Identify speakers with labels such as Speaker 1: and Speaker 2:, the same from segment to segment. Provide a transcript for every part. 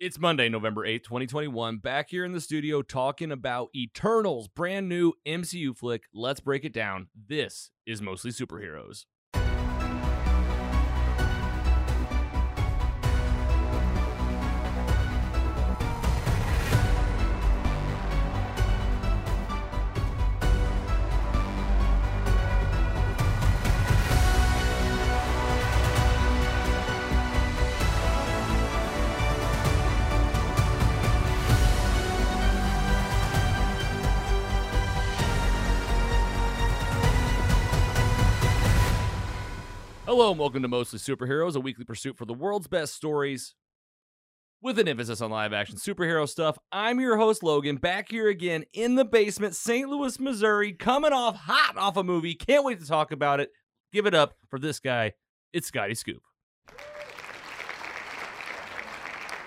Speaker 1: It's Monday, November 8th, 2021. Back here in the studio talking about Eternals, brand new MCU flick. Let's break it down. This is mostly superheroes. Hello and welcome to Mostly Superheroes, a weekly pursuit for the world's best stories with an emphasis on live action superhero stuff. I'm your host, Logan, back here again in the basement, St. Louis, Missouri, coming off hot off a movie. Can't wait to talk about it. Give it up for this guy. It's Scotty Scoop.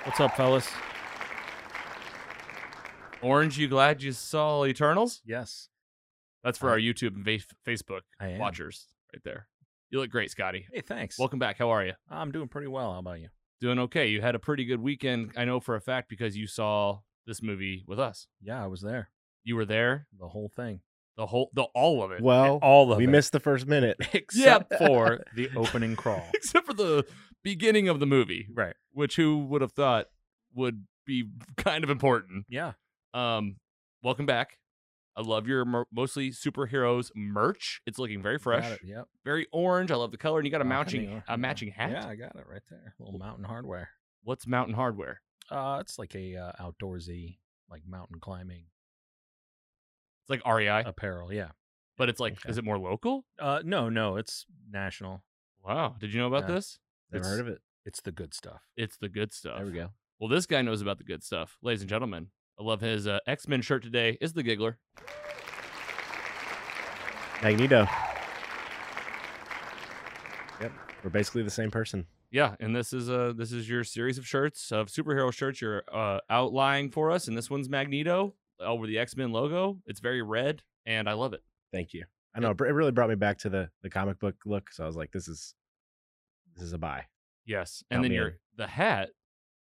Speaker 1: What's up, fellas? Orange, you glad you saw Eternals?
Speaker 2: Yes,
Speaker 1: That's for our YouTube and fa- Facebook
Speaker 2: I am.
Speaker 1: watchers right there. You look great, Scotty.
Speaker 2: Hey, thanks.
Speaker 1: Welcome back. How are you?
Speaker 2: I'm doing pretty well. How about you?
Speaker 1: Doing okay. You had a pretty good weekend, I know for a fact, because you saw this movie with us.
Speaker 2: Yeah, I was there.
Speaker 1: You were there,
Speaker 2: The whole thing.
Speaker 1: the whole, the all of it.
Speaker 3: Well,
Speaker 2: All of
Speaker 3: we
Speaker 2: it.
Speaker 3: missed the first minute.
Speaker 2: except for the opening crawl.
Speaker 1: except for the beginning of the movie,
Speaker 2: Right.
Speaker 1: which who would have thought would be kind of important.
Speaker 2: Yeah.
Speaker 1: Um, welcome back. I love your mer- mostly superheroes merch. It's looking very
Speaker 2: Got
Speaker 1: fresh,
Speaker 2: it. Oh, Yep.
Speaker 1: very orange. I love the color, and you got a
Speaker 2: Rocking the
Speaker 1: matching
Speaker 2: orange, yeah.
Speaker 1: a matching hat.
Speaker 2: Yeah, I got it right there. Little mountain hardware.
Speaker 1: What's Mountain Hardware?
Speaker 2: Uh, it's like a uh, outdoorsy, like mountain climbing
Speaker 1: It's like REI,
Speaker 2: apparel. Yeah.
Speaker 1: but it's like,
Speaker 2: okay.
Speaker 1: is it more local?
Speaker 2: Uh, no, no, it's national.
Speaker 1: Wow, did you know about
Speaker 2: Yeah.
Speaker 1: this?
Speaker 3: Never
Speaker 2: It's-
Speaker 3: heard of it.
Speaker 2: It's the good stuff.
Speaker 1: It's the good stuff.
Speaker 2: There we go.
Speaker 1: Well, this guy knows about the good stuff, ladies and gentlemen. I love his uh, X Men shirt today. Is the giggler?
Speaker 3: Magneto. Yep, we're basically the same person.
Speaker 1: Yeah, and this is uh this is your series of shirts of superhero shirts you're uh, outlining for us, and this one's Magneto over the X Men logo. It's very red, and I love it.
Speaker 3: Thank you. I know it br- it really brought me back to the the comic book look. So I was like, this is this is a buy.
Speaker 1: Yes, and
Speaker 3: Got
Speaker 1: then
Speaker 3: me
Speaker 1: your
Speaker 3: in.
Speaker 1: the hat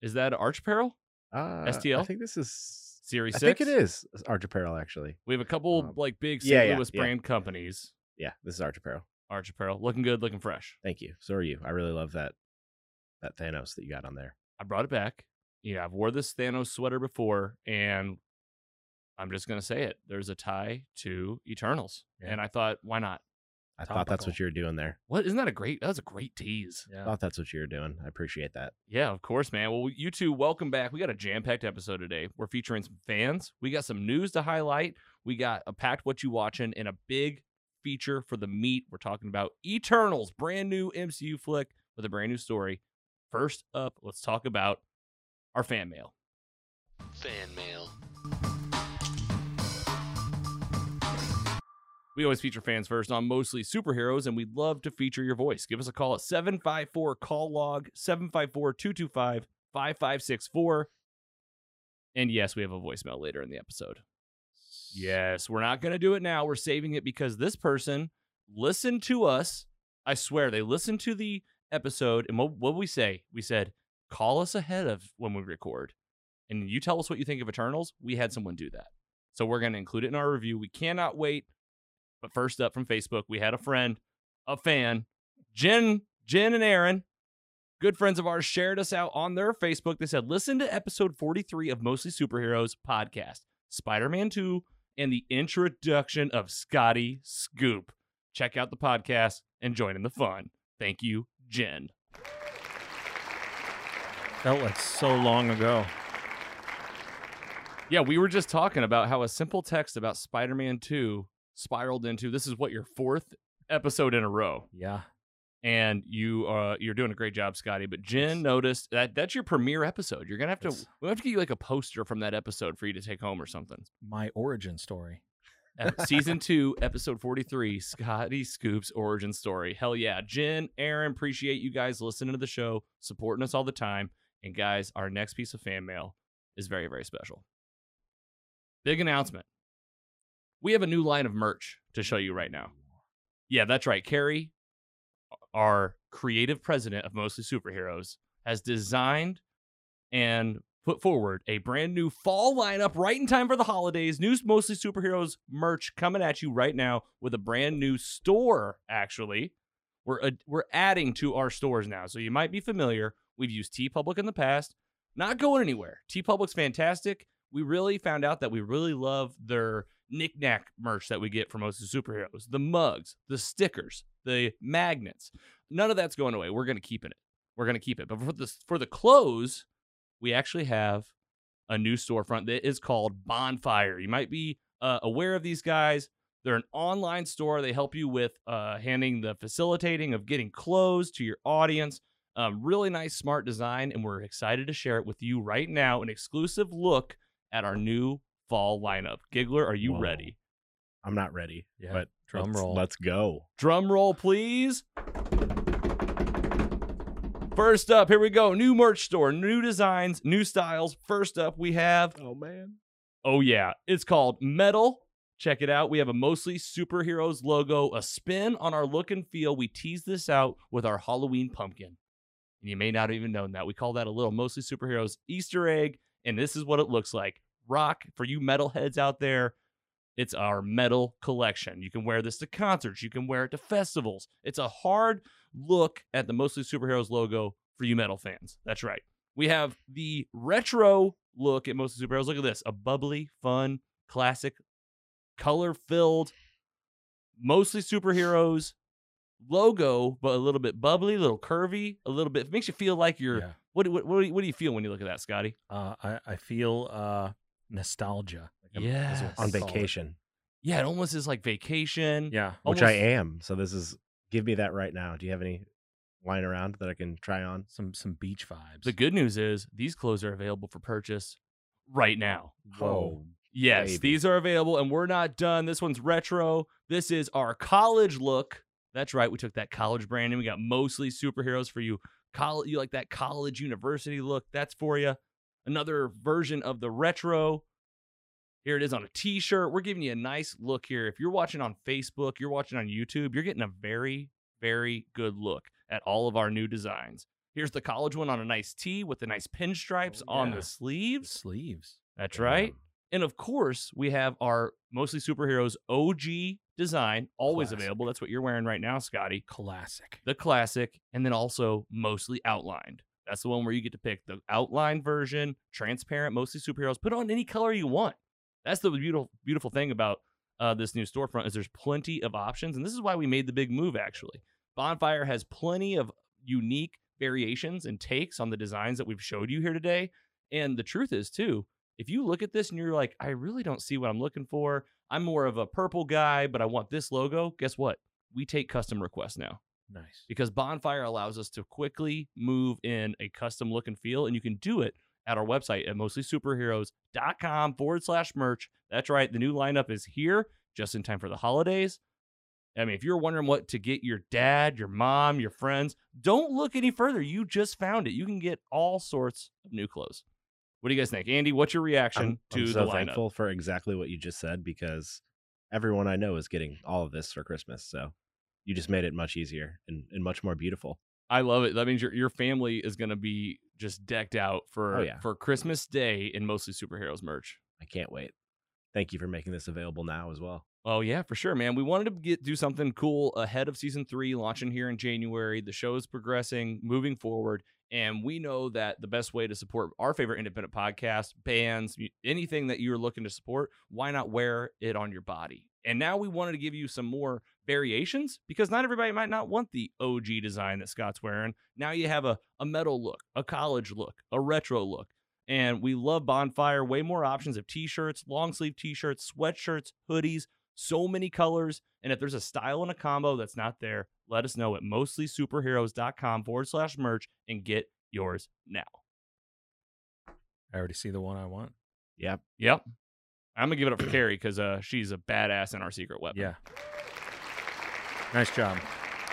Speaker 1: is that Arch Apparel
Speaker 3: Uh,
Speaker 1: STL?
Speaker 3: I think this is.
Speaker 1: Series
Speaker 3: I
Speaker 1: Six.
Speaker 3: think it is Arch Apparel actually.
Speaker 1: We have a couple
Speaker 3: Um,
Speaker 1: like big St.
Speaker 3: yeah, yeah,
Speaker 1: Louis
Speaker 3: yeah.
Speaker 1: brand companies.
Speaker 3: Yeah, this is Arch Apparel.
Speaker 1: Arch Apparel, looking good, looking fresh.
Speaker 3: Thank you. So are you? I really love that that Thanos that you got on there.
Speaker 1: I brought it back. You know, I've wore this Thanos sweater before, and I'm just gonna say it. There's a tie to Eternals,
Speaker 2: Yeah.
Speaker 1: and I thought, why not?
Speaker 3: I thought that's
Speaker 2: Topical.
Speaker 3: what you were doing there.
Speaker 1: What isn't that a great? That was a great tease.
Speaker 3: I
Speaker 2: Yeah.
Speaker 3: thought that's what you were doing. I appreciate that.
Speaker 1: Yeah, of course, man. Well, you two, welcome back. We got a jam-packed episode today. We're featuring some fans. We got some news to highlight. We got a packed what you watching and a big feature for the meat. We're talking about Eternals, brand new MCU flick with a brand new story. First up, let's talk about our fan mail.
Speaker 4: Fan mail.
Speaker 1: We always feature fans first on mostly superheroes, and we'd love to feature your voice. Give us a call at 754 call log 754 225 5564. And yes, we have a voicemail later in the episode. Yes, we're not going to do it now. We're saving it because this person listened to us. I swear they listened to the episode. And what, what did we say? We said, call us ahead of when we record. And you tell us what you think of Eternals. We had someone do that. So we're going to include it in our review. We cannot wait. But first up from Facebook, we had a friend, a fan, Jen, Jen and Aaron, good friends of ours, shared us out on their Facebook. They said, listen to episode 43 of Mostly Superheroes podcast, Spider-Man 2, and the introduction of Scotty Scoop. Check out the podcast and join in the fun. Thank you, Jen.
Speaker 2: Felt like so long ago.
Speaker 1: Yeah, we were just talking about how a simple text about Spider-Man 2 spiraled into this is what your fourth episode in a row.
Speaker 2: Yeah.
Speaker 1: and you uh you're doing a great job, Scotty. But Jen
Speaker 2: Thanks.
Speaker 1: noticed that that's your premiere episode. You're gonna have to
Speaker 2: That's-
Speaker 1: we have to get you like a poster from that episode for you to take home or something.
Speaker 2: My origin story.
Speaker 1: Ep- Uh, Season two, episode forty three, Scotty Scoop's origin story. Hell yeah, Jen, Aaron, appreciate you guys listening to the show, supporting us all the time, and guys, our next piece of fan mail is very very special. Big announcement. We have a new line of merch to show you right now. Yeah, that's right. Carrie, our creative president of Mostly Superheroes, has designed and put forward a brand new fall lineup right in time for the holidays. New mostly superheroes merch coming at you right now with a brand new store. Actually, we're ad- we're adding to our stores now, so you might be familiar. We've used T Public in the past. Not going anywhere. T Public's fantastic. We really found out that we really love their knickknack merch that we get from most of the superheroes. The mugs, the stickers, the magnets. None of that's going away. We're going to keep it. We're going to keep it. But for the for the clothes, we actually have a new storefront that is called Bonfire. You might be uh, aware of these guys. They're an online store. They help you with uh, handing the facilitating of getting clothes to your audience. Um, really nice, smart design, and we're excited to share it with you right now. An exclusive look at our new fall lineup. Giggler, are you
Speaker 2: Whoa.
Speaker 1: ready?
Speaker 3: I'm not ready.
Speaker 2: Yeah.
Speaker 3: But
Speaker 2: Drum
Speaker 3: let's,
Speaker 2: roll.
Speaker 3: Let's go.
Speaker 1: Drum roll, please. First up, here we go. New merch store, new designs, new styles. First up, we have
Speaker 3: Oh man.
Speaker 1: Oh yeah, it's called Metal. Check it out. We have a mostly superheroes logo, a spin on our look and feel. We tease this out with our Halloween pumpkin. And you may not have even known that. We call that a little mostly superheroes Easter egg, and this is what it looks like. Rock for you metalheads out there. It's our metal collection. You can wear this to concerts, you can wear it to festivals. It's a hard look at the mostly superheroes logo for you metal fans. That's right. We have the retro look at most of the superheroes. Look at this a bubbly, fun, classic, color filled, mostly superheroes logo, but a little bit bubbly, a little curvy, a little bit makes you feel like you're.
Speaker 2: Yeah.
Speaker 1: What, what, what, do you, what do you feel when you look at that, Scotty?
Speaker 2: Uh, I, I feel uh, nostalgia. Like, I'm- is what
Speaker 1: Yes.
Speaker 2: I
Speaker 3: On
Speaker 2: call it.
Speaker 3: vacation,
Speaker 1: Yeah, it almost is like vacation.
Speaker 2: Yeah.
Speaker 3: which I
Speaker 1: Almost-
Speaker 3: am. So this is give me that right now. Do you have any lying around that I can try on?
Speaker 2: Some some beach vibes.
Speaker 1: The good news is these clothes are available for purchase right now.
Speaker 3: Oh,
Speaker 2: Whoa.
Speaker 1: Yes,
Speaker 3: Baby.
Speaker 1: these are available, and we're not done. This one's retro. This is our college look. That's right. We took that college brand, and we got mostly superheroes for you. College, you like that college university look? That's for you. Another version of the retro. Here it is on a T-shirt. We're giving you a nice look here. If you're watching on Facebook, you're watching on YouTube, you're getting a very, very good look at all of our new designs. Here's the college one on a nice tee with the nice pinstripes
Speaker 2: Oh,
Speaker 1: on the
Speaker 2: yeah. The The
Speaker 1: sleeves.
Speaker 2: sleeves.
Speaker 1: That's right.
Speaker 2: Damn.
Speaker 1: And of course, we have our mostly superheroes OG design, always
Speaker 2: Classic.
Speaker 1: available. That's what you're wearing right now, Scotty.
Speaker 2: Classic.
Speaker 1: The classic, and then also mostly outlined. That's the one where you get to pick the outline version, transparent, mostly superheroes. Put on any color you want. That's the beautiful, beautiful thing about uh, this new storefront is there's plenty of options, and this is why we made the big move. Actually, Bonfire has plenty of unique variations and takes on the designs that we've showed you here today. And the truth is, too, if you look at this and you're like, I really don't see what I'm looking for. I'm more of a purple guy, but I want this logo. Guess what? We take custom requests now
Speaker 2: Nice.
Speaker 1: because Bonfire allows us to quickly move in a custom look and feel, and you can do it at our website at mostlysuperheroes.com forward slash merch. That's right. The new lineup is here just in time for the holidays. I mean, if you're wondering what to get your dad, your mom, your friends, don't look any further. You just found it. You can get all sorts of new clothes. What do you guys think? Andy, what's your reaction
Speaker 3: I'm,
Speaker 1: to
Speaker 3: I'm
Speaker 1: the
Speaker 3: so
Speaker 1: lineup?
Speaker 3: thankful for exactly what you just said because everyone I know is getting all of this for Christmas. So you just made it much easier and, and much more beautiful.
Speaker 1: I love it. That means your your family is gonna be just decked out for
Speaker 3: Oh, yeah.
Speaker 1: for Christmas Day in mostly superheroes merch.
Speaker 3: I can't wait. Thank you for making this available now as well.
Speaker 1: Oh yeah, for sure, man. We wanted to get do something cool ahead of season three launching here in January. The show is progressing, moving forward, and we know that the best way to support our favorite independent podcast, bands, mu- anything that you're looking to support, why not wear it on your body? And now we wanted to give you some more variations because not everybody might not want the OG design that Scott's wearing. Now you have a a metal look, a college look, a retro look. And we love Bonfire. Way more options of t shirts, long sleeve t shirts, sweatshirts, hoodies, so many colors. And if there's a style and a combo that's not there, let us know at mostlysuperheroes.com forward slash merch and get yours now.
Speaker 2: I already see the one I want.
Speaker 3: Yep.
Speaker 1: Yep. I'm going to give it up for Carrie because uh, she's a badass in our secret weapon.
Speaker 2: Yeah. Nice job.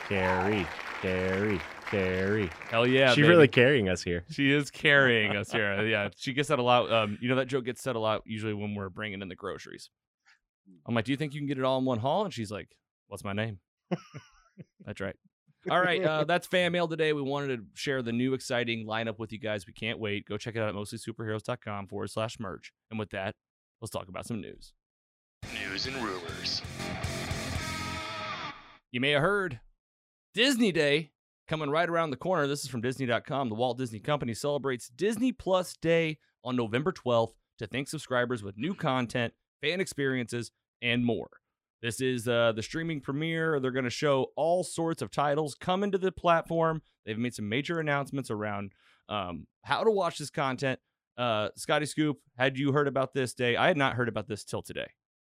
Speaker 3: Carrie, Carrie, Carrie.
Speaker 1: Hell yeah.
Speaker 3: she
Speaker 1: baby.
Speaker 3: really carrying us here.
Speaker 1: She is carrying us here. Uh, Yeah, she gets that a lot. Um, you know that joke gets said a lot usually when we're bringing in the groceries. I'm like, "Do you think you can get it all in one haul?" And she's like, "What's my name?" That's right. All right, uh, that's fan mail today. We wanted to share the new exciting lineup with you guys. We can't wait. Go check it out at mostlysuperheroes.com forward slash merch. And with that, let's talk about some news.
Speaker 4: News and rumors.
Speaker 1: You may have heard Disney Day coming right around the corner. This is from Disney.com. The Walt Disney Company celebrates Disney Plus Day on November 12th to thank subscribers with new content, fan experiences, and more. This is uh, the streaming premiere. They're going to show all sorts of titles coming to the platform. They've made some major announcements around um, how to watch this content. Uh, Scotty Scoop, had you heard about this day? I had not heard about this till today.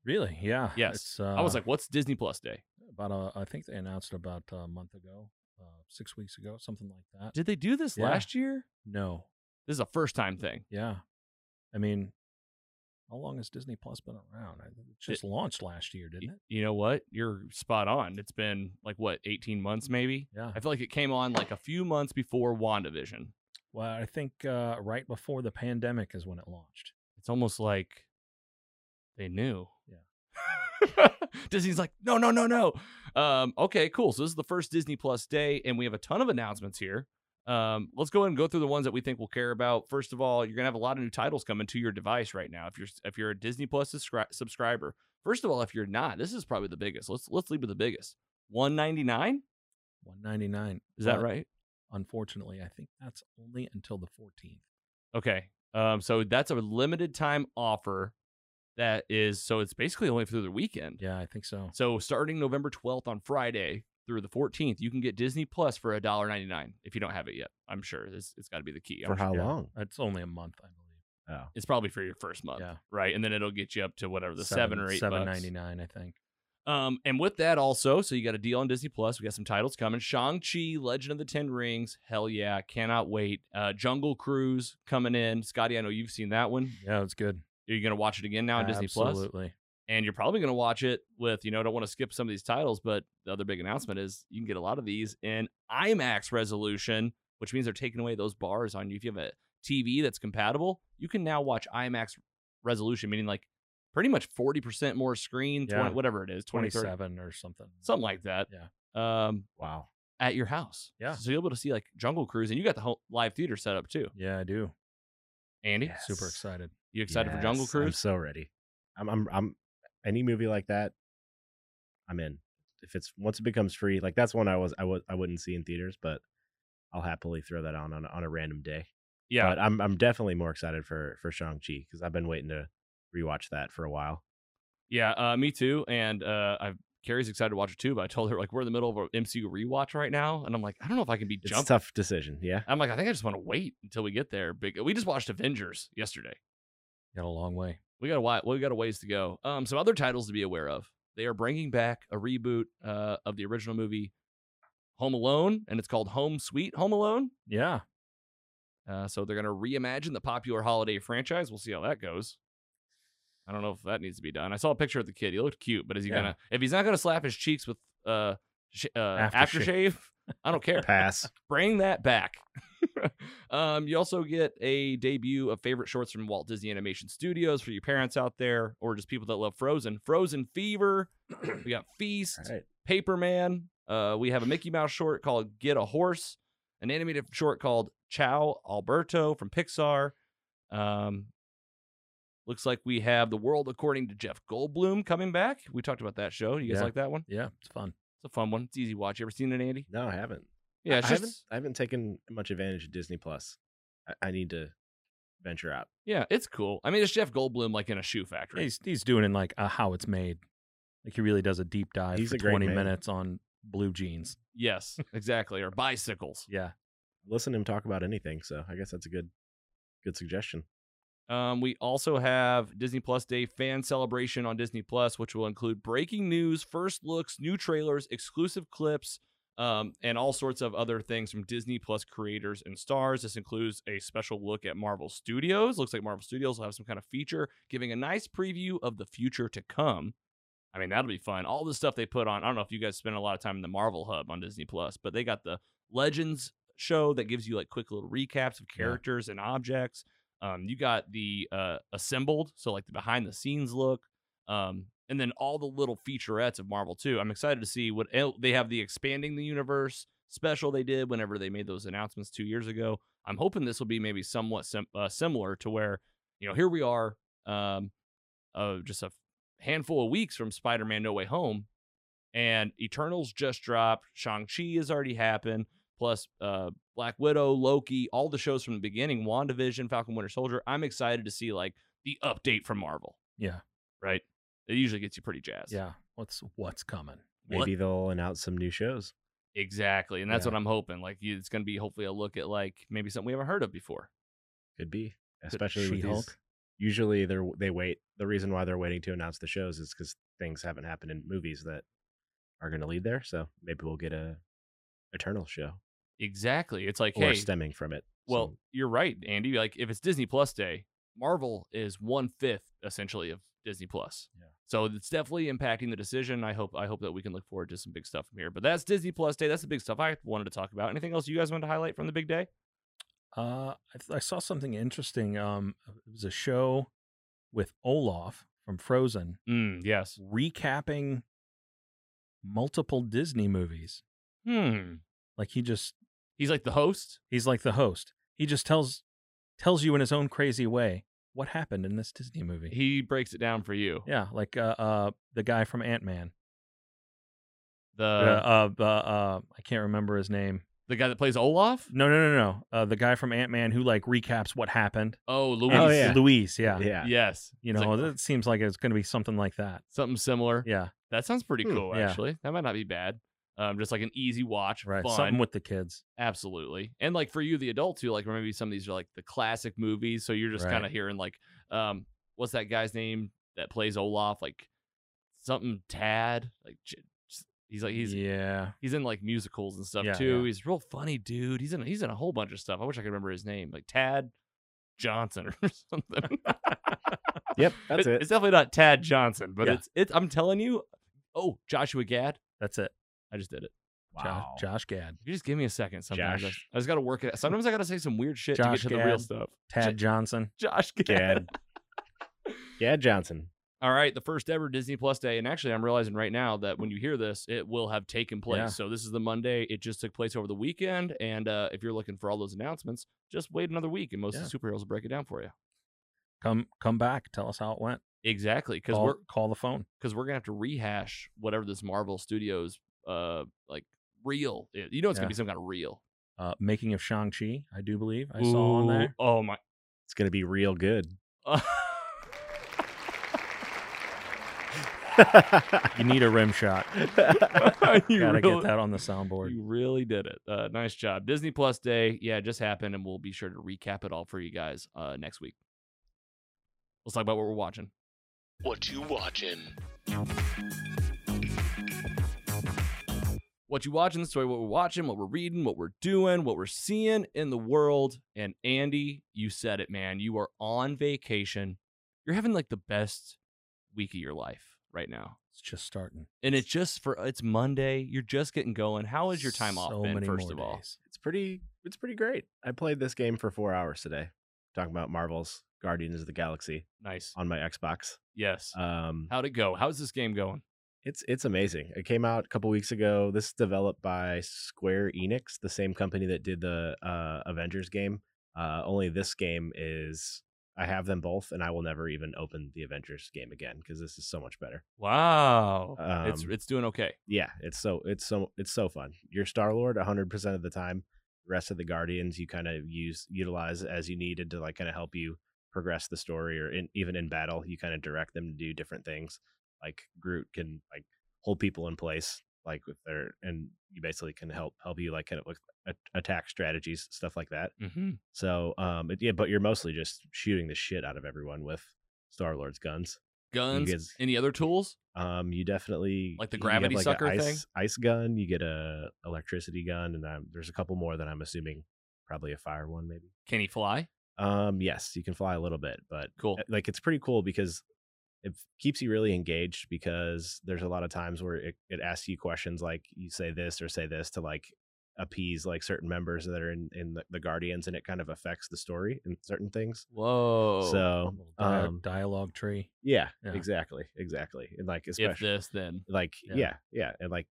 Speaker 2: Really? Yeah.
Speaker 1: Yes.
Speaker 2: It's, uh,
Speaker 1: I was like, "What's Disney Plus Day?"
Speaker 2: about a, I think they announced it about a month ago, uh, six weeks ago, something like that.
Speaker 1: Did they do this
Speaker 2: Yeah.
Speaker 1: last year?
Speaker 2: no.
Speaker 1: This is a first time thing.
Speaker 2: Yeah. I mean, how long has Disney Plus been around? I- It just launched last year,
Speaker 1: Y-
Speaker 2: didn't it?
Speaker 1: You know what? You're spot on. It's been like what, 18 months maybe?
Speaker 2: Yeah.
Speaker 1: I feel like it came on like a few months before WandaVision.
Speaker 2: Well, I think uh, right before the pandemic is when it launched.
Speaker 1: It's almost like they knew.
Speaker 2: Yeah.
Speaker 1: Disney's like, no, no, no, no. Um, okay, cool. So this is the first Disney Plus day, and we have a ton of announcements here. Um, let's go ahead and go through the ones that we think we'll care about. First of all, you're gonna have a lot of new titles coming to your device right now. If you're if you're a Disney Plus subscri- subscriber, first of all, if you're not, this is probably the biggest. Let's let's leave with the biggest. One ninety nine.
Speaker 2: One ninety nine.
Speaker 1: Is that right?
Speaker 2: Unfortunately, I think that's only until the fourteenth.
Speaker 1: Okay. Um, so that's a limited time offer. That is so it's basically only through the weekend.
Speaker 2: Yeah, I think so.
Speaker 1: So starting November 12th on Friday through the 14th, you can get Disney Plus for $1.99 if you don't have it yet. I'm sure it's, it's got to be the key.
Speaker 3: For
Speaker 1: I'm sure-
Speaker 3: how
Speaker 2: yeah.
Speaker 3: long?
Speaker 2: It's only a month, I believe.
Speaker 3: Oh,
Speaker 1: It's probably for your first month,
Speaker 2: Yeah.
Speaker 1: right? And then it'll get you up to whatever the seven, or eight
Speaker 2: seven
Speaker 1: bucks.
Speaker 2: ninety nine. I think.
Speaker 1: Um, and with that also, so you got a deal on Disney Plus. We got some titles coming: Shang Chi, Legend of the Ten Rings. Hell yeah, cannot wait. Uh, Jungle Cruise coming in. Scotty, I know you've seen that one.
Speaker 2: Yeah, it's good.
Speaker 1: Are you gonna watch it again now on Disney Plus?
Speaker 2: Absolutely.
Speaker 1: and you're probably going to watch it with you know I don't want to skip some of these titles but the other big announcement is you can get a lot of these in imax resolution which means they're taking away those bars on you if you have a tv that's compatible you can now watch imax resolution meaning like pretty much 40% more screen 20,
Speaker 2: Yeah.
Speaker 1: whatever it is 20
Speaker 2: Twenty
Speaker 1: 30,
Speaker 2: seven or something.
Speaker 1: something like that
Speaker 2: Yeah.
Speaker 1: um
Speaker 3: wow.
Speaker 1: at your house
Speaker 2: Yeah.
Speaker 1: so you'll be able to see like jungle cruise and you got the whole live theater set up too
Speaker 2: Yeah, I do.
Speaker 1: andy
Speaker 2: Super
Speaker 3: Yes.
Speaker 2: excited.
Speaker 1: you excited for jungle
Speaker 3: Yes, I'm
Speaker 1: cruise
Speaker 3: so ready. I'm, I'm, I'm, any movie like that, I'm in. If it's once it becomes free, like that's one I was, I was, I wouldn't see in theaters, but I'll happily throw that on on, on a random day.
Speaker 1: yeah
Speaker 3: But I'm, I'm definitely more excited for for Shang Chi because I've been waiting to rewatch that for a while.
Speaker 1: Yeah, uh, me too. And uh, I Carrie's excited to watch it too, but I told her like we're in the middle of an MCU rewatch right now, and I'm like, I don't know if I can be
Speaker 3: It's a
Speaker 1: jumping.
Speaker 3: tough decision. Yeah.
Speaker 1: I'm like, I think I just want to wait until we get there. Big, we just watched Avengers yesterday.
Speaker 2: Got a long way.
Speaker 1: We got a while, we got a ways to go. Um, some other titles to be aware of. They are bringing back a reboot uh, of the original movie Home Alone, and it's called Home Sweet Home Alone.
Speaker 2: Yeah.
Speaker 1: Uh, so they're going to reimagine the popular holiday franchise. We'll see how that goes. I don't know if that needs to be done. I saw a picture of the kid. He looked cute, but is he
Speaker 2: Yeah.
Speaker 1: gonna? If he's not gonna slap his cheeks with uh, sh- uh aftershave,
Speaker 2: Aftershave.
Speaker 1: I don't care.
Speaker 3: Pass.
Speaker 1: Bring that back. um, you also get a debut of favorite shorts from Walt Disney Animation Studios for your parents out there, or just people that love Frozen. Frozen Fever. We got Feast.
Speaker 3: All right.
Speaker 1: Paper Man. Uh, we have a Mickey Mouse short called Get a Horse, an animated short called Chow Alberto from Pixar. Um, looks like we have The World According to Jeff Goldblum coming back. We talked about that show. You guys
Speaker 2: Yeah.
Speaker 1: like that one?
Speaker 2: Yeah. It's fun.
Speaker 1: It's a fun one. It's easy watch. You ever seen it, Andy?
Speaker 3: No, I haven't.
Speaker 1: Yeah, it's
Speaker 3: I haven't.
Speaker 1: just
Speaker 3: I haven't taken much advantage of Disney Plus. I, I need to venture out.
Speaker 1: yeah, it's cool. I mean, it's Jeff Goldblum like in a shoe factory.
Speaker 2: He's he's doing it in like a how it's made. Like he really does a deep dive
Speaker 3: He's
Speaker 2: for
Speaker 3: a great
Speaker 2: twenty
Speaker 3: man.
Speaker 2: minutes on blue jeans.
Speaker 1: yes, exactly. Or bicycles.
Speaker 2: Yeah.
Speaker 3: Listen to him talk about anything. So I guess that's a good, good suggestion.
Speaker 1: Um, we also have Disney Plus Day fan celebration on Disney Plus, which will include breaking news, first looks, new trailers, exclusive clips, um, and all sorts of other things from Disney Plus creators and stars. This includes a special look at Marvel Studios. Looks like Marvel Studios will have some kind of feature giving a nice preview of the future to come. I mean, that'll be fun. All the stuff they put on, I don't know if you guys spend a lot of time in the Marvel Hub on Disney Plus, but they got the Legends show that gives you like quick little recaps of characters and objects. Um, you got the uh, assembled, so like the behind the scenes look, um, and then all the little featurettes of Marvel too. I'm excited to see what el- they have the expanding the universe, special they did whenever they made those announcements two years ago. I'm hoping this will be maybe somewhat sim- uh, similar to where, you know, here we are, um, uh, just a handful of weeks from Spider Man No Way Home, and Eternals just dropped. Shang-Chi has already happened, plus uh, Black Widow, Loki, all the shows from the beginning, WandaVision, Falcon Winter Soldier. I'm excited to see like the update from Marvel,
Speaker 2: Yeah.
Speaker 1: right? It usually gets you pretty jazzed.
Speaker 2: Yeah. What's what's coming?
Speaker 1: What-
Speaker 3: Maybe they'll announce some new shows.
Speaker 1: Exactly. And that's
Speaker 2: Yeah.
Speaker 1: what I'm hoping. Like, you- it's going to be hopefully a look at like maybe something we haven't heard of before.
Speaker 3: Could be, especially with
Speaker 2: She-Hulk?
Speaker 3: these. Usually, they're they wait. The reason why they're waiting to announce the shows is because things haven't happened in movies that are going to lead there. So maybe we'll get a Eternal show
Speaker 1: Exactly. It's like,
Speaker 3: or
Speaker 1: hey,
Speaker 3: stemming from it.
Speaker 1: well,
Speaker 3: some-
Speaker 1: you're right, Andy. Like, if it's Disney Plus Day, Marvel is one fifth essentially of Disney Plus.
Speaker 2: Yeah.
Speaker 1: So it's definitely impacting the decision. I hope I hope that we can look forward to some big stuff from here. But that's Disney Plus Day. That's the big stuff I wanted to talk about. Anything else you guys wanted to highlight from the big day?
Speaker 2: Uh, I, th- I saw something interesting. Um, it was a show with Olaf from Frozen
Speaker 1: Mm, yes.
Speaker 2: recapping multiple Disney movies.
Speaker 1: Hmm.
Speaker 2: Like he just
Speaker 1: He's like the host.
Speaker 2: he's like the host. He just tells tells you in his own crazy way what happened in this Disney movie.
Speaker 1: He breaks it down for you.
Speaker 2: yeah, like uh, uh the guy from Ant Man.
Speaker 1: The
Speaker 2: Uh, uh, uh, uh, I can't remember his name.
Speaker 1: the guy that plays Olaf.
Speaker 2: No, no, no, no. Uh, the guy from Ant Man who like recaps what happened.
Speaker 1: Oh, Louise.
Speaker 3: Oh, yeah.
Speaker 2: Louise. uh, Yeah,
Speaker 3: yeah,
Speaker 1: Yes.
Speaker 2: You
Speaker 1: It's
Speaker 2: know,
Speaker 1: like, "Oh,
Speaker 2: it seems like it's going to be something like that.
Speaker 1: something similar.
Speaker 2: Yeah,
Speaker 1: That sounds pretty
Speaker 3: Hmm.
Speaker 1: cool,
Speaker 2: Yeah.
Speaker 1: actually. That might not be bad. Um, just like an easy watch,
Speaker 2: right.
Speaker 1: fun,
Speaker 2: Something with the kids.
Speaker 1: absolutely. And like for you, the adults who like maybe some of these are like the classic movies, so you're just
Speaker 2: Right.
Speaker 1: kind of hearing like, um, what's that guy's name that plays Olaf? Like something Tad. Like j- s- he's like he's
Speaker 2: yeah.
Speaker 1: he's in like musicals and stuff
Speaker 2: Yeah,
Speaker 1: too.
Speaker 2: yeah.
Speaker 1: He's a real funny dude. He's in he's in a whole bunch of stuff. I wish I could remember his name, like Tad Johnson or something.
Speaker 3: yep, that's
Speaker 1: It-
Speaker 3: it.
Speaker 1: It's definitely not Tad Johnson, but
Speaker 2: Yeah.
Speaker 1: it's it's. I'm telling you. Oh, Joshua Gad.
Speaker 2: That's it.
Speaker 1: I just did it.
Speaker 2: Jo- Josh Gad,
Speaker 1: You just give me a second. Sometimes I-
Speaker 3: Josh.
Speaker 1: I just got to work it. out. Sometimes I got to say some weird shit
Speaker 2: Josh
Speaker 1: to get to the real
Speaker 2: Gad.
Speaker 1: stuff.
Speaker 2: Tad Johnson.
Speaker 1: Josh Gad.
Speaker 3: Gad. Gad Johnson.
Speaker 1: All right, the first ever Disney Plus day, and actually, I'm realizing right now that when you hear this, it will have taken place.
Speaker 2: Yeah.
Speaker 1: So this is the Monday. It just took place over the weekend, and uh, if you're looking for all those announcements, just wait another week, and most of the superheroes will break it down for you.
Speaker 2: Come, come back. Tell us how it went.
Speaker 1: Exactly, because
Speaker 2: Call,
Speaker 1: we're
Speaker 2: call the phone.
Speaker 1: because we're gonna have to rehash whatever this Marvel Studios uh like reel. is. You know it's gonna
Speaker 2: Yeah.
Speaker 1: be some kind of reel.
Speaker 2: Uh, making of Shang Chi, I do believe I saw on there.
Speaker 1: Oh my.
Speaker 3: It's gonna be real good.
Speaker 2: You need a rim shot.
Speaker 1: you,
Speaker 2: Gotta
Speaker 1: really,
Speaker 2: get that on the soundboard.
Speaker 1: you really did it. Uh, nice job. Disney Plus Day. Yeah, it just happened, and we'll be sure to recap it all for you guys uh, next week. Let's talk about what we're watching.
Speaker 4: What you watching?
Speaker 1: What you watching, the story, what we're watching, what we're reading, what we're doing, what we're seeing in the world. And Andy, you said it, man. You are on vacation. You're having like the best week of your life right now.
Speaker 2: It's just starting.
Speaker 1: And it's just for it's Monday. You're just getting going. How is your time off
Speaker 2: So
Speaker 1: been,
Speaker 2: many
Speaker 1: first
Speaker 2: more
Speaker 1: of all?
Speaker 2: days.
Speaker 3: it's pretty it's pretty great. I played this game for four hours today. Talking about Marvel's Guardians of the Galaxy
Speaker 1: Nice.
Speaker 3: on my Xbox.
Speaker 1: Yes.
Speaker 3: Um
Speaker 1: How'd it go? How's this game going?
Speaker 3: it's it's amazing. It came out a couple weeks ago. This is developed by Square Enix, the same company that did the uh, Avengers game. Uh, only this game is I have them both, and I will never even open the Avengers game again because this is so much better.
Speaker 1: Wow. it's
Speaker 3: Um,
Speaker 1: it's doing okay.
Speaker 3: yeah, it's so it's so it's so fun. You're Star Lord 100 percent of the time. The rest of the Guardians you kind of use utilize as you needed to like kind of help you progress the story, or in, even in battle you kind of direct them to do different things. Like Groot can like hold people in place, like with their, and you basically can help help you like kind of with a- attack strategies, stuff like that.
Speaker 1: Mm-hmm.
Speaker 3: So um, it, yeah, but you're mostly just shooting the shit out of everyone with Star Lord's guns.
Speaker 1: Guns.
Speaker 3: guys-
Speaker 1: Any other tools?
Speaker 3: Um, you definitely
Speaker 1: Like the
Speaker 3: you get,
Speaker 1: gravity
Speaker 3: like, a
Speaker 1: sucker
Speaker 3: ice,
Speaker 1: thing?
Speaker 3: ice gun. You get a electricity gun, and um there's a couple more that I'm assuming probably a fire one, maybe.
Speaker 1: Can he fly?
Speaker 3: Um, yes, you can fly a little bit, but
Speaker 1: Cool.
Speaker 3: uh, like it's pretty cool because it keeps you really engaged because there's a lot of times where it, it asks you questions like you say this or say this to like appease like certain members that are in in the, the guardians and it kind of affects the story and certain things
Speaker 1: Whoa.
Speaker 3: so
Speaker 2: Little dia-
Speaker 3: um
Speaker 2: dialogue tree.
Speaker 3: yeah,
Speaker 2: Yeah.
Speaker 3: exactly exactly and like
Speaker 1: if
Speaker 3: especially
Speaker 1: this, then
Speaker 3: like
Speaker 2: Yeah.
Speaker 3: yeah yeah and like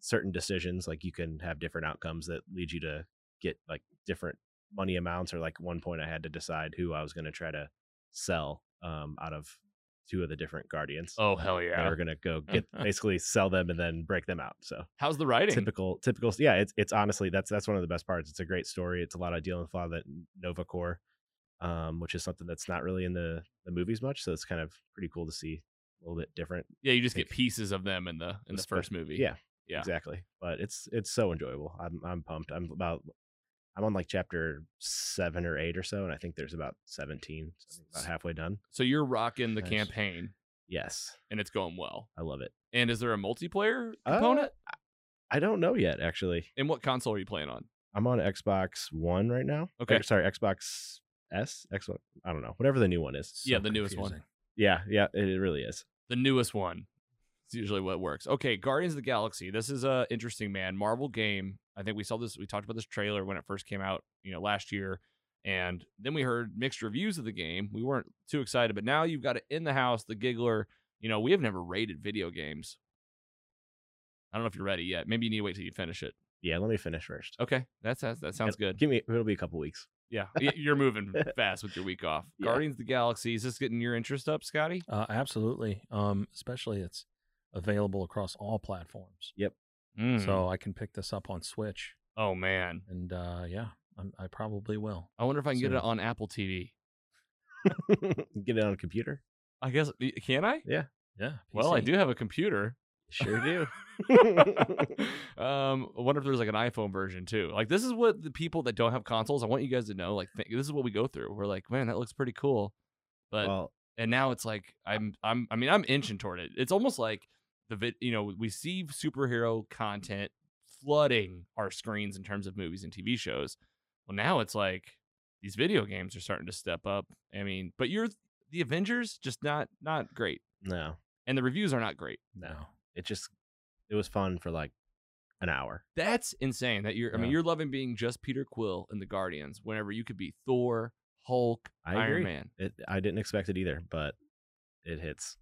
Speaker 3: certain decisions like you can have different outcomes that lead you to get like different money amounts or like one point i had to decide who i was going to try to sell um out of two of the different guardians
Speaker 1: Oh hell
Speaker 3: that
Speaker 1: yeah!
Speaker 3: we're going to go get basically sell them and then break them out so
Speaker 1: How's the writing?
Speaker 3: typical typical yeah it's it's honestly that's that's one of the best parts it's a great story it's a lot of dealing with a lot of that nova core um which is something that's not really in the the movies much so it's kind of pretty cool to see a little bit different
Speaker 1: yeah, you just get
Speaker 3: Like-
Speaker 1: pieces of them in the in the
Speaker 3: Let's
Speaker 1: first movie.
Speaker 3: yeah
Speaker 1: Yeah.
Speaker 3: exactly but it's it's so enjoyable i'm i'm pumped i'm about i'm on like chapter seven or eight or so and i think there's about 17 so I think about halfway done
Speaker 1: So you're rocking the
Speaker 3: Nice.
Speaker 1: campaign,
Speaker 3: yes
Speaker 1: and it's going well.
Speaker 3: i love it
Speaker 1: And is there a multiplayer
Speaker 3: Uh,
Speaker 1: component?
Speaker 3: i don't know yet actually
Speaker 1: and what console are you playing on?
Speaker 3: i'm on xbox one right now
Speaker 1: Okay.
Speaker 3: Or, sorry xbox s xbox i don't know whatever the new one is
Speaker 1: Yeah, the newest one.
Speaker 3: Yeah, yeah, it, it really is.
Speaker 1: The newest one. It's usually what works. Okay, Guardians of the Galaxy. This is a interesting man. Marvel game. I think we saw this. We talked about this trailer when it first came out, you know, last year, and then we heard mixed reviews of the game. We weren't too excited, but now you've got it in the house. The giggler. You know, we have never rated video games. I don't know if you're ready yet. Maybe you need to wait till you finish it.
Speaker 3: Yeah, let me finish first.
Speaker 1: Okay, that sounds that sounds good.
Speaker 3: Give me. It'll be a couple weeks.
Speaker 1: Yeah, y- you're moving fast with your week off.
Speaker 3: Yeah.
Speaker 1: Guardians of the Galaxy. Is this getting your interest up, Scotty?
Speaker 2: Uh, absolutely. Um, especially it's available across all platforms,
Speaker 1: Mm-hmm.
Speaker 2: so I can pick this up on Switch,
Speaker 1: Mm. oh man,
Speaker 2: and uh, yeah, I'm, I probably will.
Speaker 1: I wonder if I can get
Speaker 2: Soon.
Speaker 1: it on Apple TV.
Speaker 3: Get it on a computer.
Speaker 1: I guess y- can I?
Speaker 2: Yeah.
Speaker 1: Well, I
Speaker 2: PC.
Speaker 1: do have a computer.
Speaker 3: Sure do.
Speaker 1: um, I wonder if there's like an iPhone version too. Like this is what the people that don't have consoles. I want you guys to know. Like th- this is what we go through. We're like, man, that looks pretty cool, but
Speaker 3: well,
Speaker 1: and now it's like I'm I'm I mean I'm inching toward it. It's almost like the vid, you know we see superhero content flooding our screens in terms of movies and TV shows. Well, now it's like these video games are starting to step up. I mean, but you're the Avengers just not not great,
Speaker 3: no,
Speaker 1: and the reviews are not great.
Speaker 3: no. It just it was fun for like an hour.
Speaker 1: That's insane. That you're I mean
Speaker 2: Yeah.
Speaker 1: you're loving being just Peter Quill in the Guardians whenever you could be Thor, Hulk,
Speaker 3: I
Speaker 1: Iron
Speaker 3: agree.
Speaker 1: Man.
Speaker 3: It, I didn't expect it either, but it hits.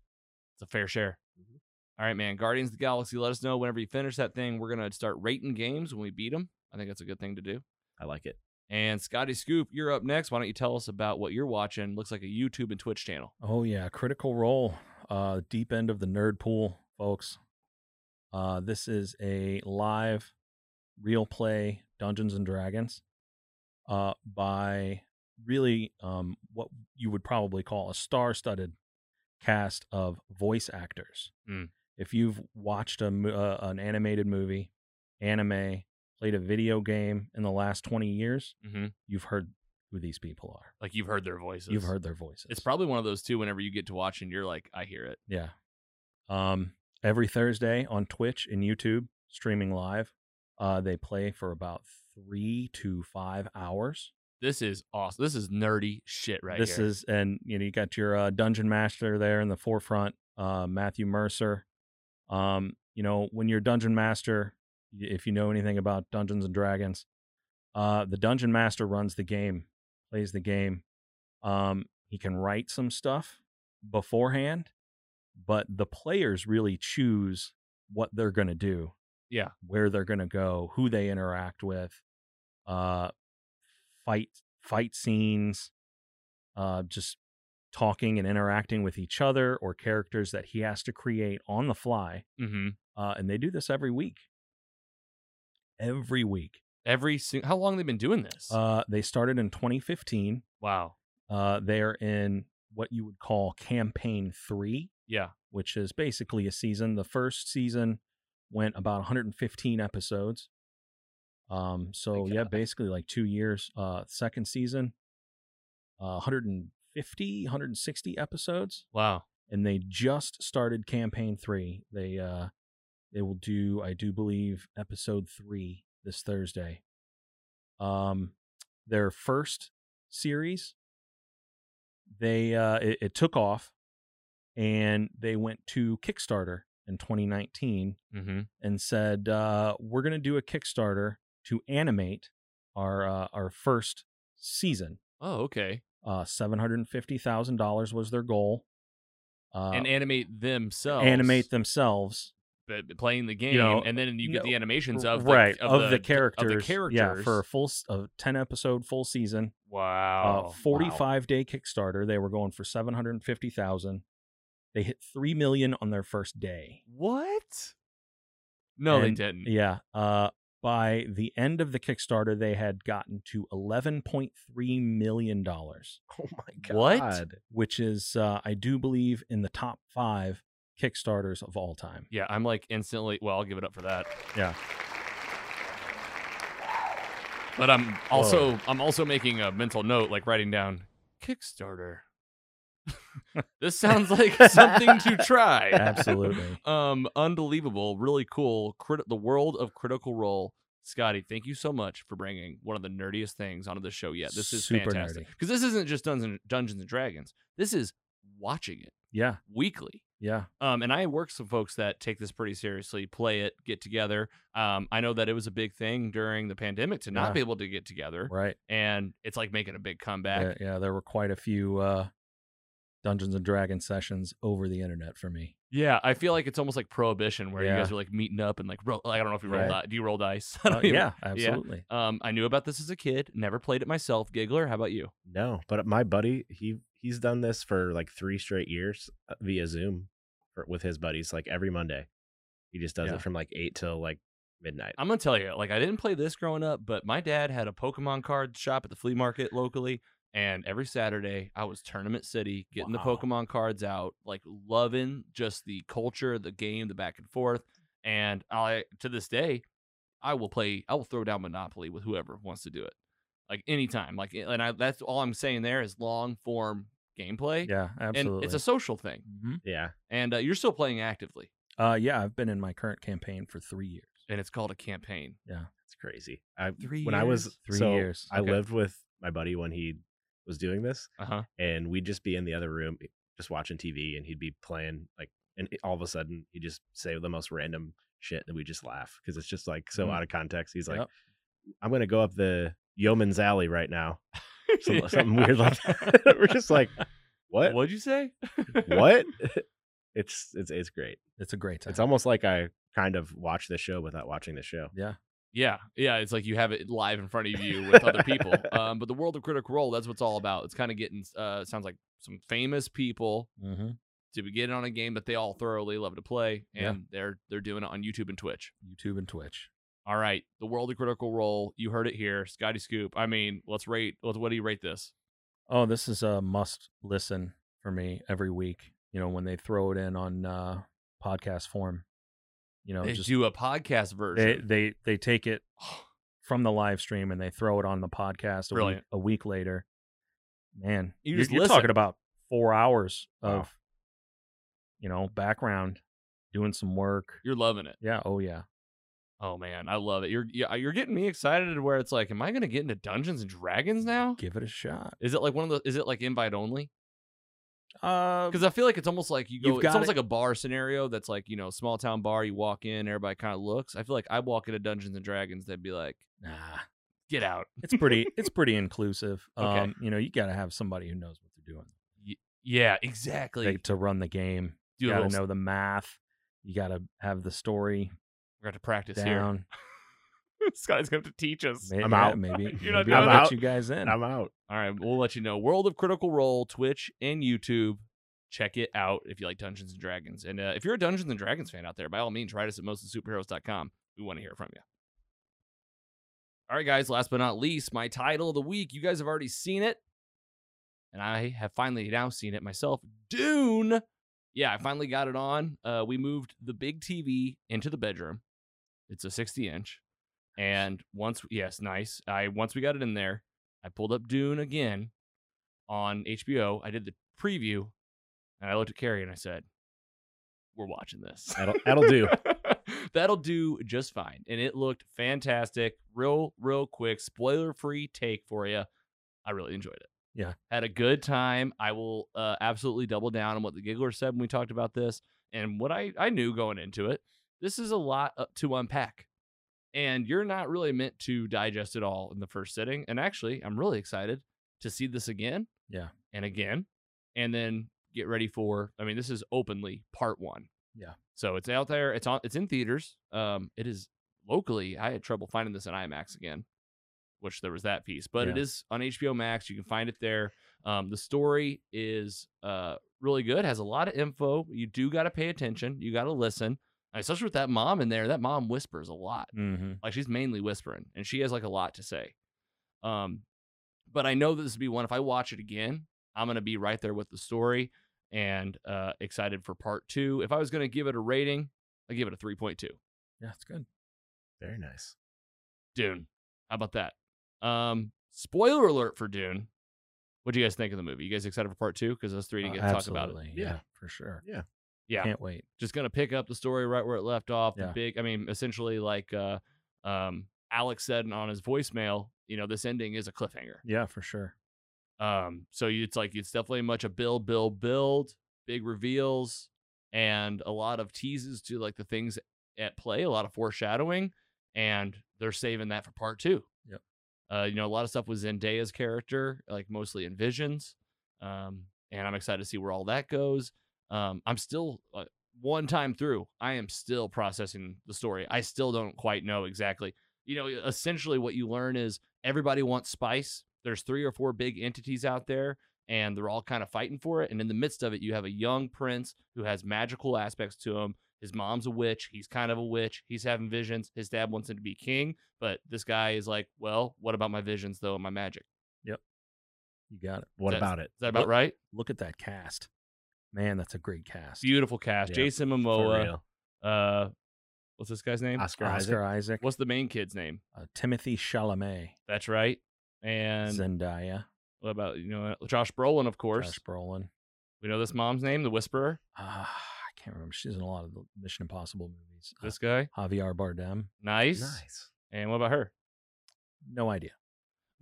Speaker 1: It's a fair share.
Speaker 2: Mm-hmm.
Speaker 1: All right, man. Guardians of the Galaxy. Let us know whenever you finish that thing. We're gonna start rating games when we beat them. I think that's a good thing to do.
Speaker 3: I like it.
Speaker 1: And Scotty Scoop, you're up next. Why don't you tell us about what you're watching? Looks like a YouTube and Twitch channel.
Speaker 2: Oh yeah, Critical Role, uh, deep end of the nerd pool, folks. Uh, this is a live, real play Dungeons and Dragons, uh, by really um, what you would probably call a star-studded cast of voice actors.
Speaker 1: Mm.
Speaker 2: If you've watched a mo- uh, an animated movie, anime, played a video game in the last twenty years,
Speaker 1: Mm-hmm.
Speaker 2: you've heard who these people are.
Speaker 1: Like you've heard their voices.
Speaker 2: You've heard their voices.
Speaker 1: It's probably one of those two. Whenever you get to watch and you're like, I hear it.
Speaker 2: Yeah. Um, every Thursday on Twitch and YouTube, streaming live. Uh, they play for about three to five hours.
Speaker 1: This is awesome. This is nerdy shit right
Speaker 2: this
Speaker 1: here.
Speaker 2: is, and you know, you got your uh, dungeon master there in the forefront, uh, Matthew Mercer. Um, you know, when you're dungeon master, y- if you know anything about Dungeons and Dragons, uh, the dungeon master runs the game, plays the game. Um, he can write some stuff beforehand, but the players really choose what they're going to do.
Speaker 1: Yeah.
Speaker 2: Where they're going to go, who they interact with, uh, fight fight scenes, uh, just talking and interacting with each other or characters that he has to create on the fly.
Speaker 1: mm-hmm.
Speaker 2: Uh, and they do this every week. Every week.
Speaker 1: every. Sing- How long have they been doing this?
Speaker 2: Uh, they started in 2015.
Speaker 1: wow.
Speaker 2: Uh, they are in what you would call campaign three,
Speaker 1: Yeah.
Speaker 2: which is basically a season. The first season went about 115 episodes. Um, so
Speaker 3: My
Speaker 2: yeah,
Speaker 3: God.
Speaker 2: basically like two years. Uh, second season, uh, 150, 160 episodes,
Speaker 1: Wow.
Speaker 2: and they just started campaign three. They uh, they will do, I do believe, episode three this Thursday. Um, their first series, they uh, it, it took off, and they went to Kickstarter in 2019
Speaker 1: Mm-hmm.
Speaker 2: and said, uh, "We're going to do a Kickstarter to animate our uh, our first season.
Speaker 1: Oh, okay.
Speaker 2: Uh, Seven hundred fifty thousand dollars was their goal. Uh,
Speaker 1: and animate themselves.
Speaker 2: animate themselves
Speaker 1: uh, playing the game,
Speaker 2: know,
Speaker 1: and then you get
Speaker 2: no,
Speaker 1: the animations
Speaker 2: R-
Speaker 1: of
Speaker 2: right
Speaker 1: the, of, the,
Speaker 2: characters,
Speaker 1: of the
Speaker 2: Yeah,
Speaker 1: characters. Oh,
Speaker 2: for a full s- a ten episode full season,
Speaker 1: wow,
Speaker 2: uh, forty five day Kickstarter. They were going for seven hundred and fifty thousand. They hit three million on their first day.
Speaker 1: What? No, they
Speaker 2: And-
Speaker 1: didn't.
Speaker 2: Yeah. Uh, by the end of the Kickstarter, they had gotten to eleven point three million dollars,
Speaker 3: Oh my god.
Speaker 1: What?
Speaker 2: which is, uh, I do believe, in the top five Kickstarters of all time.
Speaker 1: Yeah, I'm like instantly. Well, I'll give it up for that.
Speaker 2: Yeah.
Speaker 1: But I'm also I'm also making a mental note, like writing down Kickstarter. this sounds like something to try.
Speaker 2: Absolutely.
Speaker 1: um, unbelievable, really cool. Crit- the world of Critical Role. Scotty, thank you so much for bringing one of the nerdiest things onto the show yet. This is
Speaker 2: Super
Speaker 1: fantastic
Speaker 2: nerdy.
Speaker 1: because this isn't just Dungeons Dungeons and Dragons. This is watching it
Speaker 2: Yeah.
Speaker 1: weekly.
Speaker 2: Yeah.
Speaker 1: Um, and I work some folks that take this pretty seriously, play it, get together. Um, I know that it was a big thing during the pandemic to not
Speaker 2: Yeah.
Speaker 1: be able to get together,
Speaker 2: Right.
Speaker 1: and it's like making a big comeback.
Speaker 2: Yeah, yeah, there were quite a few uh, Dungeons and Dragons sessions over the internet for me.
Speaker 1: Yeah, I feel like it's almost like prohibition where you
Speaker 2: Yeah.
Speaker 1: guys are like meeting up and like roll. I don't know if you roll.
Speaker 2: Right.
Speaker 1: di- Do you roll dice? I
Speaker 2: Uh,
Speaker 1: don't even-
Speaker 2: yeah, absolutely.
Speaker 1: Um, I knew about this as a kid. Never played it myself. Giggler, how about you?
Speaker 3: No, but my buddy, he he's done this for like three straight years uh, via Zoom for, with his buddies, like every Monday. He just does
Speaker 2: Yeah.
Speaker 3: it from like eight till like midnight.
Speaker 1: I'm gonna tell you, like I didn't play this growing up, but my dad had a Pokemon card shop at the flea market locally, and every Saturday I was Tournament City, getting
Speaker 2: Wow.
Speaker 1: the Pokemon cards out, like loving just the culture, the game, the back and forth, and I to this day, I will play, I will throw down Monopoly with whoever wants to do it, like anytime, like and I, that's all I'm saying there is long form gameplay,
Speaker 2: Yeah, absolutely.
Speaker 1: and it's a social thing,
Speaker 2: Mhm.
Speaker 3: Yeah.
Speaker 1: and uh, you're still playing actively,
Speaker 2: uh, yeah, I've been in my current campaign for three years.
Speaker 1: and it's called a campaign.
Speaker 3: It's crazy. I
Speaker 1: Three
Speaker 3: when I was
Speaker 2: Three
Speaker 3: so
Speaker 2: years.
Speaker 3: I
Speaker 1: Okay.
Speaker 3: lived with my buddy when he was doing this,
Speaker 1: uh huh,
Speaker 3: and we'd just be in the other room eh, just watching TV, and he'd be playing like, and it- all of a sudden he'd just say the most random shit, and we just laugh because it's just like so
Speaker 1: Mm-hmm.
Speaker 2: Mhm.
Speaker 3: out of context. He's like,
Speaker 2: Yep.
Speaker 3: "I'm gonna go up the Yeoman's Alley right now," some,
Speaker 1: Yeah.
Speaker 3: something weird like that. We're just like, "What?
Speaker 1: What'd you say?
Speaker 3: What?" it's it's it's great.
Speaker 2: It's a great time.
Speaker 3: It's almost like I kind of watch this show without watching the show.
Speaker 2: yeah,
Speaker 1: Yeah, yeah, it's like you have it live in front of you with other people. Um, but the world of Critical Role—that's what it's all about. It's kind of getting uh, sounds like some famous people
Speaker 2: hmm
Speaker 1: to be getting on a game that they all thoroughly love to play, and
Speaker 2: Yeah.
Speaker 1: they're they're doing it on YouTube and Twitch.
Speaker 2: YouTube and Twitch.
Speaker 1: All right, the world of Critical Role. You heard it here, Scotty Scoop. I mean, let's rate. Let's, what do you rate this?
Speaker 2: Oh, this is a must listen for me every week. You know, when they throw it in on uh, podcast form, you know,
Speaker 1: they
Speaker 2: just
Speaker 1: Eh, do a podcast
Speaker 2: they,
Speaker 1: version.
Speaker 2: they they take it from the live stream and they throw it on the podcast a, week,
Speaker 1: Brilliant.
Speaker 2: a week later. Man,
Speaker 1: You
Speaker 2: you
Speaker 1: just
Speaker 2: are you're
Speaker 1: listen.
Speaker 2: talking about four hours
Speaker 3: Wow.
Speaker 2: of, you know, background, doing some work.
Speaker 1: You're loving it.
Speaker 2: Yeah. Oh yeah.
Speaker 1: Oh man, I love it. You're yeah, you're getting me excited to where it's like, am I gonna get into Dungeons and Dragons now?
Speaker 2: Give it a shot.
Speaker 1: Is it like one of the? Is it like invite only?
Speaker 2: Uh,
Speaker 1: Because I feel like it's almost like you go.
Speaker 2: You've
Speaker 1: It's
Speaker 2: got
Speaker 1: almost
Speaker 2: it.
Speaker 1: like a bar scenario that's like you know small town bar. You walk in, everybody kind of looks. I feel like I walk into Dungeons and Dragons, they'd be like,
Speaker 2: nah,
Speaker 1: "Get out."
Speaker 2: it's pretty. it's pretty inclusive.
Speaker 1: Okay.
Speaker 2: Um, you know, you got to have somebody who knows what they're doing
Speaker 1: Yeah, exactly.
Speaker 2: They- to run the game.
Speaker 1: Do
Speaker 2: You
Speaker 1: a
Speaker 2: got to
Speaker 1: little.
Speaker 2: know the math. You got to have the story
Speaker 1: We're gonna have to practice
Speaker 2: down.
Speaker 1: here. Scotty's gonna have to teach us.
Speaker 2: May-
Speaker 3: I'm
Speaker 2: yeah,
Speaker 3: out.
Speaker 2: Maybe,
Speaker 1: You're not
Speaker 2: maybe I'll
Speaker 3: doing
Speaker 2: let
Speaker 3: it.
Speaker 2: you guys in.
Speaker 3: And I'm out.
Speaker 1: All right, we'll let you know. World of Critical Role, Twitch and YouTube. Check it out if you like Dungeons and Dragons. And uh, if you're a Dungeons and Dragons fan out there, by all means, write us at mostlysuperheroes.com. We want to hear from you. All right, guys, last but not least, my title of the week. You guys have already seen it. And I have finally now seen it myself. Dune. Yeah, I finally got it on. Uh, we moved the big TV into the bedroom. It's a 60 inch. And once, yes, nice. I once we got it in there, I pulled up Dune again on HBO. I did the preview, and I looked at Carrie and I said, "We're watching this.
Speaker 3: That'll that'll do.
Speaker 1: That'll do just fine." And it looked fantastic. Real, real quick, spoiler-free take for you. I really enjoyed it.
Speaker 2: Yeah.
Speaker 1: had a good time. I will uh, absolutely double down on what the giggler said when we talked about this, and what I I knew going into it. This is a lot uh, to unpack and you're not really meant to digest it all in the first sitting. And actually, I'm really excited to see this again.
Speaker 2: Yeah.
Speaker 1: And again. And then get ready for, I mean, this is openly part one.
Speaker 2: Yeah.
Speaker 1: So it's out there. It's on. It's in theaters. Um, it is locally. I had trouble finding this in IMAX again, which there was that piece, but it
Speaker 2: Yeah.
Speaker 1: is on HBO Max. You can find it there. Um, the story is uh really good. Has a lot of info. You do got to pay attention. You got to listen, especially with that mom in there. That mom whispers a lot
Speaker 2: Mm-hmm.
Speaker 1: like she's mainly whispering and she has like a lot to say um but i know that this would be one if i watch it again i'm gonna be right there with the story and uh excited for part two if i was gonna give it a rating i give it a 3.2
Speaker 2: Yeah, it's good.
Speaker 3: Very nice.
Speaker 1: dune how about that um spoiler alert for dune what do you guys think of the movie you guys excited for part two because us three didn't
Speaker 2: Uh,
Speaker 1: get to talk about it
Speaker 2: absolutely,
Speaker 3: Yeah.
Speaker 2: Yeah, for sure.
Speaker 1: yeah
Speaker 2: Can't wait.
Speaker 1: just gonna pick up the story right where it left off. The
Speaker 2: Yeah.
Speaker 1: big, I mean, essentially like uh, um, Alex said on his voicemail, you know, this ending is a cliffhanger.
Speaker 2: Yeah, for sure.
Speaker 1: Um, so you, it's like it's definitely much a build, build, build, big reveals, and a lot of teases to like the things at play, a lot of foreshadowing, and they're saving that for part two.
Speaker 2: Yep.
Speaker 1: Uh, you know, a lot of stuff was Zendaya's character, like mostly in Visions, um, and I'm excited to see where all that goes. Um, I'm still uh, one time through. I am still processing the story. I still don't quite know exactly. You know, essentially what you learn is everybody wants spice. There's three or four big entities out there, and they're all kind of fighting for it. And in the midst of it, you have a young prince who has magical aspects to him. His mom's a witch. He's kind of a witch. He's having visions. His dad wants him to be king, but this guy is like, well, what about my visions though and my magic?
Speaker 2: You got it.
Speaker 3: What
Speaker 1: That's-
Speaker 3: about it?
Speaker 1: Is that about
Speaker 2: Look-
Speaker 1: right?
Speaker 2: Look at that cast. Man, that's a great cast.
Speaker 1: Beautiful cast.
Speaker 3: Yeah,
Speaker 1: Jason
Speaker 3: For
Speaker 1: Momoa.
Speaker 3: real.
Speaker 1: Uh, what's this guy's name?
Speaker 3: Oscar,
Speaker 2: Oscar
Speaker 3: Isaac.
Speaker 2: Isaac,
Speaker 1: What's the main kid's name?
Speaker 2: uh, Timothy Chalamet,
Speaker 1: That's right. And
Speaker 2: Zendaya,
Speaker 1: what about you know Josh Brolin? Of course,
Speaker 2: Josh Brolin.
Speaker 1: we know this mom's name, the Whisperer.
Speaker 2: Ah, I can't remember. She's in a lot of the Mission Impossible movies. Uh,
Speaker 1: This guy,
Speaker 2: Javier Bardem.
Speaker 1: nice.
Speaker 3: Nice.
Speaker 1: And what about her?
Speaker 2: No idea.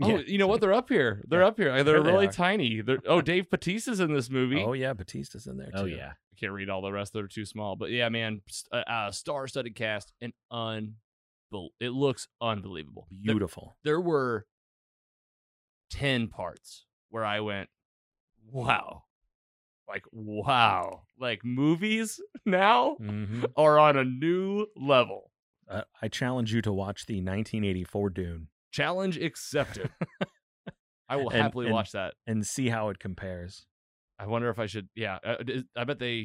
Speaker 1: Oh,
Speaker 2: Yeah.
Speaker 1: you know what? They're up here. They're
Speaker 2: Yeah.
Speaker 1: up here. They're
Speaker 2: There they
Speaker 1: really
Speaker 2: are.
Speaker 1: tiny. They're, oh, Dave Bautista's in this movie.
Speaker 2: Oh yeah, Batista's in there too.
Speaker 3: Oh yeah.
Speaker 1: I can't read all the rest. They're too small. But yeah, man, s- uh, uh, star-studded cast and un. It looks unbelievable. There-
Speaker 2: Beautiful.
Speaker 1: There, were ten parts where I went, wow, like wow, like movies now
Speaker 2: hmm
Speaker 1: are on a new level.
Speaker 2: Uh, I challenge you to watch the 1984 Dune
Speaker 1: Challenge accepted. I will
Speaker 2: And-
Speaker 1: happily
Speaker 2: and-
Speaker 1: watch that.
Speaker 2: and see how it compares.
Speaker 1: I wonder if I should. Yeah, I, I- I bet they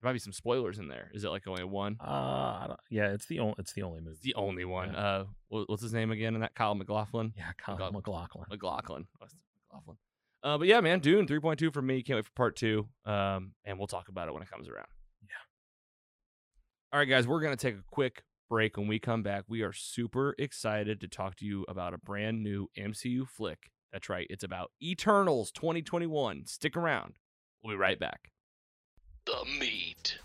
Speaker 1: there might be some spoilers in there. Is it like only one?
Speaker 2: Uh, I don't- yeah, it's the only it's the only movie.
Speaker 1: It's the only one.
Speaker 2: Yeah.
Speaker 1: Uh, wh- what's his name again? And that Kyle McLaughlin.
Speaker 2: yeah, Colin
Speaker 1: God.
Speaker 2: McLaughlin.
Speaker 1: McLaughlin. Oh, McLaughlin. Uh, but yeah, man, Dune three point two for me. Can't wait for part two. Um, and we'll talk about it when it comes around. Yeah. All right, guys, we're gonna take a quick break. When we come back, we are super excited to talk to you about a brand new MCU flick. That's right, it's about Eternals twenty twenty one. Stick around. We'll be right back.
Speaker 4: The meat.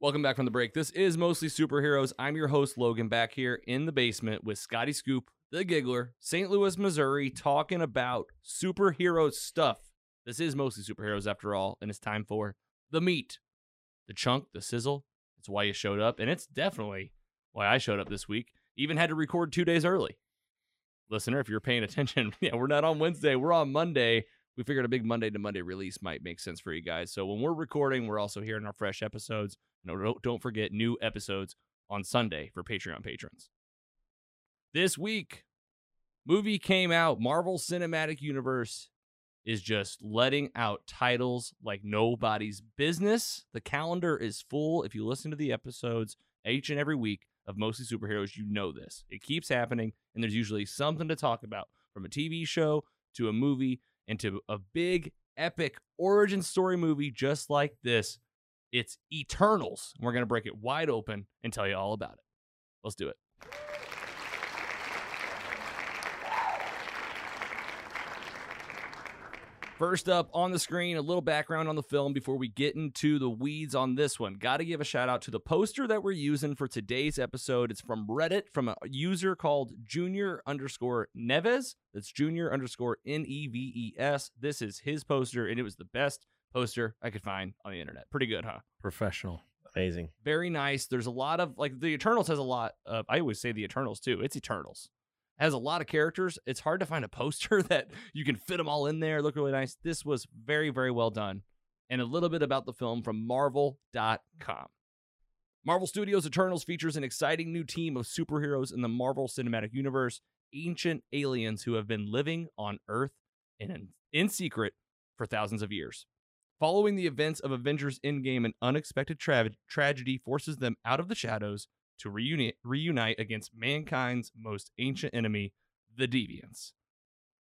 Speaker 1: Welcome back from the break. This is Mostly Superheroes. I'm your host, Logan, back here in the basement with Scotty Scoop, the giggler, St. Louis, Missouri, talking about superhero stuff. This is Mostly Superheroes, after all, and it's time for the meat, the chunk, the sizzle. It's why you showed up, and it's definitely why I showed up this week. Even had to record two days early. Listener, if you're paying attention, yeah, we're not on Wednesday, we're on Monday. We figured a big Monday to Monday release might make sense for you guys. So when we're recording, we're also hearing our fresh episodes. No, don't, don't forget new episodes on Sunday for Patreon patrons. This week, movie came out. Marvel Cinematic Universe is just letting out titles like nobody's business. The calendar is full. If you listen to the episodes each and every week of Mostly Superheroes, you know this. It keeps happening, and there's usually something to talk about from a TV show to a movie and to a big, epic origin story movie just like this. It's Eternals. And we're going to break it wide open and tell you all about it. Let's do it. First up on the screen, a little background on the film before we get into the weeds on this one. Got to give a shout out to the poster that we're using for today's episode. It's from Reddit from a user called Junior underscore Neves. That's Junior underscore N E V E S. This is his poster, and it was the best poster I could find on the internet. Pretty good, huh?
Speaker 2: Professional.
Speaker 3: Amazing.
Speaker 1: very nice. There's a lot of like the Eternals has a lot of I always say the Eternals too. It's Eternals. Has a lot of characters. It's hard to find a poster that you can fit them all in there. Look really nice. This was very very well done. and a little bit about the film from Marvel.com. Marvel Studios Eternals features an exciting new team of superheroes in the Marvel Cinematic Universe, ancient aliens who have been living on Earth in, in secret for thousands of years. Following the events of Avengers Endgame, an unexpected tra- tragedy forces them out of the shadows to reuni- reunite against mankind's most ancient enemy, the Deviants.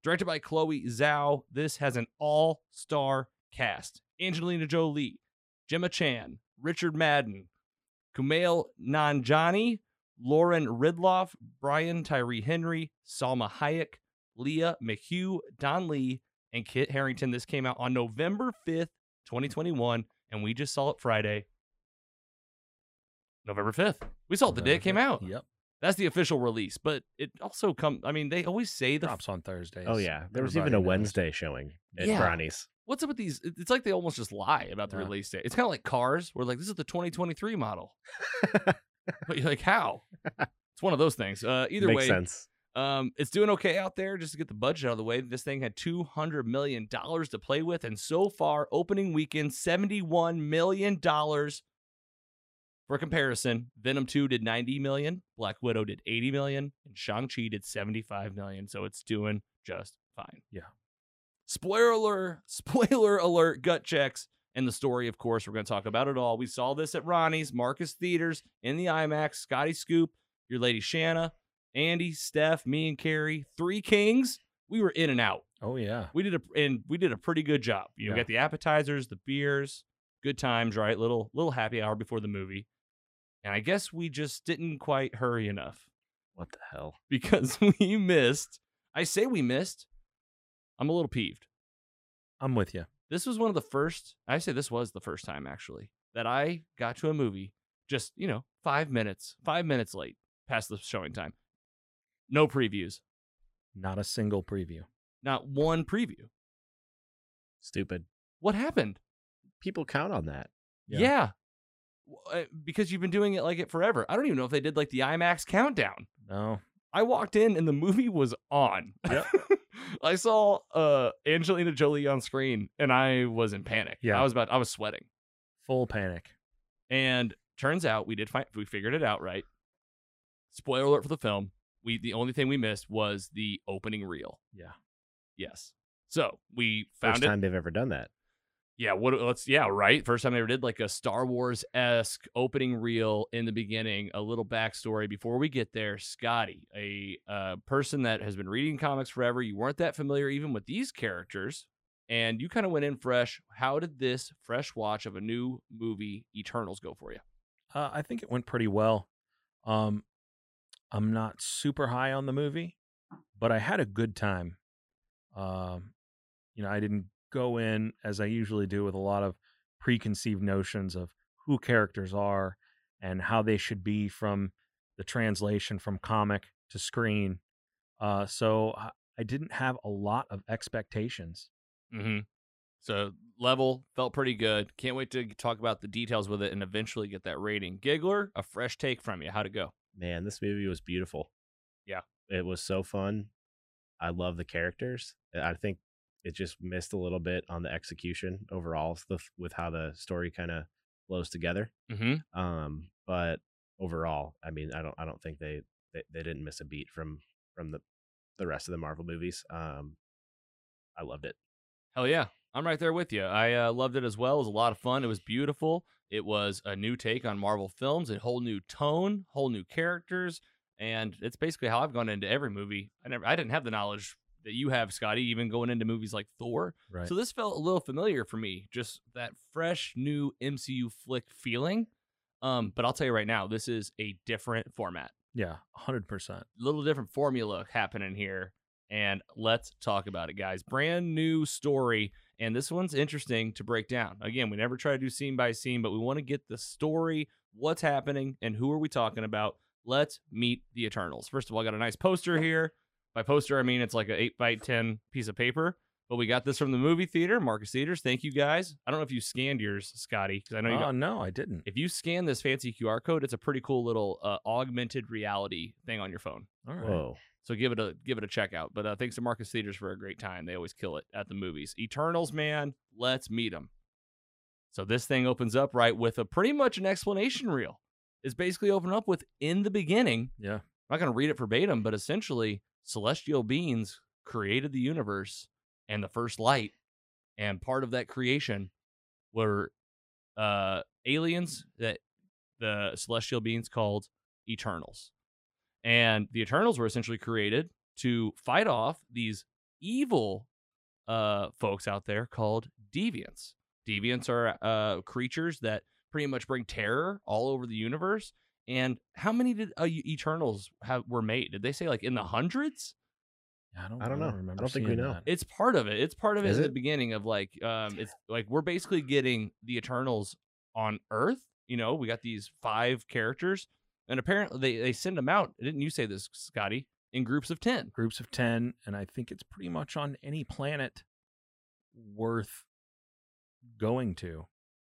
Speaker 1: Directed by Chloe Zhao, this has an all star cast Angelina Jolie, Gemma Chan, Richard Madden, Kumail Nanjani, Lauren Ridloff, Brian Tyree Henry, Salma Hayek, Leah McHugh, Don Lee, and Kit Harrington. This came out on November 5th, 2021, and we just saw it Friday. November 5th. We saw it Oh, the day it came out.
Speaker 2: Yep.
Speaker 1: That's the official release, but it also comes. I mean, they always say the
Speaker 2: Drops on Thursdays.
Speaker 3: Oh yeah, there was even a
Speaker 2: Everybody knows.
Speaker 3: Wednesday showing at
Speaker 1: Yeah.
Speaker 3: Brownies.
Speaker 1: what's up with these? it- It's like they almost just lie about the
Speaker 2: Yeah.
Speaker 1: release date. It's kind of like cars. We're like, this is the 2023 model, but you're like, how? It's one of those things. Uh, either
Speaker 3: Makes
Speaker 1: way,
Speaker 3: sense.
Speaker 1: um, it's doing okay out there. Just to get the budget out of the way, this thing had 200 million dollars to play with, and so far, opening weekend, 71 million dollars. For comparison, Venom 2 did 90 million, Black Widow did 80 million, and Shang-Chi did 75 million. So it's doing just fine.
Speaker 2: Yeah.
Speaker 1: Spoiler alert, spoiler alert, gut checks. And the story, of course, we're going to talk about it all. We saw this at Ronnie's, Marcus Theaters, in the IMAX, Scotty Scoop, your lady Shanna, Andy, Steph, me, and Carrie. Three Kings. We were in and out.
Speaker 2: Oh yeah.
Speaker 1: We did a and we did a pretty good job. You know, we
Speaker 2: Yeah.
Speaker 1: got the appetizers, the beers, good times, right? Little little happy hour before the movie. And I guess we just didn't quite hurry enough
Speaker 3: What the hell?
Speaker 1: because we missed. I say we missed. I'm a little peeved.
Speaker 2: I'm with you.
Speaker 1: this was one of the first i say this was the first time actually that i got to a movie just you know five minutes five minutes late past the showing time no previews
Speaker 2: Not a single preview.
Speaker 1: not one preview
Speaker 3: Stupid.
Speaker 1: what happened
Speaker 3: People count on that.
Speaker 1: yeah,
Speaker 2: Yeah.
Speaker 1: W- uh, because you've been doing it like it forever i don't even know if they did like the imax countdown
Speaker 2: No.
Speaker 1: i walked in and the movie was on
Speaker 2: Yep.
Speaker 1: i saw uh angelina jolie on screen and i was in panic
Speaker 2: Yeah.
Speaker 1: i was about i was sweating
Speaker 2: Full panic.
Speaker 1: And turns out we did find we figured it out right. Spoiler alert for the film. We the only thing we missed was the opening reel.
Speaker 2: Yeah.
Speaker 1: Yes. So we found
Speaker 3: First
Speaker 1: it.
Speaker 3: time they've ever done that.
Speaker 1: Yeah. What? Let's. Yeah. Right. First time they ever did like a Star Wars esque opening reel in the beginning. A little backstory before we get there. Scotty, a uh, person that has been reading comics forever, you weren't that familiar even with these characters, and you kind of went in fresh. How did this fresh watch of a new movie, Eternals, go for you?
Speaker 2: Uh, I think it went pretty well. Um, I'm not super high on the movie, but I had a good time. Um, you know, I didn't go in as I usually do with a lot of preconceived notions of who characters are and how they should be from the translation from comic to screen. Uh, so I- I didn't have a lot of expectations.
Speaker 1: Mm-hmm. So level felt pretty good. Can't wait to talk about the details with it and eventually get that rating. Giggler, a fresh take from you. How'd it go?
Speaker 3: Man, this movie was beautiful.
Speaker 1: Yeah.
Speaker 3: It was so fun. I love the characters. I think it just missed a little bit on the execution overall the, with how the story kind of flows together.
Speaker 1: Mm-hmm.
Speaker 3: Um, but overall, I mean, I don't, I don't think they, they, they didn't miss a beat from, from the, the rest of the Marvel movies. Um, I loved it.
Speaker 1: Hell yeah. I'm right there with you. I uh, loved it as well. It was a lot of fun. It was beautiful. It was a new take on Marvel films, a whole new tone, whole new characters, and it's basically how I've gone into every movie. I never, I didn't have the knowledge that you have, Scotty, even going into movies like Thor.
Speaker 2: Right.
Speaker 1: So this felt a little familiar for me, just that fresh new MCU flick feeling. Um, but I'll tell you right now, this is a different format,
Speaker 2: yeah, 100%.
Speaker 1: little different formula happening here, and let's talk about it, guys. Brand new story, and this one's interesting to break down. Again, we never try to do scene by scene, but we want to get the story, what's happening, and who are we talking about. Let's meet the Eternals. First of all, I got a nice poster here. By poster, I mean it's like an eight by ten piece of paper. But we got this from the movie theater, Marcus Theaters. Thank you guys. I don't know if you scanned yours, Scotty, because I know you.
Speaker 2: Oh,
Speaker 1: got-
Speaker 2: no, I didn't.
Speaker 1: if you scan this fancy QR code, it's a pretty cool little uh, augmented reality thing on your phone.
Speaker 2: All right.
Speaker 3: Whoa.
Speaker 1: So give it a give it a check out. But uh, thanks to Marcus Theaters for a great time. They always kill it at the movies. Eternals, man, let's meet them. So this thing opens up right with a pretty much an explanation reel. It's basically open up with in the beginning.
Speaker 2: Yeah.
Speaker 1: I'm not going to read it verbatim, but essentially, celestial beings created the universe and the first light, and part of that creation were uh, aliens that the celestial beings called Eternals, and the Eternals were essentially created to fight off these evil uh, folks out there called deviants. Deviants are uh, creatures that pretty much bring terror all over the universe. And how many did uh, Eternals have were made? Did they say like in the hundreds?
Speaker 2: I don't,
Speaker 3: I don't know. I
Speaker 2: remember
Speaker 3: don't think we
Speaker 2: seeing
Speaker 3: know.
Speaker 2: that.
Speaker 1: It's part of it. It's part of it
Speaker 3: Is
Speaker 1: at the
Speaker 3: it?
Speaker 1: beginning of like um it's like we're basically getting the Eternals on Earth. You know, we got these five characters, and apparently they, they send them out. Didn't you say this, Scotty? In groups of ten.
Speaker 2: groups of 10 and i think it's pretty much on any planet worth going to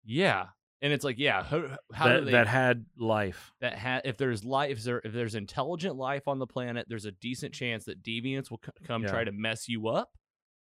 Speaker 1: Yeah, and it's like yeah, how, how
Speaker 2: that,
Speaker 1: do they
Speaker 2: that had life
Speaker 1: that ha- if there's life, if, there, if there's intelligent life on the planet, there's a decent chance that deviants will c- come
Speaker 2: Yeah.
Speaker 1: try to mess you up,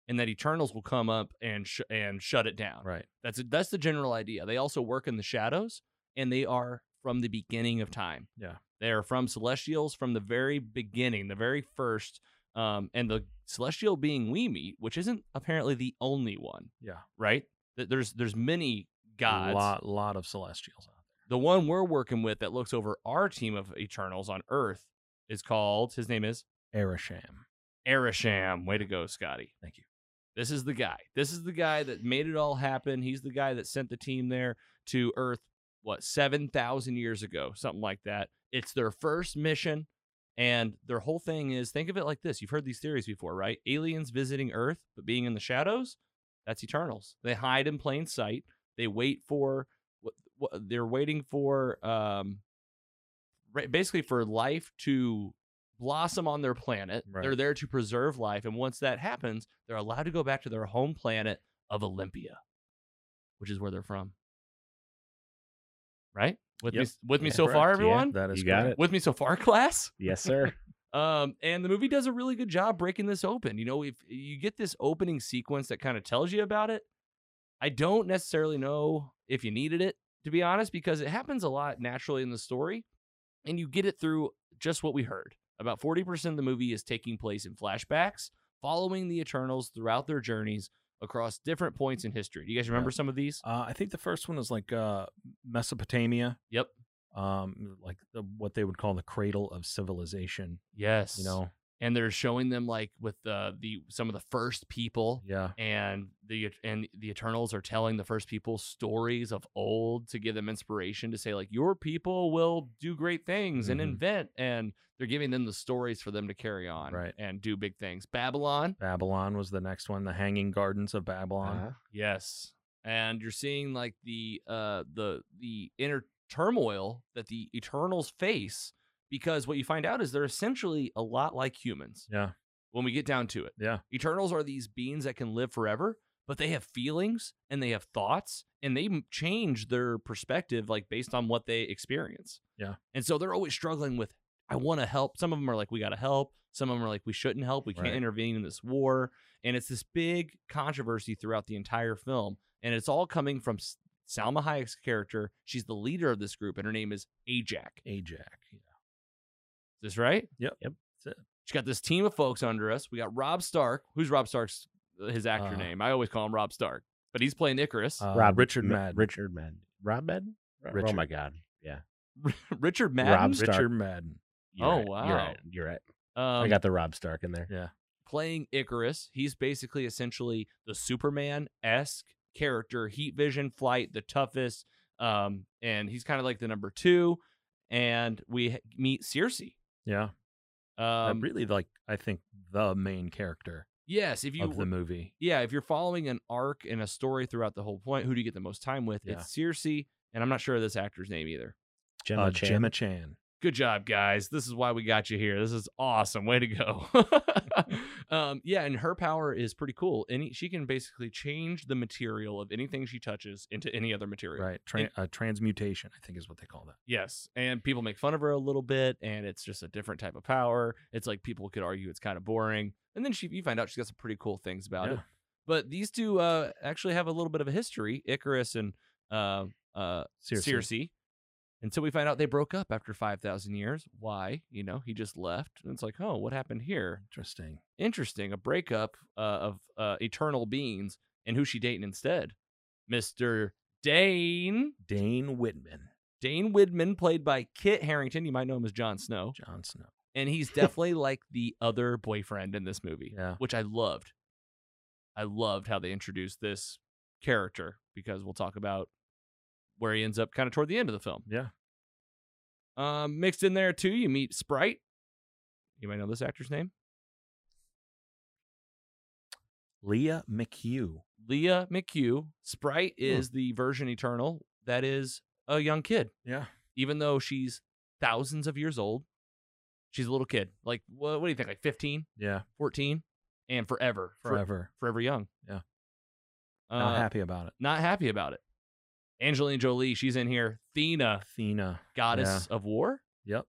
Speaker 1: and that Eternals will come up and sh- and shut it down.
Speaker 2: right
Speaker 1: That's that's the general idea. They also work in the shadows, and they are from the beginning of time.
Speaker 2: Yeah.
Speaker 1: they are from Celestials from the very beginning, the very first. Um, and the Celestial being we meet, which isn't apparently the only one,
Speaker 2: yeah
Speaker 1: right? Th- There's there's many gods.
Speaker 2: lot lot of celestials out
Speaker 1: The one we're working with that looks over our team of Eternals on Earth is called. His name is
Speaker 2: there arisham
Speaker 1: Arisham. Way to go, Scotty.
Speaker 2: Thank you.
Speaker 1: This is the guy. This is the guy that made it all happen. He's the guy that sent the team there to Earth, what, 7,000 years ago, something like that. It's their first mission. And their whole thing is think of it like this. You've heard these theories before, right? Aliens visiting Earth, but being in the shadows, that's Eternals. They hide in plain sight. They wait for, what, what they're waiting for, um, ra- basically for life to blossom on their planet.
Speaker 2: Right.
Speaker 1: They're there to preserve life. And once that happens, they're allowed to go back to their home planet of Olympia, which is where they're from. Right? With me
Speaker 2: Yep.
Speaker 1: s- with me
Speaker 3: Yeah,
Speaker 1: so far,
Speaker 3: correct. Yeah.
Speaker 1: everyone?
Speaker 2: that is
Speaker 3: You got
Speaker 2: correct.
Speaker 3: it.
Speaker 1: With me so far, class?
Speaker 3: Yes, sir.
Speaker 1: Um, and the movie does a really good job breaking this open. You know, if you get this opening sequence that kind of tells you about it, I don't necessarily know if you needed it, to be honest, because it happens a lot naturally in the story, and you get it through just what we heard. About 40% of the movie is taking place in flashbacks, following the Eternals throughout their journeys across different points in history. Do you guys remember some of these?
Speaker 2: Uh, i think the first one is like uh mesopotamia
Speaker 1: Yep.
Speaker 2: um like the, what they would call the cradle of civilization
Speaker 1: Yes.
Speaker 2: you know
Speaker 1: and they're showing them like with the the some of the first people
Speaker 2: yeah
Speaker 1: and the and the Eternals are telling the first people stories of old to give them inspiration to say like your people will do great things
Speaker 2: Mhm.
Speaker 1: and invent and they're giving them the stories for them to carry on
Speaker 2: Right.
Speaker 1: and do big things. Babylon,
Speaker 2: babylon was the next one the hanging gardens of babylon
Speaker 3: Uh-huh.
Speaker 1: yes, and you're seeing like the uh the the inner turmoil that the Eternals face because what you find out is they're essentially a lot like humans.
Speaker 2: yeah
Speaker 1: when we get down to it.
Speaker 2: Yeah.
Speaker 1: Eternals are these beings that can live forever, but they have feelings and they have thoughts and they m- change their perspective like based on what they experience.
Speaker 2: Yeah.
Speaker 1: And so they're always struggling with I want to help. Some of them are like we got to help. Some of them are like we shouldn't help. We can't
Speaker 2: Right.
Speaker 1: intervene in this war. And it's this big controversy throughout the entire film and it's all coming from S- Salma Hayek's character. She's the leader of this group and her name is Ajak. Is
Speaker 2: ajax yeah.
Speaker 1: this right?
Speaker 2: That's it.
Speaker 1: She's got this team of folks under us. We got Rob Stark. Who's Rob Stark's his actor
Speaker 2: Uh,
Speaker 1: name? I always call him Rob Stark, but he's playing Icarus.
Speaker 2: Uh,
Speaker 3: Rob
Speaker 2: richard
Speaker 3: Ma-
Speaker 2: madden
Speaker 3: Richard Madden. Rob Madden. Ro- Oh
Speaker 2: Richard.
Speaker 3: my God. Yeah.
Speaker 1: Richard Madden
Speaker 3: Rob Stark.
Speaker 2: richard madden
Speaker 3: You're
Speaker 1: Oh,
Speaker 3: right.
Speaker 1: wow.
Speaker 3: You're right. You're right.
Speaker 1: um,
Speaker 3: I got the Rob Stark in there.
Speaker 2: yeah
Speaker 1: playing Icarus. He's basically essentially the Superman esque character, heat vision, flight, the toughest. Um, and he's kind of like the number two. And we h- meet Circe.
Speaker 2: yeah Uh,
Speaker 1: Um,
Speaker 2: really like I think the main character
Speaker 1: yes, if you
Speaker 2: of the movie.
Speaker 1: yeah, if you're following an arc and a story throughout the whole point, who do you get the most time with?
Speaker 2: Yeah.
Speaker 1: It's Circe, and I'm not sure of this actor's name either.
Speaker 3: Gemma
Speaker 2: uh,
Speaker 3: Chan.
Speaker 2: Gemma Chan.
Speaker 1: good job guys this is why we got you here this is awesome way to go um, yeah and her power is pretty cool any she can basically change the material of anything she touches into any other material
Speaker 2: Right. Tra- uh, transmutation, I think is what they call that.
Speaker 1: yes and people make fun of her a little bit and it's just a different type of power it's like people could argue it's kind of boring and then she you find out she's got some pretty cool things about it
Speaker 2: Yeah.
Speaker 1: but these two uh, actually have a little bit of a history icarus and uh, uh,
Speaker 2: Seriously.
Speaker 1: Circe. Until we find out they broke up after 5,000 years. Why? You know, he just left. And it's like, oh, what happened here?
Speaker 2: Interesting.
Speaker 1: Interesting. A breakup uh, of uh, eternal beings. And who's she dating instead? Mr. Dane.
Speaker 2: Dane Whitman,
Speaker 1: Dane Widman, played by Kit Harrington. You might know him as Jon Snow.
Speaker 2: Jon Snow.
Speaker 1: And he's definitely like the other boyfriend in this movie,
Speaker 2: Yeah.
Speaker 1: which I loved. I loved how they introduced this character because we'll talk about where he ends up kind of toward the end of the film.
Speaker 2: Yeah.
Speaker 1: Um, mixed in there too, you meet Sprite. You might know this actor's name,
Speaker 2: Leah McHugh.
Speaker 1: Leah McHugh. Sprite is the version Eternal that is a young kid.
Speaker 2: Yeah.
Speaker 1: even though she's thousands of years old, she's a little kid. Like, what, what do you think? Like 15,
Speaker 2: Yeah.
Speaker 1: 14, and forever, for-
Speaker 2: Forever.
Speaker 1: forever young.
Speaker 2: Yeah.
Speaker 1: Uh,
Speaker 2: Not happy about it.
Speaker 1: not happy about it. Angelina Jolie, she's in here. Thena,
Speaker 2: Athena.
Speaker 1: goddess of war.
Speaker 2: Yep.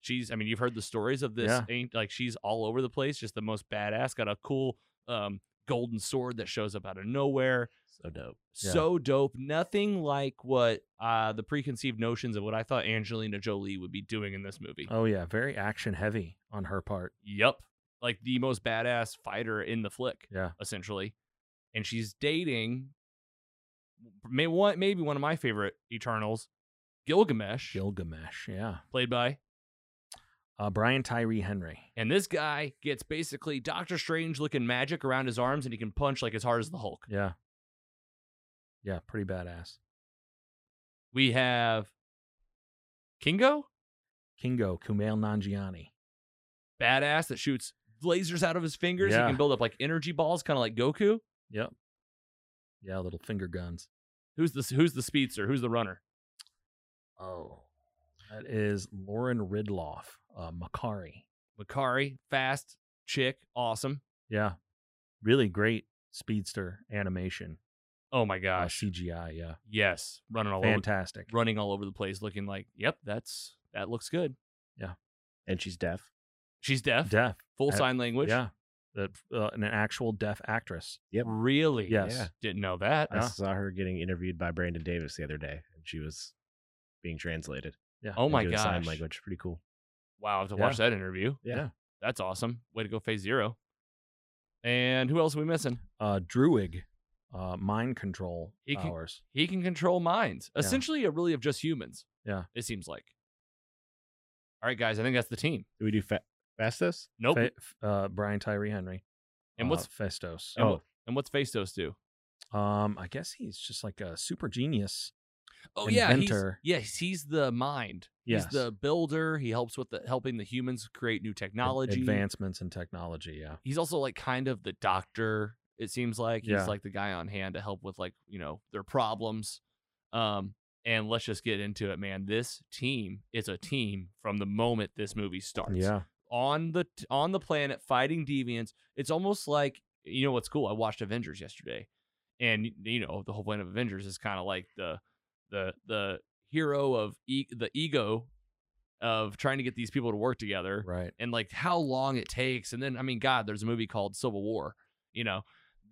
Speaker 1: She's, I mean, you've heard the stories of this.
Speaker 2: Yeah.
Speaker 1: ain't- Like, she's all over the place, just the most badass. Got a cool um, golden sword that shows up out of nowhere
Speaker 3: So dope.
Speaker 2: Yeah.
Speaker 1: so dope. Nothing like what uh, the preconceived notions of what I thought Angelina Jolie would be doing in this movie.
Speaker 2: Oh yeah, very action heavy on her part.
Speaker 1: Yup. Like the most badass fighter in the flick,
Speaker 2: Yeah.
Speaker 1: essentially. And she's dating may one maybe one of my favorite Eternals, Gilgamesh,
Speaker 2: Gilgamesh. Yeah.
Speaker 1: played by.
Speaker 2: Uh, Brian Tyree Henry.
Speaker 1: And this guy gets basically Doctor Strange looking magic around his arms and he can punch like as hard as the Hulk.
Speaker 2: Yeah. Yeah. Pretty badass.
Speaker 1: We have Kingo,
Speaker 2: Kingo Kumail Nanjiani.
Speaker 1: badass that shoots lasers out of his fingers.
Speaker 2: Yeah.
Speaker 1: He can build up like energy balls, kind of like Goku.
Speaker 2: Yep. Yeah, little finger guns.
Speaker 1: Who's the who's the speedster? Who's the runner?
Speaker 2: Oh. That is Lauren Ridloff, uh, Makari.
Speaker 1: Makari, fast chick, awesome.
Speaker 2: Yeah. Really great speedster animation.
Speaker 1: Oh my
Speaker 2: uh,
Speaker 1: gosh,
Speaker 2: CGI. Yeah.
Speaker 1: yes, running all
Speaker 2: Fantastic.
Speaker 1: over, running all over the place, looking like, yep, that's that looks good.
Speaker 3: And she's deaf.
Speaker 1: She's deaf,
Speaker 2: Deaf.
Speaker 1: full
Speaker 2: Uh,
Speaker 1: sign language.
Speaker 2: Yeah. The, uh, an actual deaf actress.
Speaker 1: Really?
Speaker 2: Yes. Uh-huh.
Speaker 3: Yeah.
Speaker 1: Didn't know that.
Speaker 3: I saw her getting interviewed by Brandon Davis the other day, and she was being translated.
Speaker 2: Yeah.
Speaker 1: oh
Speaker 3: and
Speaker 1: my
Speaker 3: doing
Speaker 1: gosh!
Speaker 3: sign language, pretty cool.
Speaker 1: Wow, I have to
Speaker 2: Yeah.
Speaker 1: watch that interview.
Speaker 3: Yeah.
Speaker 2: Yeah.
Speaker 1: That's awesome. Way to go, Phase Zero. And who else are we missing?
Speaker 2: Uh, Druig, uh, mind control
Speaker 1: He can-
Speaker 2: powers.
Speaker 1: He can control minds.
Speaker 2: Yeah.
Speaker 1: Essentially, a really of just humans.
Speaker 2: Yeah.
Speaker 1: It seems like. All right, guys, I think that's the team.
Speaker 3: Do we do fa- Fastos?
Speaker 1: Nope.
Speaker 2: Fe- f- uh, Brian Tyree Henry.
Speaker 1: Oh, and
Speaker 2: uh,
Speaker 1: what's
Speaker 2: Festos?
Speaker 1: and, what, and what's Fastos do?
Speaker 2: Um, I guess he's just like a super genius.
Speaker 1: Oh
Speaker 2: Inventor.
Speaker 1: yeah, he's, yes, he's the mind.
Speaker 2: Yes.
Speaker 1: He's the builder. He helps with the helping the humans create new
Speaker 2: Ad-
Speaker 1: technology.
Speaker 2: advancements in technology. Yeah.
Speaker 1: He's also like kind of the doctor. It seems like he's
Speaker 2: Yeah.
Speaker 1: like the guy on hand to help with like you know their problems. Um, and let's just get into it, man. This team is a team from the moment this movie starts.
Speaker 2: Yeah.
Speaker 1: on the t- on the planet fighting deviants. It's almost like you know what's cool. I watched Avengers yesterday, and y- you know the whole point of Avengers is kind of like the the the hero of e- the ego of trying to get these people to work together,
Speaker 2: Right.
Speaker 1: and like how long it takes. And then I mean, God, there's a movie called Civil War. You know,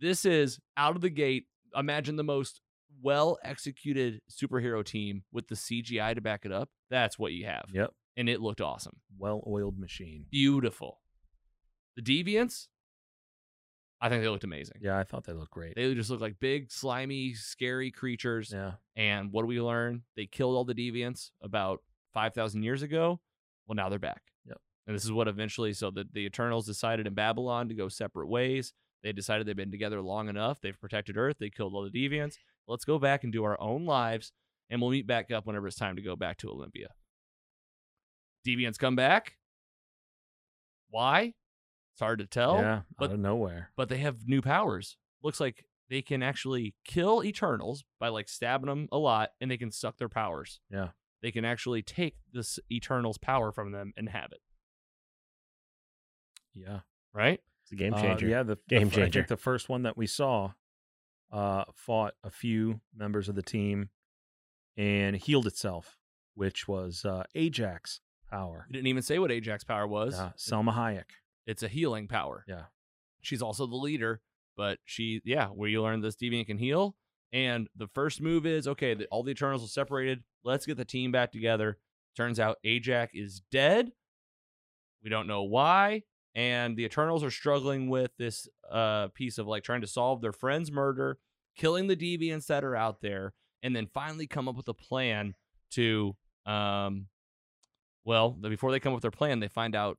Speaker 1: this is out of the gate. Imagine the most well executed superhero team with the CGI to back it up. That's what you have,
Speaker 2: Yep.
Speaker 1: and it looked awesome
Speaker 2: Well oiled machine.
Speaker 1: beautiful. The deviants, I think they looked amazing.
Speaker 2: Yeah, I thought they looked great.
Speaker 1: They just looked like big, slimy, scary creatures.
Speaker 2: yeah.
Speaker 1: And what do we learn? They killed all the deviants about 5,000 years ago. Well, now they're back.
Speaker 2: Yep.
Speaker 1: And this is what eventually, so the, the Eternals decided in Babylon to go separate ways. They decided they've been together long enough. They've protected Earth. They killed all the deviants. Let's go back and do our own lives, and we'll meet back up whenever it's time to go back to Olympia. Deviants come back. Why? It's hard to tell
Speaker 2: yeah.
Speaker 1: but-
Speaker 2: out of nowhere.
Speaker 1: but they have new powers. Looks like they can actually kill Eternals by like stabbing them a lot, and they can suck their powers.
Speaker 2: Yeah.
Speaker 1: they can actually take this Eternals power from them and have it.
Speaker 2: Yeah.
Speaker 1: Right?
Speaker 3: It's a game
Speaker 2: Uh,
Speaker 3: changer.
Speaker 2: yeah. The the
Speaker 3: Game
Speaker 2: fir- I
Speaker 3: changer.
Speaker 2: think the first one that we saw uh, fought a few members of the team and healed itself, which was uh, Ajax power.
Speaker 1: We didn't even say what Ajax power was.
Speaker 2: Uh, Selma Hayek.
Speaker 1: It's a healing power.
Speaker 2: Yeah.
Speaker 1: she's also the leader, but she, yeah, where you learn this deviant can heal. And the first move is okay, the, all the Eternals are separated. Let's get the team back together. Turns out Ajax is dead. We don't know why. And the Eternals are struggling with this uh, piece of like trying to solve their friend's murder, killing the deviants that are out there, and then finally come up with a plan to, um, well, the- before they come up with their plan, they find out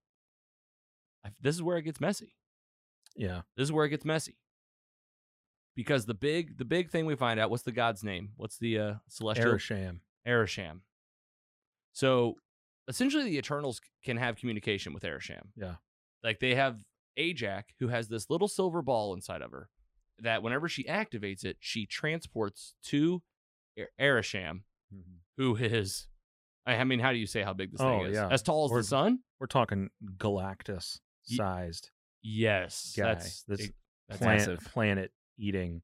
Speaker 1: I- this is where it gets messy
Speaker 2: Yeah.
Speaker 1: this is where it gets messy because the big the big thing we find out what's the god's name what's the uh celestial
Speaker 2: Aerisham.
Speaker 1: Erisham. So essentially, the Eternals c- can have communication with Erisham.
Speaker 2: Yeah.
Speaker 1: Like they have Ajak, who has this little silver ball inside of her that whenever she activates it, she transports to Er- Erisham,
Speaker 2: Mhm.
Speaker 1: who is, I I mean, how do you say how big this
Speaker 2: Oh,
Speaker 1: thing is?
Speaker 2: yeah.
Speaker 1: As tall as
Speaker 2: Or-
Speaker 1: the sun?
Speaker 2: We're talking Galactus sized
Speaker 1: Yes.
Speaker 2: guy.
Speaker 1: That's,
Speaker 2: this
Speaker 1: it- that's
Speaker 2: planet
Speaker 1: massive.
Speaker 2: planet eating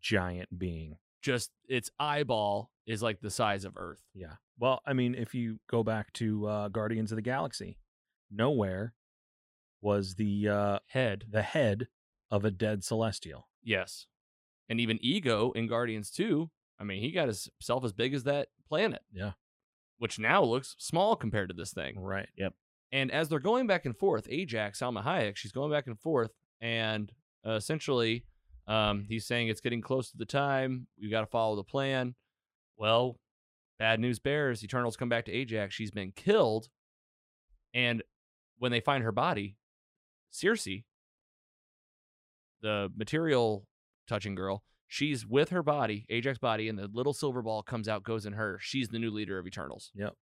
Speaker 2: giant being.
Speaker 1: Just its eyeball is like the size of Earth.
Speaker 2: Yeah. Well, I mean, if you go back to uh, Guardians of the Galaxy, nowhere was the uh,
Speaker 1: Head.
Speaker 2: the head of a dead celestial.
Speaker 1: Yes. And even Ego in Guardians 2, I mean, he got himself as big as that planet.
Speaker 2: Yeah. Mm.
Speaker 1: Which now looks small compared to this thing.
Speaker 2: Right.
Speaker 1: And as they're going back and forth, Ajax, Salma Hayek, she's going back and forth. And uh, essentially, um, he's saying it's getting close to the time. You got to follow the plan. Well, bad news bears. Eternals come back to Ajax. She's been killed. And when they find her body, Circe, the material touching girl, she's with her body, Ajax's body, and the little silver ball comes out, goes in her. She's the new leader of Eternals.
Speaker 2: Yep.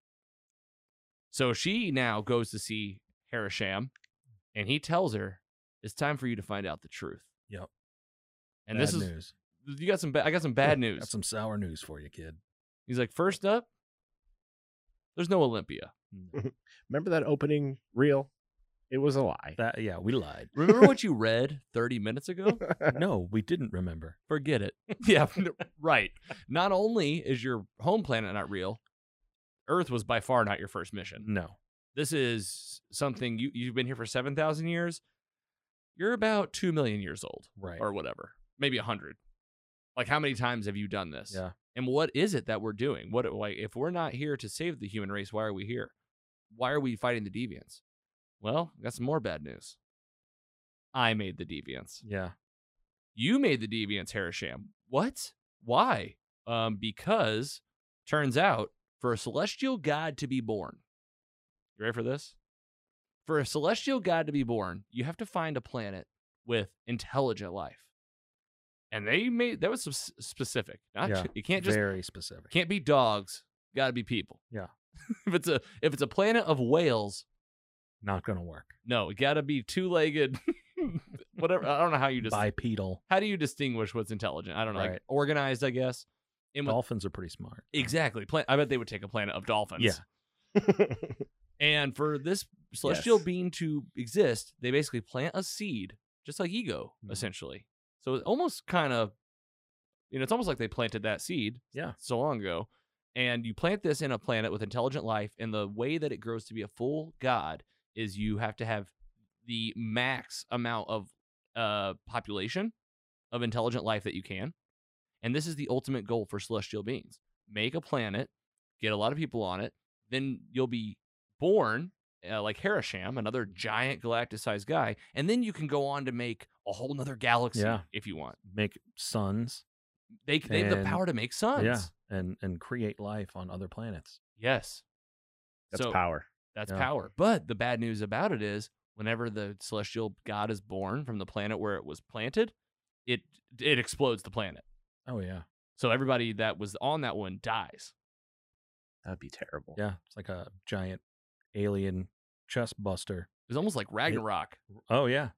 Speaker 1: So she now goes to see Harisham, and he tells her, "It's time for you to find out the truth."
Speaker 2: Yep.
Speaker 1: And
Speaker 2: Bad
Speaker 1: this is
Speaker 2: news.
Speaker 1: you got some. Ba- I got some bad
Speaker 2: Yeah,
Speaker 1: news.
Speaker 2: Got some sour news for you, kid.
Speaker 1: He's like, first up, there's no Olympia.
Speaker 3: Remember that opening reel? It was a lie.
Speaker 2: That yeah, we lied.
Speaker 1: Remember what you read 30 minutes ago?
Speaker 2: No, we didn't remember.
Speaker 1: Forget it. Yeah, right. Not only is your home planet not real, Earth was by far not your first mission.
Speaker 2: No.
Speaker 1: This is something you, you've been here for 7,000 years. You're about 2 million years old
Speaker 2: Right.
Speaker 1: or whatever, maybe 100. Like, how many times have you done this?
Speaker 2: Yeah.
Speaker 1: And what is it that we're doing? What, like, if we're not here to save the human race, why are we here? Why are we fighting the deviants? Well, I got some more bad news. I made the deviants.
Speaker 2: Yeah.
Speaker 1: You made the deviants, Harisham. What? Why? Um, because turns out for a celestial god to be born, you ready for this? For a celestial god to be born, you have to find a planet with intelligent life. And they made that was some s- specific. Not
Speaker 2: Yeah,
Speaker 1: ju- you can't just
Speaker 2: Very specific.
Speaker 1: can't be dogs. Got to be people.
Speaker 2: Yeah.
Speaker 1: if it's a if it's a planet of whales,
Speaker 2: Not gonna work.
Speaker 1: no, it got to be two legged. whatever. I don't know how you just
Speaker 2: Bipedal.
Speaker 1: how do you distinguish what's intelligent? I don't know, like
Speaker 2: Right.
Speaker 1: organized, I guess. And with,
Speaker 2: Dolphins are pretty smart.
Speaker 1: exactly, plan- I bet they would take a planet of dolphins.
Speaker 2: Yeah.
Speaker 1: And for this celestial
Speaker 3: Yes.
Speaker 1: being to exist, they basically plant a seed, just like ego,
Speaker 2: Mhm.
Speaker 1: essentially. So it's almost kind of, you know, it's almost like they planted that seed
Speaker 2: Yeah.
Speaker 1: so long ago. And you plant this in a planet with intelligent life, and the way that it grows to be a full god is you have to have the max amount of uh, population of intelligent life that you can. And this is the ultimate goal for celestial beings make a planet, get a lot of people on it, then you'll be born uh, like Harisham, another giant galactic sized guy. And then you can go on to make a whole nother galaxy
Speaker 2: Yeah.
Speaker 1: if you want.
Speaker 2: Make suns.
Speaker 1: They, they have the
Speaker 2: And-
Speaker 1: power to make suns.
Speaker 2: Yeah. And and create life on other planets.
Speaker 1: Yes.
Speaker 3: That's
Speaker 1: so
Speaker 3: power.
Speaker 1: That's
Speaker 2: Yeah.
Speaker 1: power. But the bad news about it is whenever the celestial god is born from the planet where it was planted, it it explodes the planet.
Speaker 2: Oh yeah.
Speaker 1: So everybody that was on that one dies.
Speaker 3: That'd be terrible.
Speaker 2: Yeah. It's like a giant alien chest buster.
Speaker 1: It's almost like Ragnarok.
Speaker 2: Oh yeah.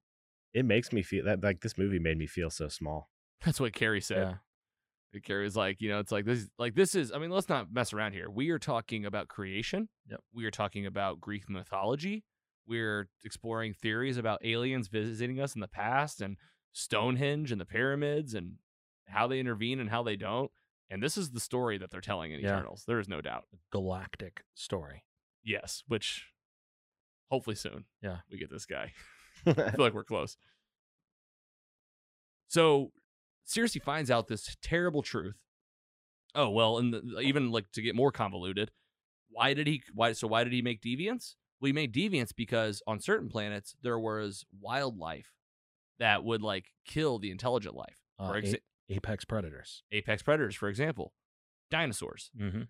Speaker 3: It makes me feel that like this movie made me feel so small.
Speaker 1: That's what Carrie said.
Speaker 2: Yeah.
Speaker 1: It carries like you know, it's like this, like this is. I mean, let's not mess around here. We are talking about creation.
Speaker 2: Yep.
Speaker 1: We are talking about Greek mythology. We're exploring theories about aliens visiting us in the past and Stonehenge and the pyramids and how they intervene and how they don't. And this is the story that they're telling in
Speaker 2: Yeah.
Speaker 1: Eternals. There is no doubt.
Speaker 2: Galactic story.
Speaker 1: Yes, which hopefully soon.
Speaker 2: Yeah.
Speaker 1: we get this guy. I feel like we're close. So Cersei finds out this terrible truth. Oh well, and the, even like to get more convoluted, why did he? Why so? Why did he make deviants? Well, he made deviants because on certain planets there was wildlife that would like kill the intelligent life.
Speaker 2: Uh,
Speaker 1: for
Speaker 2: a-
Speaker 1: exa-
Speaker 2: apex predators.
Speaker 1: apex predators, for example, dinosaurs
Speaker 2: Mm-hmm.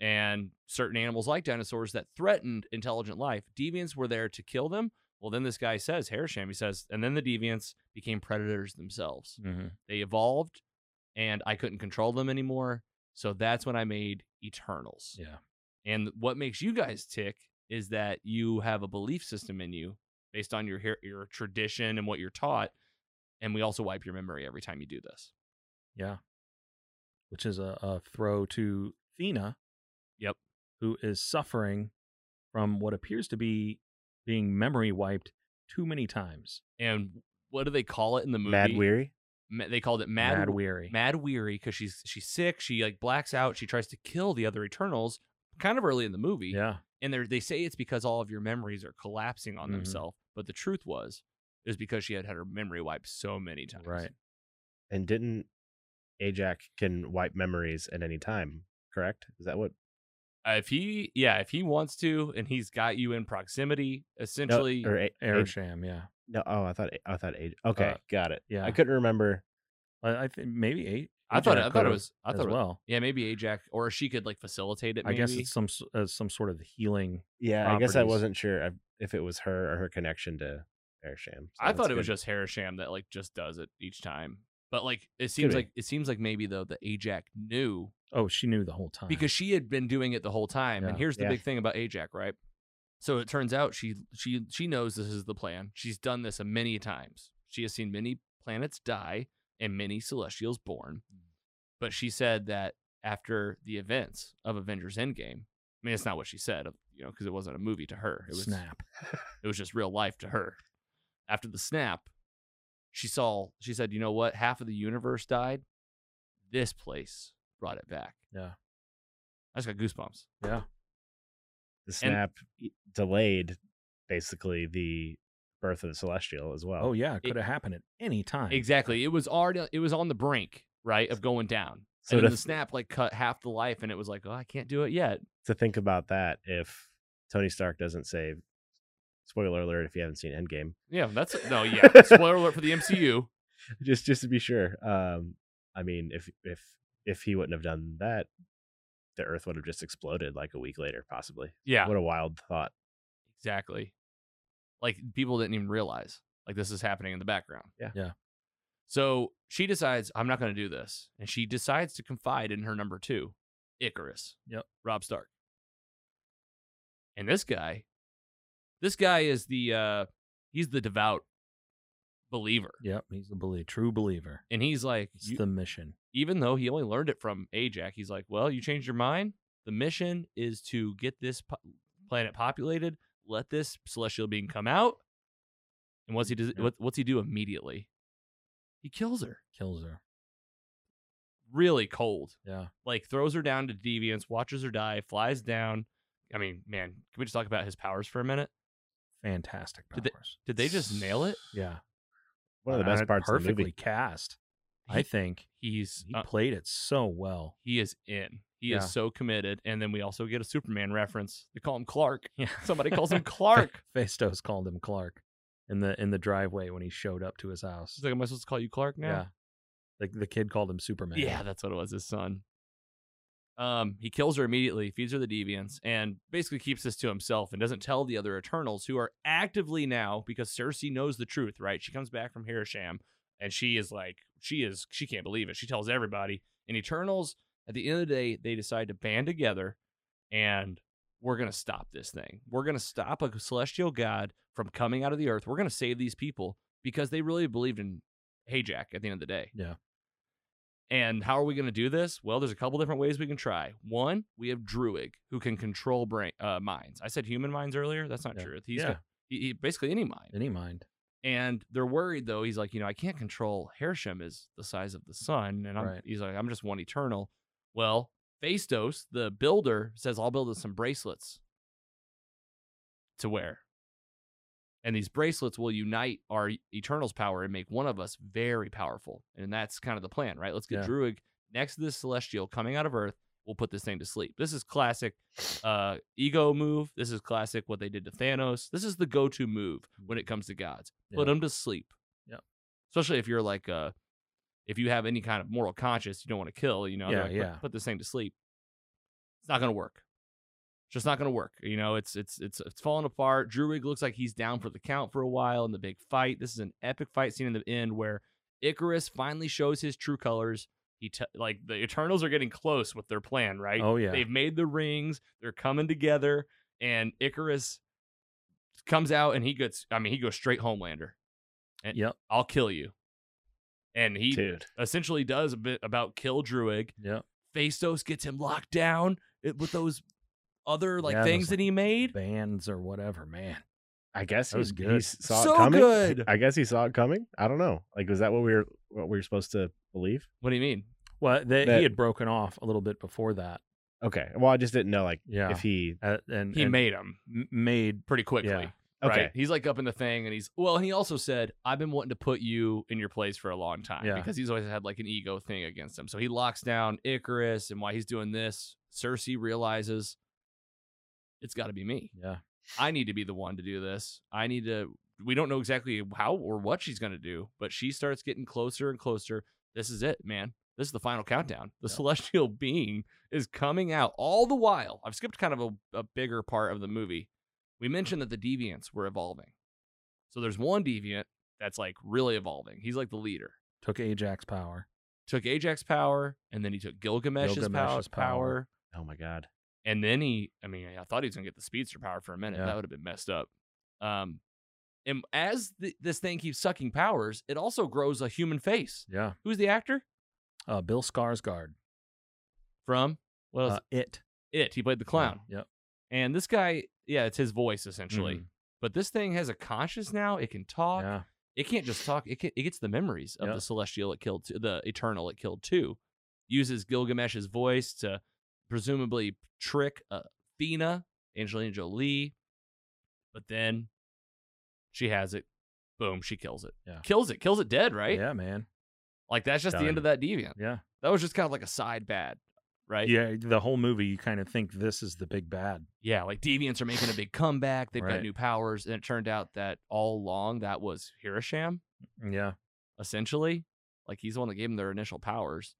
Speaker 1: and certain animals like dinosaurs that threatened intelligent life. Deviants were there to kill them. Well, then this guy says, Harisham, he says, and then the deviants became predators themselves.
Speaker 2: Mm-hmm.
Speaker 1: They evolved, and I couldn't control them anymore. So that's when I made Eternals.
Speaker 2: Yeah.
Speaker 1: And what makes you guys tick is that you have a belief system in you based on your her- your tradition and what you're taught, and we also wipe your memory every time you do this.
Speaker 2: Yeah. Which is a, a throw to Thena.
Speaker 1: Yep.
Speaker 2: Who is suffering from what appears to be being memory wiped too many times.
Speaker 1: And what do they call it in the movie?
Speaker 3: Mad weary.
Speaker 1: Ma- they called it mad mad,
Speaker 2: weary.
Speaker 1: weary because she's she's sick. She like blacks out. She tries to kill the other Eternals kind of early in the movie.
Speaker 2: yeah.
Speaker 1: and they they say it's because all of your memories are collapsing on
Speaker 2: Mhm.
Speaker 1: themselves. But the truth was, it was because she had had her memory wiped so many times.
Speaker 2: Right.
Speaker 3: And didn't Ajax can wipe memories at any time? Correct? Is that what?
Speaker 1: Uh, if he, yeah, if he wants to, and he's got you in proximity,
Speaker 3: No,
Speaker 1: essentially,
Speaker 3: or A- Aj-
Speaker 2: Airsham. Yeah.
Speaker 3: no, oh, I thought I thought Aj- Okay,
Speaker 2: Uh,
Speaker 3: got it.
Speaker 2: yeah.
Speaker 3: I couldn't remember.
Speaker 2: I, I think maybe eight.
Speaker 1: I thought, it, I
Speaker 2: Ajax
Speaker 1: thought it
Speaker 2: could've
Speaker 1: was, I
Speaker 2: as
Speaker 1: thought, it was-
Speaker 2: well.
Speaker 1: yeah, maybe Ajax, or she could like facilitate it.
Speaker 2: I
Speaker 1: Maybe.
Speaker 2: guess it's some s- as some sort of healing.
Speaker 3: Yeah, I guess I
Speaker 2: Properties.
Speaker 3: wasn't sure if- if it was her or her connection to Airsham.
Speaker 1: I thought it was just Harisham that like just does it each time. But like it seems
Speaker 3: be.
Speaker 1: like it seems like maybe though that Ajax knew
Speaker 2: Oh, she knew the whole time.
Speaker 1: because she had been doing it the whole time. And
Speaker 2: Yeah.
Speaker 1: here's the
Speaker 3: Yeah.
Speaker 1: big thing about Ajax, right? So it turns out she she she knows this is the plan. She's done this a many times. She has seen many planets die and many celestials born. But she said that after the events of Avengers Endgame, I mean, it's not what she said, you know, because it wasn't a movie to her. It was
Speaker 2: snap.
Speaker 1: it was just real life to her. After the snap, she saw, she said, you know what? Half of the universe died. This place brought it back.
Speaker 2: Yeah.
Speaker 1: I just got goosebumps.
Speaker 2: Yeah.
Speaker 3: the snap e- delayed basically the birth of the celestial as well.
Speaker 2: Oh yeah, it
Speaker 1: it-
Speaker 2: could have happened at any time.
Speaker 1: Exactly. It was already, it was on the brink, right, of going down.
Speaker 3: So
Speaker 1: and then
Speaker 3: to-
Speaker 1: the snap like cut half the life, and it was like, oh, I can't do it yet.
Speaker 3: To think about that, if Tony Stark doesn't save, spoiler alert, if you haven't seen Endgame,
Speaker 1: Yeah, that's no, yeah. Spoiler alert for the MCU.
Speaker 3: just just to be sure. Um, I mean, if if if he wouldn't have done that, the Earth would have just exploded like a week later, possibly.
Speaker 1: Yeah,
Speaker 3: What a wild thought.
Speaker 1: exactly. Like people didn't even realize like this is happening in the background.
Speaker 3: Yeah.
Speaker 2: Yeah.
Speaker 1: So she decides I'm not going to do this, and she decides to confide in her number two, Icarus.
Speaker 2: Yep.
Speaker 1: Rob Stark. And this guy, this guy is the uh he's the devout believer,
Speaker 2: Yep. He's a belie- true believer.
Speaker 1: and he's like,
Speaker 2: It's
Speaker 1: "You-
Speaker 2: the mission.
Speaker 1: even though he only learned it from Ajax, he's like, well, you changed your mind. The mission is to get this po- planet populated, let this celestial being come out. And what's he does,
Speaker 2: Yeah.
Speaker 1: what, what's he do immediately? He kills her.
Speaker 2: Kills her.
Speaker 1: Really cold.
Speaker 2: Yeah.
Speaker 1: Like throws her down to deviance, watches her die, flies down. I mean, man, can we just talk about his powers for a minute?
Speaker 2: Fantastic
Speaker 1: Did they-
Speaker 2: powers.
Speaker 1: Did they just nail it?
Speaker 2: yeah.
Speaker 3: One of the
Speaker 2: Uh,
Speaker 3: best parts of
Speaker 2: Perfectly
Speaker 3: the movie.
Speaker 2: cast.
Speaker 1: He-
Speaker 2: I think
Speaker 1: He's
Speaker 2: he
Speaker 1: uh,
Speaker 2: played it so well.
Speaker 1: he is in. He
Speaker 2: Yeah.
Speaker 1: is so committed. And then we also get a Superman reference. They call him Clark.
Speaker 2: Yeah.
Speaker 1: Somebody calls him Clark.
Speaker 2: Festos called him Clark in the in the driveway when he showed up to his house.
Speaker 1: She's like, am I supposed to call you Clark now?
Speaker 2: yeah. The, the kid called him Superman.
Speaker 1: Yeah, that's what it was. His son. Um, he kills her immediately, feeds her the deviants, and basically keeps this to himself and doesn't tell the other Eternals who are actively now because Cersei knows the truth. Right? She comes back from Hirasham, and she is like, she is, she can't believe it. She tells everybody. And Eternals, at the end of the day, they decide to band together, and we're gonna stop this thing. We're gonna stop a celestial god from coming out of the earth. We're gonna save these people because they really believed in Ajax at the end of the day. And how are we going to do this? Well, there's a couple different ways we can try. One, we have Druig, who can control brain uh, minds. I said human minds earlier. That's not
Speaker 2: Yeah.
Speaker 1: true. He's
Speaker 2: Yeah.
Speaker 1: got- he, he- basically any mind.
Speaker 2: Any mind.
Speaker 1: And they're worried though. He's like, you know, I can't control. Hersham is the size of the sun, and I'm,
Speaker 2: Right.
Speaker 1: he's like, I'm just one eternal. Well, Phaistos, the builder, says I'll build us some bracelets to wear. And these bracelets will unite our e, Eternal's power and make one of us very powerful. And that's kind of the plan, right? Let's get
Speaker 2: Yeah.
Speaker 1: Druid next to this Celestial coming out of Earth. We'll put this thing to sleep. This is classic uh, ego move. This is classic what they did to Thanos. This is the go to move when it comes to gods. Put
Speaker 2: Yeah.
Speaker 1: them to sleep.
Speaker 2: Yep.
Speaker 1: Especially if you're like, uh, if you have any kind of moral conscience, you don't want to kill, you know, they're
Speaker 2: Yeah,
Speaker 1: like, put-
Speaker 2: yeah.
Speaker 1: put this thing to sleep. It's not going to work. It's just not going to work. You know, it's it's it's it's falling apart. Druig looks like he's down for the count for a while in the big fight. This is an epic fight scene in the end where Icarus finally shows his true colors. He te- like the Eternals are getting close with their plan, right?
Speaker 2: Oh yeah.
Speaker 1: They've made the rings. They're coming together, and Icarus comes out, and he gets. I mean, he goes straight Homelander. And
Speaker 2: Yep.
Speaker 1: I'll kill you. And he
Speaker 3: Dude,
Speaker 1: essentially does a bit about kill Druig.
Speaker 2: Yep.
Speaker 1: Phaistos gets him locked down it- with those other like
Speaker 2: Yeah, those,
Speaker 1: things that
Speaker 2: like,
Speaker 1: he made.
Speaker 2: Bands or whatever, man.
Speaker 3: I guess
Speaker 2: That
Speaker 3: he,
Speaker 2: was good.
Speaker 3: he saw
Speaker 1: So
Speaker 3: it coming.
Speaker 1: good.
Speaker 3: I guess he saw it coming. I don't know. Like, was that what we were what we were supposed to believe?
Speaker 1: What do you mean?
Speaker 2: Well, they,
Speaker 3: That-
Speaker 2: he had broken off a little bit before that.
Speaker 3: Okay. Well, I just didn't know like
Speaker 2: Yeah.
Speaker 3: if he.
Speaker 2: Uh, and
Speaker 1: He
Speaker 2: and
Speaker 1: made him
Speaker 2: m- made
Speaker 1: pretty quickly.
Speaker 2: Yeah.
Speaker 3: Okay.
Speaker 1: Right. He's like up in the thing and he's well, and he also said, I've been wanting to put you in your place for a long time
Speaker 2: Yeah.
Speaker 1: because he's always had like an ego thing against him. So he locks down Icarus and while he's doing this, Cersei realizes it's gotta be me.
Speaker 2: yeah.
Speaker 1: I need to be the one to do this. I need to we don't know exactly how or what she's gonna do, but she starts getting closer and closer. This is it, man. This is the final countdown. The
Speaker 2: Yeah.
Speaker 1: celestial being is coming out all the while. I've skipped kind of a, a bigger part of the movie. We mentioned that the deviants were evolving. So there's one deviant that's like really evolving. He's like the leader.
Speaker 2: Took Ajax power.
Speaker 1: Took Ajax power, and then he took Gilgamesh's,
Speaker 2: Gilgamesh's
Speaker 1: pow- power.
Speaker 2: power.
Speaker 3: Oh my god.
Speaker 1: And then he, I mean, I thought he was gonna get the speedster power for a minute.
Speaker 2: Yeah.
Speaker 1: That would have been messed up. Um, and as th- this thing keeps sucking powers, it also grows a human face.
Speaker 2: Yeah.
Speaker 1: Who's the actor
Speaker 2: Uh, Bill Skarsgård.
Speaker 1: from? What else?
Speaker 2: Uh, it.
Speaker 1: it. He played the clown.
Speaker 2: Yeah. Yep.
Speaker 1: And this guy, yeah, it's his voice essentially.
Speaker 2: Mhm.
Speaker 1: But this thing has a conscience now. It can talk.
Speaker 2: Yeah.
Speaker 1: It can't just talk. It can, it gets the memories of
Speaker 2: Yeah.
Speaker 1: the celestial it killed, too, the eternal it killed too. Uses Gilgamesh's voice to presumably trick uh, Athena, Angelina Jolie, but then she has it. Boom, she kills it.
Speaker 2: Yeah.
Speaker 1: Kills it. Kills it dead. Right.
Speaker 2: Yeah, man.
Speaker 1: Like that's just the end
Speaker 3: Done.
Speaker 1: of that deviant.
Speaker 2: Yeah.
Speaker 1: That was just kind of like a side bad, right?
Speaker 2: Yeah. The whole movie, you kind of think this is the big bad.
Speaker 1: Yeah, like deviants are making a big comeback. They've got
Speaker 2: Right.
Speaker 1: new powers, and it turned out that all along that was Hirosham,
Speaker 2: Yeah.
Speaker 1: essentially. Like he's the one that gave them their initial powers.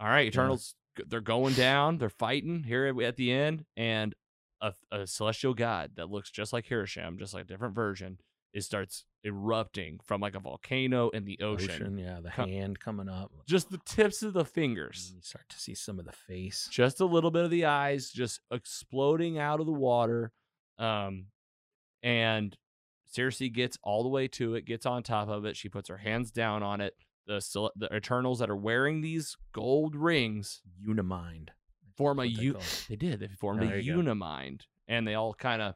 Speaker 1: All right, Eternals, g- they're going down. They're fighting here at- at the end, and a, a celestial god that looks just like Hirosham, just like a different version, it starts erupting from like a volcano in the ocean.
Speaker 2: Yeah. The
Speaker 1: Com-
Speaker 2: hand coming up.
Speaker 1: Just the tips of the fingers.
Speaker 2: And You start to see some of the face.
Speaker 1: just a little bit of the eyes just exploding out of the water um and Cersei gets all the way to it gets on top of it she puts her hands down on it the cel- the eternals that are wearing these gold rings
Speaker 2: Unimind.
Speaker 1: form a
Speaker 2: That's what they
Speaker 1: u-
Speaker 2: call it.
Speaker 1: they did they formed
Speaker 2: Yeah,
Speaker 1: a
Speaker 3: there you go.
Speaker 1: unimind and they all kind of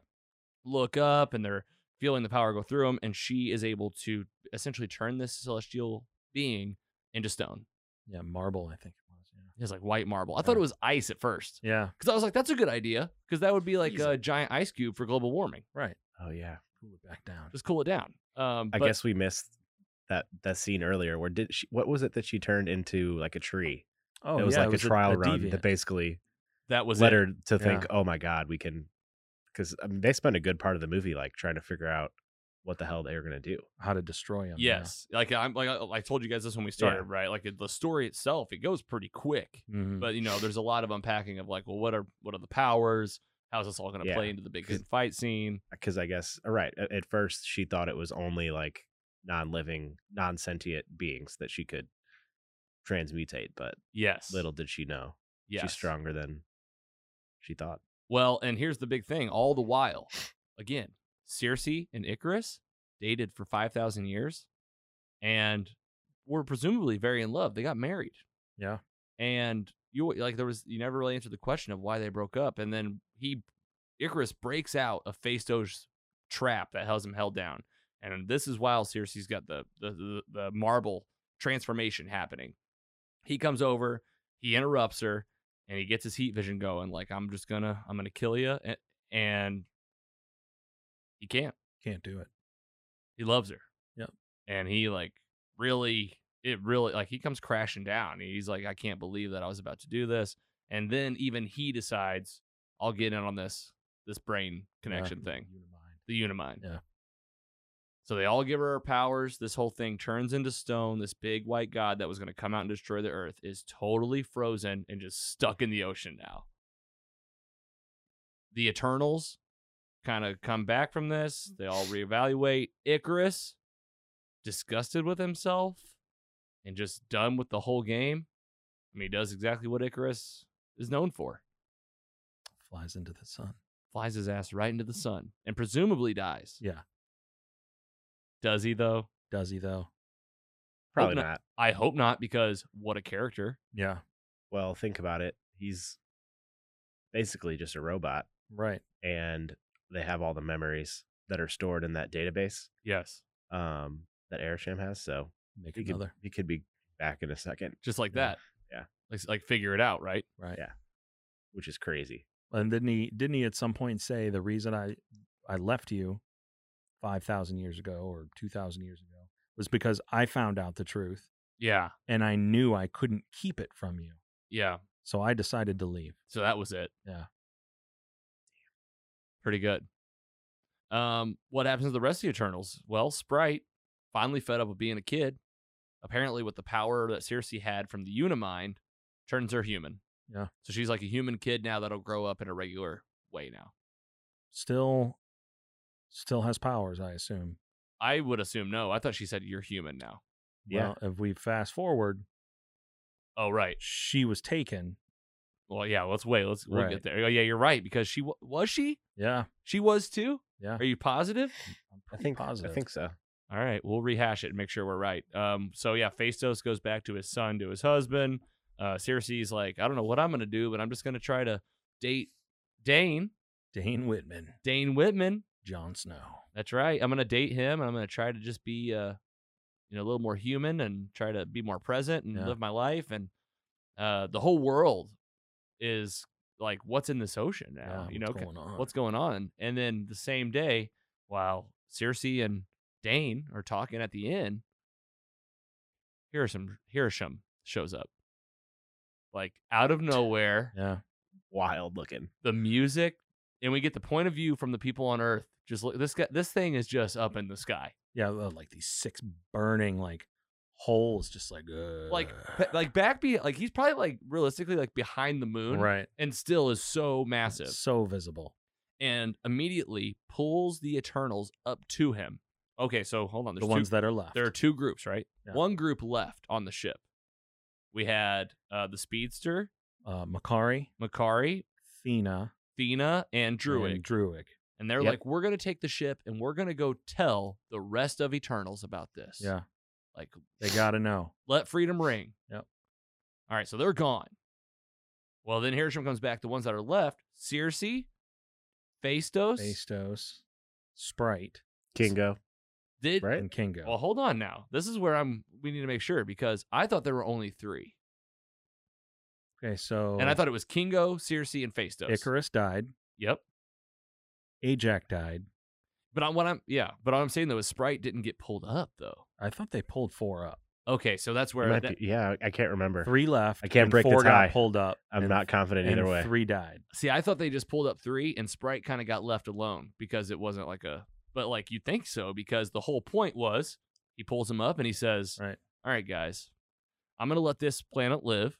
Speaker 1: look up and they're feeling the power go through them and she is able to essentially turn this celestial being into stone
Speaker 2: Yeah. Marble, I think it was.
Speaker 1: it's like white marble i thought
Speaker 2: Yeah.
Speaker 1: it was ice at first
Speaker 2: Yeah. yeah.
Speaker 1: because I was like, that's a good idea. Because that would be like
Speaker 2: Easy.
Speaker 1: a giant ice cube for global warming.
Speaker 2: Right.
Speaker 3: Oh yeah.
Speaker 2: Cool it back down.
Speaker 1: Just cool it down. Um,
Speaker 3: I
Speaker 1: but
Speaker 3: guess we missed that that scene earlier. Where did she? What was it that she turned into like a tree?
Speaker 2: Oh,
Speaker 3: it was
Speaker 2: yeah,
Speaker 3: like a trial run
Speaker 2: deviant.
Speaker 3: that basically
Speaker 1: that was
Speaker 3: led
Speaker 1: it.
Speaker 3: her to think,
Speaker 2: Yeah.
Speaker 3: "Oh my god, we can." Because I mean, they spent a good part of the movie like trying to figure out what the hell they were gonna do.
Speaker 2: How to destroy him. yeah.
Speaker 1: Yes, like I'm like I I told you guys this when we started, right? Like the story itself, it goes pretty quick,
Speaker 3: Mm-hmm.
Speaker 2: Mhm.
Speaker 1: but you know, there's a lot of unpacking of like, well, what are what are the powers? How's this all going to
Speaker 3: Yeah.
Speaker 1: play into the big
Speaker 3: 'Cause-
Speaker 1: end fight scene?
Speaker 3: Because uh, I guess all right. At, at first, she thought it was only like non-living, non-sentient beings that she could transmutate, but
Speaker 1: Yes,
Speaker 3: little did she know
Speaker 1: yes.
Speaker 3: she's stronger than she thought.
Speaker 1: Well, and here's the big thing. All the while, again, Circe and Icarus dated for five thousand years, and were presumably very in love. They got married.
Speaker 2: Yeah.
Speaker 1: and you like there was you never really answered the question of why they broke up and then he icarus breaks out of Phaistos' trap that has him held down and this is while cersei's got the the, the the marble transformation happening he comes over he interrupts her and he gets his heat vision going like i'm just gonna i'm gonna kill you and He can't.
Speaker 2: Can't do it.
Speaker 1: He loves her.
Speaker 2: Yep.
Speaker 1: And he like really, it really like he comes crashing down. He's like, I can't believe that I was about to do this. And then even he decides, I'll get in on this this brain connection
Speaker 2: Yeah.
Speaker 1: thing, the Unimind.
Speaker 2: Yeah.
Speaker 1: So they all give her her powers. This whole thing turns into stone. This big white god that was going to come out and destroy the earth is totally frozen and just stuck in the ocean now. The Eternals kind of come back from this. They all reevaluate. Icarus, disgusted with himself and just done with the whole game. I mean, he does exactly what Icarus is known for
Speaker 2: Flies into the sun.
Speaker 1: flies his ass right into the sun and presumably dies.
Speaker 2: Mm. Yeah.
Speaker 1: Does he, though?
Speaker 2: Does he though?
Speaker 1: Probably
Speaker 3: Probably
Speaker 1: not.
Speaker 3: not.
Speaker 1: I hope not because what a character.
Speaker 2: Yeah.
Speaker 3: Well, think about it. He's basically just a robot,
Speaker 2: Right.
Speaker 3: and they have all the memories that are stored in that database
Speaker 1: Yes.
Speaker 3: um, that Airsham has. So
Speaker 2: Make
Speaker 3: he could,
Speaker 2: another.
Speaker 3: he could be back in a second,
Speaker 1: Just like
Speaker 2: Yeah.
Speaker 1: that.
Speaker 3: Yeah.
Speaker 1: Like, like figure it out, right?
Speaker 2: Right.
Speaker 3: Yeah. which is crazy.
Speaker 2: And didn't he didn't he at some point say the reason I I left you five thousand years ago or two thousand years ago was because I found out the truth
Speaker 1: Yeah.
Speaker 2: and I knew I couldn't keep it from you.
Speaker 1: Yeah.
Speaker 2: So I decided to leave.
Speaker 1: So that was it.
Speaker 2: Yeah.
Speaker 1: Pretty good. Um, what happens to the rest of the Eternals? Well, Sprite finally fed up with being a kid. Apparently, with the power that Cersei had from the Unimind, turns her human.
Speaker 2: Yeah.
Speaker 1: So she's like a human kid now that'll grow up in a regular way now.
Speaker 2: Still still has powers, I assume.
Speaker 1: I would assume no. I thought she said you're human now.
Speaker 3: Yeah.
Speaker 2: Well, if we fast forward,
Speaker 1: Oh right.
Speaker 2: she was taken.
Speaker 1: Well, yeah. Let's wait. Let's we'll
Speaker 2: Right.
Speaker 1: get there. Oh yeah, you're right because she wa- was she.
Speaker 2: Yeah.
Speaker 1: She was too.
Speaker 2: Yeah.
Speaker 1: Are you positive?
Speaker 2: I'm
Speaker 3: I
Speaker 2: pretty
Speaker 3: think
Speaker 2: positive.
Speaker 3: I think so.
Speaker 1: All right, we'll rehash it and make sure we're right. Um, so yeah, Phaistos goes back to his son, to his husband. Uh, Cersei's like, I don't know what I'm gonna do, but I'm just gonna try to date Dane,
Speaker 2: Dane Whitman,
Speaker 1: Dane Whitman.
Speaker 2: Jon Snow.
Speaker 1: That's right. I'm gonna date him, and I'm gonna try to just be, uh, you know, a little more human and try to be more present and
Speaker 2: Yeah.
Speaker 1: live my life. And uh, the whole world is like, what's in this ocean now?
Speaker 2: Yeah,
Speaker 1: you know,
Speaker 2: what's
Speaker 1: ca-
Speaker 2: going on?
Speaker 1: what's going on? And then the same day, while Cersei and Dane are talking at the inn, Hiroshim, Hiroshim shows up. Like out of nowhere,
Speaker 2: Yeah.
Speaker 3: Wild looking.
Speaker 1: the music, and we get the point of view from the people on Earth. Just look, this guy, this thing is just up in the sky,
Speaker 2: Yeah, uh, like these six burning like holes just like uh,
Speaker 1: like pe- like back be like he's probably like realistically like behind the moon,
Speaker 2: right.
Speaker 1: And still is so massive.
Speaker 2: So visible.
Speaker 1: and immediately pulls the Eternals up to him. Okay, so hold on. There's
Speaker 2: the
Speaker 1: two,
Speaker 2: ones that are left.
Speaker 1: there are two groups, right?
Speaker 2: Yeah.
Speaker 1: One group left on the ship. We had uh, the Speedster,
Speaker 2: uh, Makari,
Speaker 1: Makari,
Speaker 2: Thena,
Speaker 1: Thena, and Druid.
Speaker 2: and
Speaker 1: And,
Speaker 2: Druig.
Speaker 1: they're
Speaker 3: Yep.
Speaker 1: like, we're going to take the ship and we're going to go tell the rest of Eternals about this.
Speaker 2: Yeah,
Speaker 1: Like,
Speaker 2: they got to know.
Speaker 1: let freedom ring.
Speaker 2: Yep.
Speaker 1: All right, so they're gone. Well, then Hiroshima comes back. The ones that are left, Circe, Phaistos.
Speaker 2: Bastos, Sprite,
Speaker 3: Kingo.
Speaker 1: Did,
Speaker 3: Right?
Speaker 2: and Kingo.
Speaker 1: Well, hold on now. This is where I'm. We need to make sure because I thought there were only three,
Speaker 2: okay, so
Speaker 1: and I thought it was Kingo, Circe, and Phaistos.
Speaker 2: Icarus died,
Speaker 1: Yep.
Speaker 2: Ajax died.
Speaker 1: But on what I'm, yeah. But all I'm saying though is Sprite didn't get pulled up though.
Speaker 2: I thought they pulled four up.
Speaker 1: Okay, so that's where
Speaker 3: Might
Speaker 1: that,
Speaker 3: be- yeah, I can't remember.
Speaker 2: Three left.
Speaker 3: I can't
Speaker 2: and
Speaker 3: break the
Speaker 2: four
Speaker 3: tie.
Speaker 2: got pulled up.
Speaker 3: I'm
Speaker 2: and-
Speaker 3: not confident either
Speaker 2: and
Speaker 3: way.
Speaker 2: Three died.
Speaker 1: see. I thought they just pulled up three, and Sprite kind of got left alone because it wasn't like a. But like you think so because the whole point was he pulls him up and he says,
Speaker 2: Right.
Speaker 1: all right, guys, I'm gonna let this planet live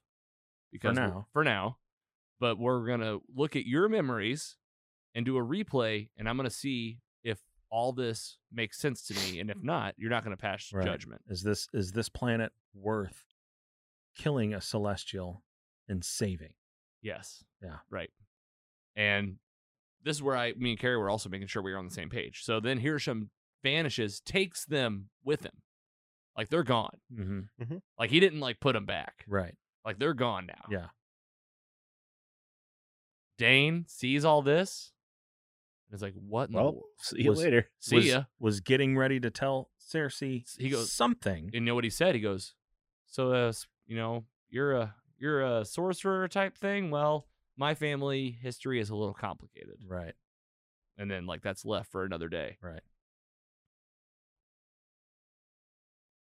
Speaker 1: because we-
Speaker 2: now.
Speaker 1: for now, but we're gonna look at your memories and do a replay, and I'm gonna see if all this makes sense to me, and if not, you're not gonna pass
Speaker 2: Right.
Speaker 1: judgment.
Speaker 2: Is this is this planet worth killing a celestial and saving?
Speaker 1: Yes.
Speaker 2: Yeah.
Speaker 1: Right. And this is where I, me and Carrie were also making sure we were on the same page. So then Hiroshima vanishes, takes them with him, like they're gone.
Speaker 2: Mm-hmm.
Speaker 1: Like he didn't like put them back.
Speaker 2: Right.
Speaker 1: Like they're gone now.
Speaker 2: Yeah.
Speaker 1: Dane sees all this and is like, what in the
Speaker 3: Well, see you
Speaker 2: Was-
Speaker 3: later.
Speaker 1: See
Speaker 2: was,
Speaker 1: ya.
Speaker 2: Was getting ready to tell Cersei
Speaker 1: He goes-
Speaker 2: something.
Speaker 1: And you know what he said? He goes, "So, uh, s- you know, you're a you're a sorcerer type thing. Well, my family history is a little complicated.
Speaker 2: right.
Speaker 1: and then like that's left for another day.
Speaker 2: Right.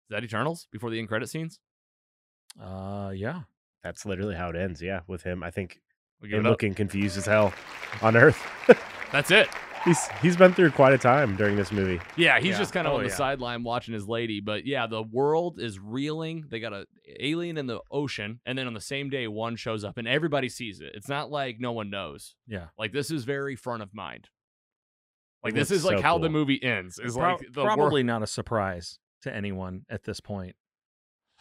Speaker 1: Is that Eternals before the end credit scenes?
Speaker 2: Uh, yeah.
Speaker 3: That's literally how it ends. Yeah, with him, I think
Speaker 1: We give
Speaker 3: you're
Speaker 1: it up.
Speaker 3: looking confused as hell on Earth.
Speaker 1: That's it.
Speaker 3: he's he's been through quite a time during this movie.
Speaker 1: Yeah, he's
Speaker 2: Yeah.
Speaker 1: just kind of
Speaker 2: Oh,
Speaker 1: on the
Speaker 2: yeah.
Speaker 1: sideline watching his lady. But yeah, the world is reeling. They got a alien in the ocean, and then on the same day, one shows up, and everybody sees it. It's not like no one knows.
Speaker 2: Yeah.
Speaker 1: Like this is very front of mind. Like
Speaker 3: It
Speaker 1: this
Speaker 3: looks
Speaker 1: is like
Speaker 3: so
Speaker 1: how the
Speaker 3: cool.
Speaker 1: movie ends. Is
Speaker 2: Pro-
Speaker 1: like the wor-
Speaker 2: probably not a surprise to anyone at this point.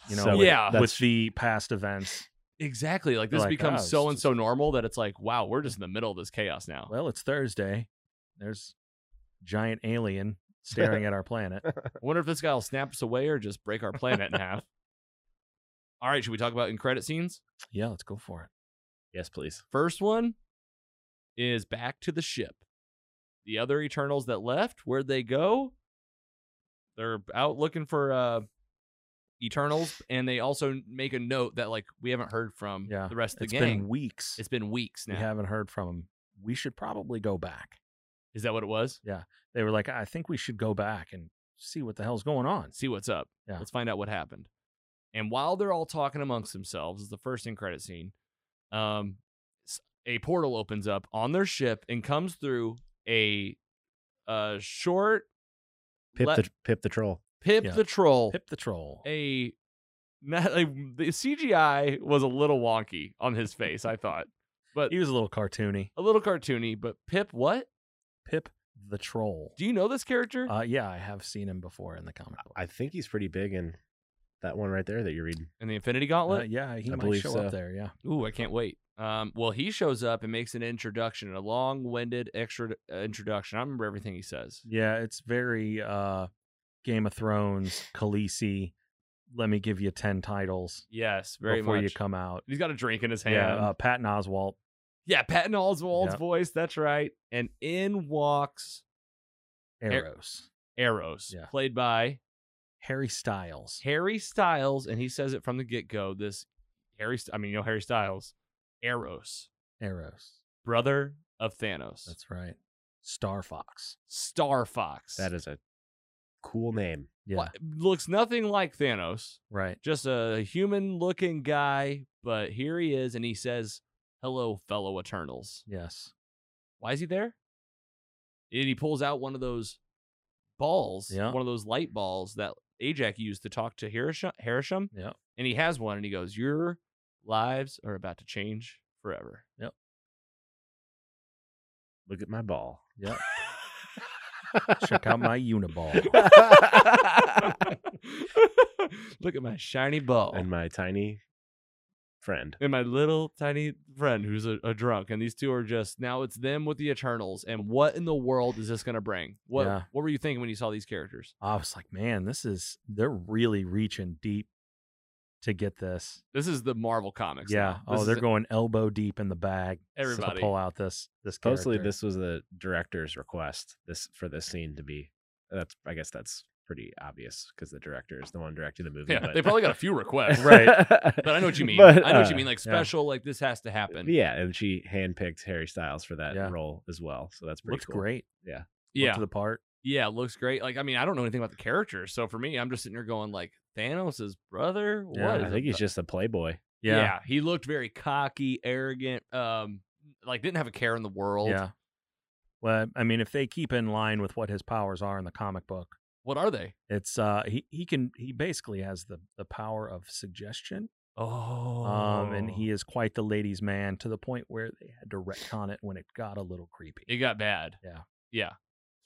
Speaker 2: You know,
Speaker 3: So
Speaker 2: with,
Speaker 1: Yeah.
Speaker 3: that's-
Speaker 2: with the past events.
Speaker 1: exactly like this
Speaker 2: Like,
Speaker 1: becomes
Speaker 2: oh, it's
Speaker 1: so and so
Speaker 2: just-
Speaker 1: normal that it's like wow, we're just in the middle of this chaos now.
Speaker 2: Well, it's Thursday. There's giant alien staring at our planet.
Speaker 1: I wonder if this guy will snap us away or just break our planet in half. All right, should we talk about in credit scenes?
Speaker 2: Yeah, let's go for it.
Speaker 3: Yes, please.
Speaker 1: First one is back to the ship. The other Eternals that left, where'd they go? They're out looking for uh Eternals, and they also make a note that like we haven't heard from
Speaker 2: Yeah,
Speaker 1: the rest of the
Speaker 2: It's
Speaker 1: gang.
Speaker 2: been weeks.
Speaker 1: it's been weeks
Speaker 2: we
Speaker 1: now.
Speaker 2: haven't heard from them. We should probably go back.
Speaker 1: Is that what it was?
Speaker 2: They were like, I think we should go back and see what the hell's going on.
Speaker 1: See what's up.
Speaker 2: Yeah.
Speaker 1: Let's find out what happened. And while they're all talking amongst themselves, is the first in credit scene. Um, s- a portal opens up on their ship and comes through a, uh short
Speaker 3: Pip
Speaker 1: Let-
Speaker 3: the Pip the troll.
Speaker 1: Pip
Speaker 2: Yeah.
Speaker 1: the troll.
Speaker 2: Pip the troll.
Speaker 1: a not like the CGI was a little wonky on his face, I thought. But
Speaker 2: He was a little cartoony.
Speaker 1: a little cartoony, but Pip what?
Speaker 2: Pip the troll.
Speaker 1: Do you know this character?
Speaker 2: Uh, yeah, I have seen him before in the comic book.
Speaker 3: I think he's pretty big in that one right there that you're reading.
Speaker 1: In the Infinity
Speaker 2: Uh,
Speaker 1: Gauntlet?
Speaker 2: yeah, he
Speaker 3: I
Speaker 2: might
Speaker 3: believe
Speaker 2: show
Speaker 3: so.
Speaker 2: up there. Yeah,
Speaker 1: Ooh, I can't wait. Um, well, he shows up and makes an introduction, a long-winded extra uh, introduction. I remember everything he says.
Speaker 2: yeah, it's very uh, Game of Thrones, Khaleesi. Let me give you ten titles
Speaker 1: Yes, very
Speaker 2: before
Speaker 1: much.
Speaker 2: you come out.
Speaker 1: He's got a drink in his hand.
Speaker 2: Yeah, uh, Patton Oswalt.
Speaker 1: yeah, Patton Oswald's
Speaker 2: Yep.
Speaker 1: voice. That's right. And in walks
Speaker 2: Eros,
Speaker 1: Eros,
Speaker 2: Yeah.
Speaker 1: played by
Speaker 2: Harry Styles.
Speaker 1: Harry Styles, and he says it from the get go. This Harry, St- I mean, you know Harry Styles, Eros,
Speaker 2: Eros.
Speaker 1: brother of Thanos,
Speaker 2: That's right. Star Fox.
Speaker 1: Star Fox.
Speaker 3: That is a cool name.
Speaker 2: Yeah.
Speaker 1: Wha- looks nothing like Thanos,
Speaker 2: Right.
Speaker 1: just a human-looking guy. But here he is, and he says, "Hello, fellow Eternals."
Speaker 2: Yes.
Speaker 1: Why is he there? And he pulls out one of those balls,
Speaker 2: Yeah.
Speaker 1: one of those light balls that Ajak used to talk to Harisham. Harisham
Speaker 2: Yeah.
Speaker 1: and he has one and he goes your lives are about to change forever
Speaker 3: Look at my ball.
Speaker 2: Yeah. Check out my uniball.
Speaker 1: look at my shiny ball
Speaker 3: And
Speaker 1: and my,
Speaker 3: my tiny friend.
Speaker 1: little tiny friend who's a, a drunk and these two are just now it's them with the eternals and what in the world is this going to bring what
Speaker 2: Yeah.
Speaker 1: what were you thinking when you saw these characters
Speaker 2: I was like, man, this is they're really reaching deep to get this.
Speaker 1: this is the marvel comics
Speaker 2: Yeah.
Speaker 1: now. This
Speaker 2: Oh,
Speaker 1: is
Speaker 2: they're
Speaker 1: it.
Speaker 2: going elbow deep in the bag s-
Speaker 1: Everybody.
Speaker 2: to pull out this this
Speaker 3: Supposedly,
Speaker 2: character.
Speaker 3: this was the director's request. This for this scene to be. That's. I guess that's pretty obvious because the director is the one directing the movie.
Speaker 1: yeah
Speaker 3: but-
Speaker 1: they probably got a few requests
Speaker 2: Right.
Speaker 1: but i know what you mean
Speaker 3: But,
Speaker 1: i know what
Speaker 3: uh,
Speaker 1: you mean like
Speaker 2: yeah.
Speaker 1: special like this has to happen
Speaker 3: Yeah, and she handpicked Harry Styles for that
Speaker 2: Yeah.
Speaker 3: role as well. So that's pretty
Speaker 2: looks
Speaker 3: cool.
Speaker 2: great.
Speaker 1: yeah
Speaker 2: Look to the part.
Speaker 1: Yeah, looks great. Like, I mean, I don't know anything about the characters, so for me, I'm just sitting there going, like, Thanos' brother. What?
Speaker 2: Yeah,
Speaker 1: is
Speaker 3: I think
Speaker 1: it-
Speaker 3: he's just a playboy.
Speaker 1: yeah.
Speaker 2: Yeah.
Speaker 1: he looked very cocky, arrogant. Um, like didn't have a care in the world.
Speaker 2: Yeah. Well, I mean, if they keep in line with what his powers are in the comic book,
Speaker 1: What are they?
Speaker 2: it's uh he, he can he basically has the the power of suggestion.
Speaker 1: Oh,
Speaker 2: Um, and he is quite the ladies' man to the point where they had to retcon it when it got a little creepy.
Speaker 1: it got bad.
Speaker 2: Yeah.
Speaker 1: yeah.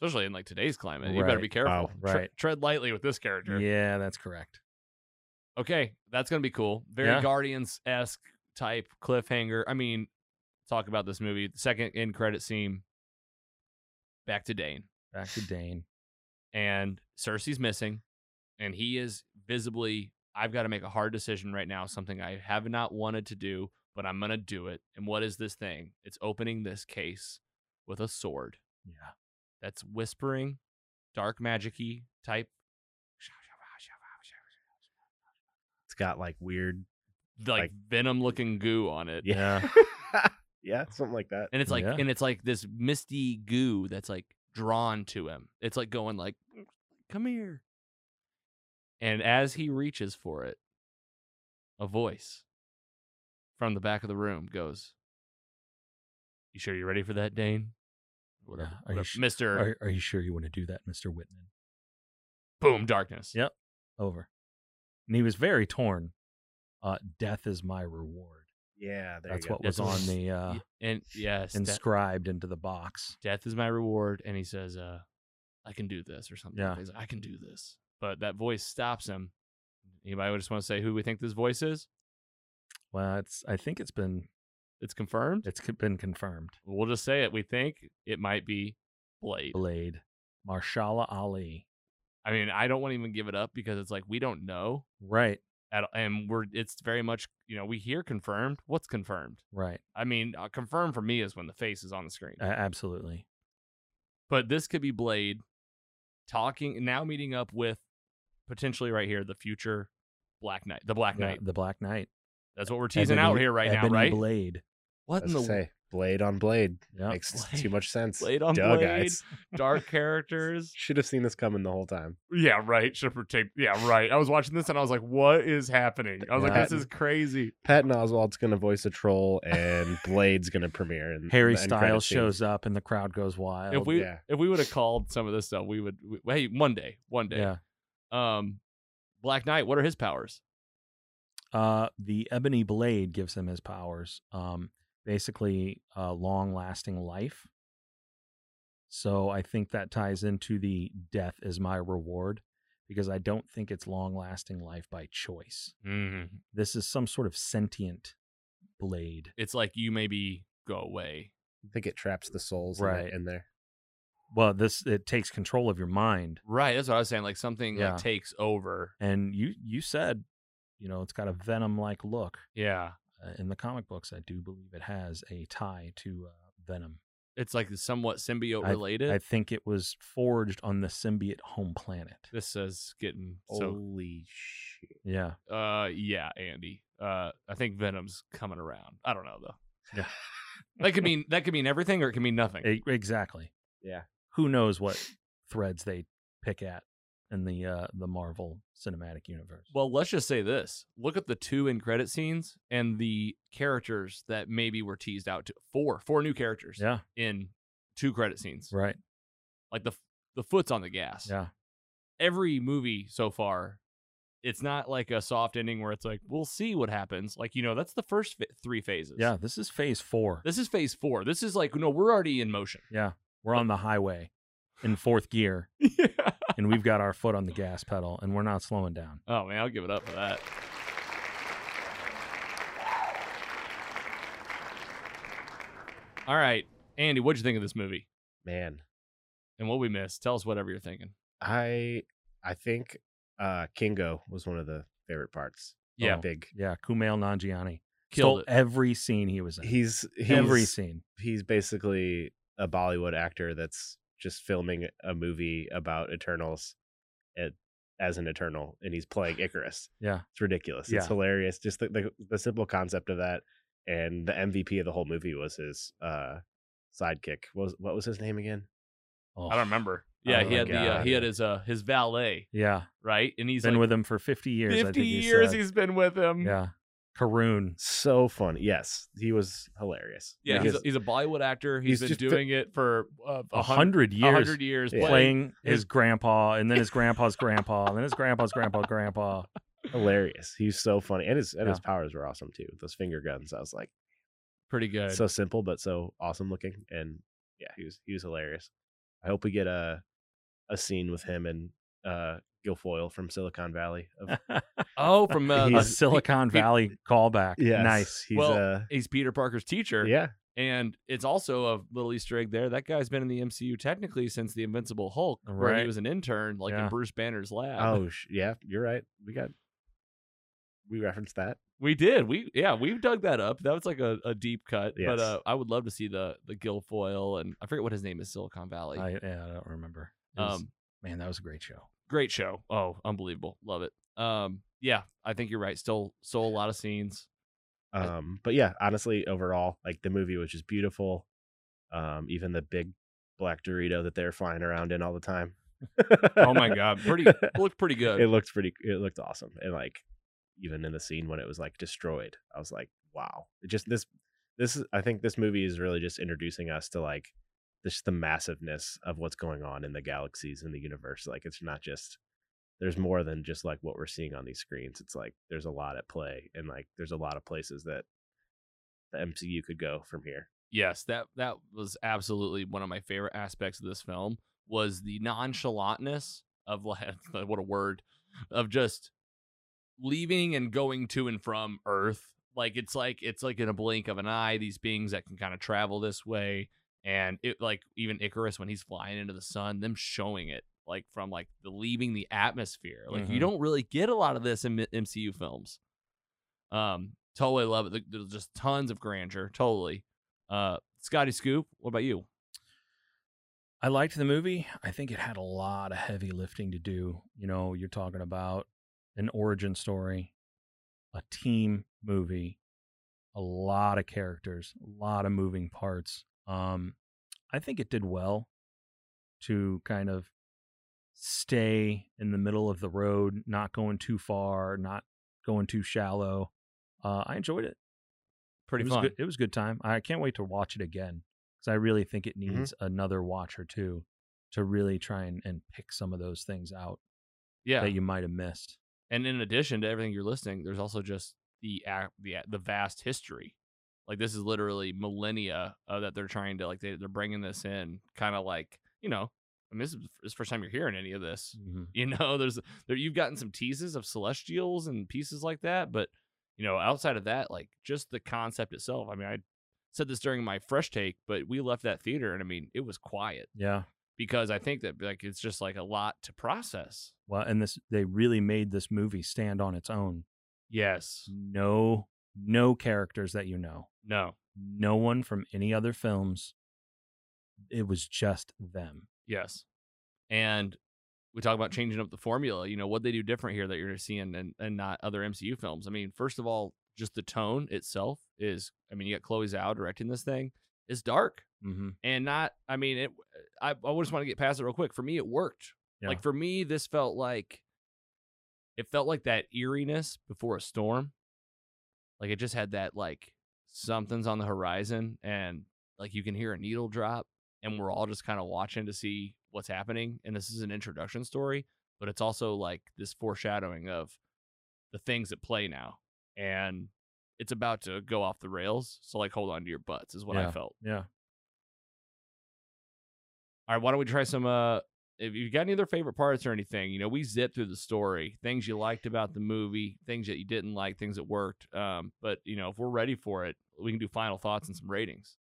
Speaker 1: Especially in like today's climate, you better
Speaker 2: Right.
Speaker 1: be careful.
Speaker 3: Wow.
Speaker 1: Tre-
Speaker 2: Right.
Speaker 1: tread lightly with this character.
Speaker 2: Yeah, that's correct.
Speaker 1: Okay, that's gonna be cool. Very
Speaker 2: Yeah.
Speaker 1: Guardians esque type cliffhanger. I mean, talk about this movie. second end credit scene. Back to Dane.
Speaker 2: Back to Dane.
Speaker 1: and Cersei's missing, and he is visibly. I've got to make a hard decision right now, something I have not wanted to do, but I'm gonna do it. And what is this thing? It's opening this case with a sword
Speaker 2: Yeah.
Speaker 1: that's whispering, dark magicy type.
Speaker 3: It's got like weird.
Speaker 1: Like,
Speaker 3: Like-
Speaker 1: venom looking goo on it.
Speaker 3: Yeah. Yeah, something like that.
Speaker 1: and it's like
Speaker 2: Yeah.
Speaker 1: and it's like this misty goo that's like drawn to him it's like going like "Mm, come here and as he reaches for it a voice from the back of the room goes you sure you're ready for that dane whatever,
Speaker 2: Yeah, are you
Speaker 1: whatever.
Speaker 2: sh-
Speaker 1: mr
Speaker 2: Are, are you sure you want to do that, Mister Whitman?
Speaker 1: boom darkness
Speaker 2: Yeah. Over. And he was very torn. Uh, death is my reward.
Speaker 3: Yeah, there
Speaker 2: That's
Speaker 3: you go.
Speaker 2: what was on
Speaker 1: That's-
Speaker 2: the uh,
Speaker 1: Y- and yes that-
Speaker 2: inscribed into the box.
Speaker 1: death is my reward and he says uh i can do this or something
Speaker 2: Yeah.
Speaker 1: he's like i can do this but that voice stops him anybody just want to say who we think this voice is
Speaker 2: Well, it's. I think it's been.
Speaker 1: it's confirmed
Speaker 2: It's co- been confirmed.
Speaker 1: we'll just say it we think it might be blade
Speaker 2: Blade, Marshala Ali.
Speaker 1: i mean i don't want to even give it up because it's like we don't know
Speaker 2: Right.
Speaker 1: at, and we're it's very much you know we hear confirmed what's confirmed
Speaker 2: Right.
Speaker 1: i mean uh, confirmed for me is when the face is on the screen
Speaker 2: A-
Speaker 3: Uh-huh.
Speaker 2: absolutely.
Speaker 1: but this could be blade talking now meeting up with potentially right here the future black knight the black
Speaker 2: Yeah,
Speaker 1: knight
Speaker 2: the Black Knight.
Speaker 1: That's what we're teasing
Speaker 2: Ebony-
Speaker 1: out here right now,
Speaker 2: Ebony
Speaker 1: right?
Speaker 2: Blade.
Speaker 1: What
Speaker 3: Let's
Speaker 1: in the
Speaker 3: say blade on blade
Speaker 2: Yeah.
Speaker 3: makes
Speaker 1: Blade-
Speaker 3: too much sense.
Speaker 1: blade on
Speaker 3: Duh,
Speaker 1: blade,
Speaker 3: guys.
Speaker 1: dark characters?
Speaker 3: Should have seen this coming the whole time.
Speaker 1: Yeah, right. Should protect. Yeah, right. I was watching this and I was like, "What is happening?" I was like,
Speaker 2: Yeah.
Speaker 1: "This is crazy."
Speaker 3: Patton Oswald's gonna voice a troll, and Blade's gonna premiere. And
Speaker 2: Harry Styles shows up and the crowd goes wild.
Speaker 1: if we
Speaker 3: yeah.
Speaker 1: if we would have called some of this stuff, we would. We, hey, one day, one day.
Speaker 2: yeah.
Speaker 1: Um, Black Knight. What are his powers?
Speaker 2: Uh, the ebony blade gives him his powers. Um, basically, uh, long-lasting life. So I think that ties into the death is my reward, because I don't think it's long-lasting life by choice. This is some sort of sentient blade.
Speaker 1: It's like you maybe go away.
Speaker 3: I think it traps the souls in the-
Speaker 2: Right.
Speaker 3: in there.
Speaker 2: Well, this it takes control of your mind,
Speaker 1: Right. That's what I was saying. Like something
Speaker 2: Yeah.
Speaker 1: like takes over.
Speaker 2: and you you said, you know, it's got a venom-like look.
Speaker 1: Yeah.
Speaker 2: Uh, in the comic books, I do believe it has a tie to uh, venom.
Speaker 1: It's like somewhat symbiote
Speaker 2: I-
Speaker 1: related.
Speaker 2: I think it was forged on the symbiote home planet.
Speaker 1: this is getting so
Speaker 3: Holy shit!
Speaker 2: Yeah.
Speaker 1: Uh, yeah, Andy. Uh, I think Venom's coming around. I don't know though. That could mean that could mean everything, or it could mean nothing.
Speaker 2: E- exactly.
Speaker 3: Yeah.
Speaker 2: Who knows what threads they pick at in the uh, the Marvel Cinematic Universe?
Speaker 1: Well, let's just say this: look at the two in credit scenes and the characters that maybe were teased out to four, four new characters
Speaker 2: yeah.
Speaker 1: in two credit scenes.
Speaker 2: Right.
Speaker 1: Like the the foot's on the gas.
Speaker 2: Yeah.
Speaker 1: Every movie so far, it's not like a soft ending where it's like we'll see what happens. Like you know, that's the first fa- three phases.
Speaker 2: Yeah. This is Phase Four.
Speaker 1: This is phase four. This is like no, we're already in motion.
Speaker 2: yeah. We're on the highway in fourth gear,
Speaker 1: yeah.
Speaker 2: and we've got our foot on the gas pedal, and we're not slowing down.
Speaker 1: Oh man, I'll give it up for that. All right, Andy, what'd you think of this movie
Speaker 3: Man,
Speaker 1: and what we missed? Tell us whatever you're thinking.
Speaker 3: I I think uh Kingo was one of the favorite parts.
Speaker 1: Yeah.
Speaker 3: big.
Speaker 2: Yeah. Kumail Nanjiani
Speaker 1: Oh, Killed
Speaker 2: Stole
Speaker 1: it.
Speaker 2: every scene he was in.
Speaker 3: He's he's
Speaker 2: every scene.
Speaker 3: he's basically a Bollywood actor that's just filming a movie about Eternals at, as an Eternal, and he's playing Icarus.
Speaker 2: Yeah.
Speaker 3: It's ridiculous.
Speaker 2: Yeah.
Speaker 3: It's hilarious. Just the, the the simple concept of that, and the MVP of the whole movie was his uh sidekick. What was what was his name again?
Speaker 2: Oh.
Speaker 1: I don't remember. Yeah,
Speaker 2: Oh
Speaker 1: he
Speaker 2: my
Speaker 1: had the uh,
Speaker 2: God.
Speaker 1: he had his uh his valet
Speaker 2: Yeah.
Speaker 1: right, and he's
Speaker 2: He's been
Speaker 1: like
Speaker 2: with him for 50 years. I think
Speaker 1: fifty
Speaker 2: he
Speaker 1: years.
Speaker 2: said.
Speaker 1: He's been with him.
Speaker 2: Yeah. Karoon.
Speaker 3: So funny. Yes, he was hilarious.
Speaker 1: Yeah, he's, a,
Speaker 3: Because
Speaker 1: he's a Bollywood actor. He's,
Speaker 3: He's
Speaker 1: been
Speaker 3: just a-
Speaker 1: doing it for uh,
Speaker 2: A
Speaker 1: a hun-
Speaker 2: hundred
Speaker 1: a
Speaker 2: years
Speaker 1: hundred years
Speaker 3: Yeah.
Speaker 2: playing his
Speaker 1: his-
Speaker 2: grandpa, and then his grandpa's grandpa, and then his grandpa's grandpa, grandpa.
Speaker 3: hilarious. He's so funny, and his and his powers were awesome too. Those finger guns. I was like,
Speaker 1: Pretty good.
Speaker 3: so simple but so awesome looking and yeah he was he was hilarious i hope we get a a scene with him and uh guilfoyle from silicon valley of,
Speaker 1: oh, from uh,
Speaker 2: A
Speaker 1: the-
Speaker 3: He's-
Speaker 2: Silicon
Speaker 1: he-
Speaker 2: Valley callback.
Speaker 3: Yes,
Speaker 2: Nice.
Speaker 3: he's
Speaker 1: Well,
Speaker 3: uh
Speaker 1: he's Peter Parker's teacher.
Speaker 3: yeah
Speaker 1: And it's also a little Easter egg there. That guy's been in the MCU technically since the Invincible Hulk, where he
Speaker 2: Right.
Speaker 1: was an intern, like
Speaker 2: Yeah.
Speaker 1: in Bruce Banner's lab.
Speaker 3: oh sh- yeah you're right we got we referenced that
Speaker 1: we did. We yeah, we dug that up. That was like a, a deep cut. But
Speaker 3: Yes.
Speaker 1: uh, I would love to see the the Guilfoyle and I forget what his name is, Silicon Valley.
Speaker 2: I, yeah, I don't remember. It was-
Speaker 1: um,
Speaker 2: man, that was a great show.
Speaker 1: great show. Oh, unbelievable, love it. Um, yeah, I think you're right. Still, still a lot of scenes.
Speaker 3: Um, but yeah, honestly, overall, like the movie was just beautiful. Um, even the big black Dorito that they're flying around in all the time.
Speaker 1: Oh my god, pretty looked pretty
Speaker 3: it
Speaker 1: good.
Speaker 3: looked pretty it looked awesome and like even in the scene when it was like destroyed i was like wow it just this this is- i think this movie is really just introducing us to like just the massiveness of what's going on in the galaxies and the universe like it's not just there's more than just like what we're seeing on these screens it's like there's a lot at play and like there's a lot of places that the mcu could go from here
Speaker 1: Yes, that that was absolutely one of my favorite aspects of this film was the nonchalantness of like, what a word of just leaving and going to and from Earth. Like it's like it's like in a blink of an eye these beings that can kind of travel this way and it like even Icarus when he's flying into the sun them showing it like from like the leaving the atmosphere. Like you
Speaker 2: Mhm.
Speaker 1: don't really get a lot of this in M- MCU films. Um totally love it. There- There's just tons of grandeur, totally. Uh, Scotty Scoop, what about you?
Speaker 2: I liked the movie. I think it had a lot of heavy lifting to do. You know, you're talking about an origin story, a team movie, a lot of characters, a lot of moving parts. Um, I think it did well to kind of stay in the middle of the road, not going too far, not going too shallow. Uh, I enjoyed it.
Speaker 1: Pretty
Speaker 2: it was
Speaker 1: fun.
Speaker 2: Good, it was a good time. I can't wait to watch it again because I really think it
Speaker 1: Mm-hmm.
Speaker 3: Mhm.
Speaker 2: needs another watch or two to really try and, and pick some of those things out
Speaker 1: Yeah.
Speaker 2: that you might have missed.
Speaker 1: and in addition to everything you're listening, there's also just the ac- the the vast history. Like this is literally millennia uh, that they're trying to like they they're bringing this in, kind of like you know, I mean this is, this is the first time you're hearing any of this.
Speaker 2: Mm.
Speaker 1: You know, there's there you've gotten some teases of celestials and pieces like that, but you know, outside of that, like just the concept itself. I mean, I said this during my fresh take, but we left that theater and I mean it was quiet.
Speaker 2: Yeah.
Speaker 1: because I think that like it's just like a lot to process.
Speaker 2: Well, and this they really made this movie stand on its own.
Speaker 1: Yes.
Speaker 2: No, no characters that you know,
Speaker 1: No.
Speaker 2: no one from any other films. It was just them.
Speaker 1: Yes. And we talk about changing up the formula. You know what they do different here that you're seeing and and not other MCU films. I mean, first of all, just the tone itself is. I mean, you got Chloe Zhao directing this thing. It's dark
Speaker 2: Mm-hmm.
Speaker 1: and not. I mean, it. I I just want to get past it real quick. For me, it worked.
Speaker 2: Yeah.
Speaker 1: Like for me, this felt like it felt like that eeriness before a storm. Like it just had that like something's on the horizon and like you can hear a needle drop and we're all just kind of watching to see what's happening. And this is an introduction story, but it's also like this foreshadowing of the things at play now. And it's about to go off the rails. So like hold on to your butts is what I
Speaker 2: Yeah.
Speaker 1: felt.
Speaker 2: Yeah.
Speaker 1: All right, why don't we try some? Uh, if you got any other favorite parts or anything, you know, we zipped through the story, things you liked about the movie, things that you didn't like, things that worked. Um, but you know, if we're ready for it, we can do final thoughts and some ratings.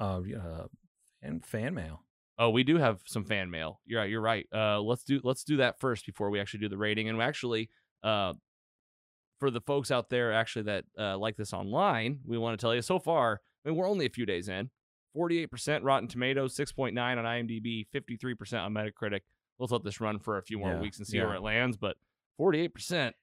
Speaker 2: Uh, uh, and fan mail.
Speaker 1: Oh, we do have some fan mail. You're right. You're right. Uh, let's do let's do that first before we actually do the rating. And we actually, uh, for the folks out there actually that uh, like this online, we want to tell you so far. I mean, we're only a few days in. Forty-eight percent Rotten Tomatoes, six point nine on IMDb, fifty-three percent on Metacritic. Let's let this run for a few more
Speaker 2: Yeah,
Speaker 1: weeks and see
Speaker 2: yeah.
Speaker 1: where it lands. But forty-eight percent,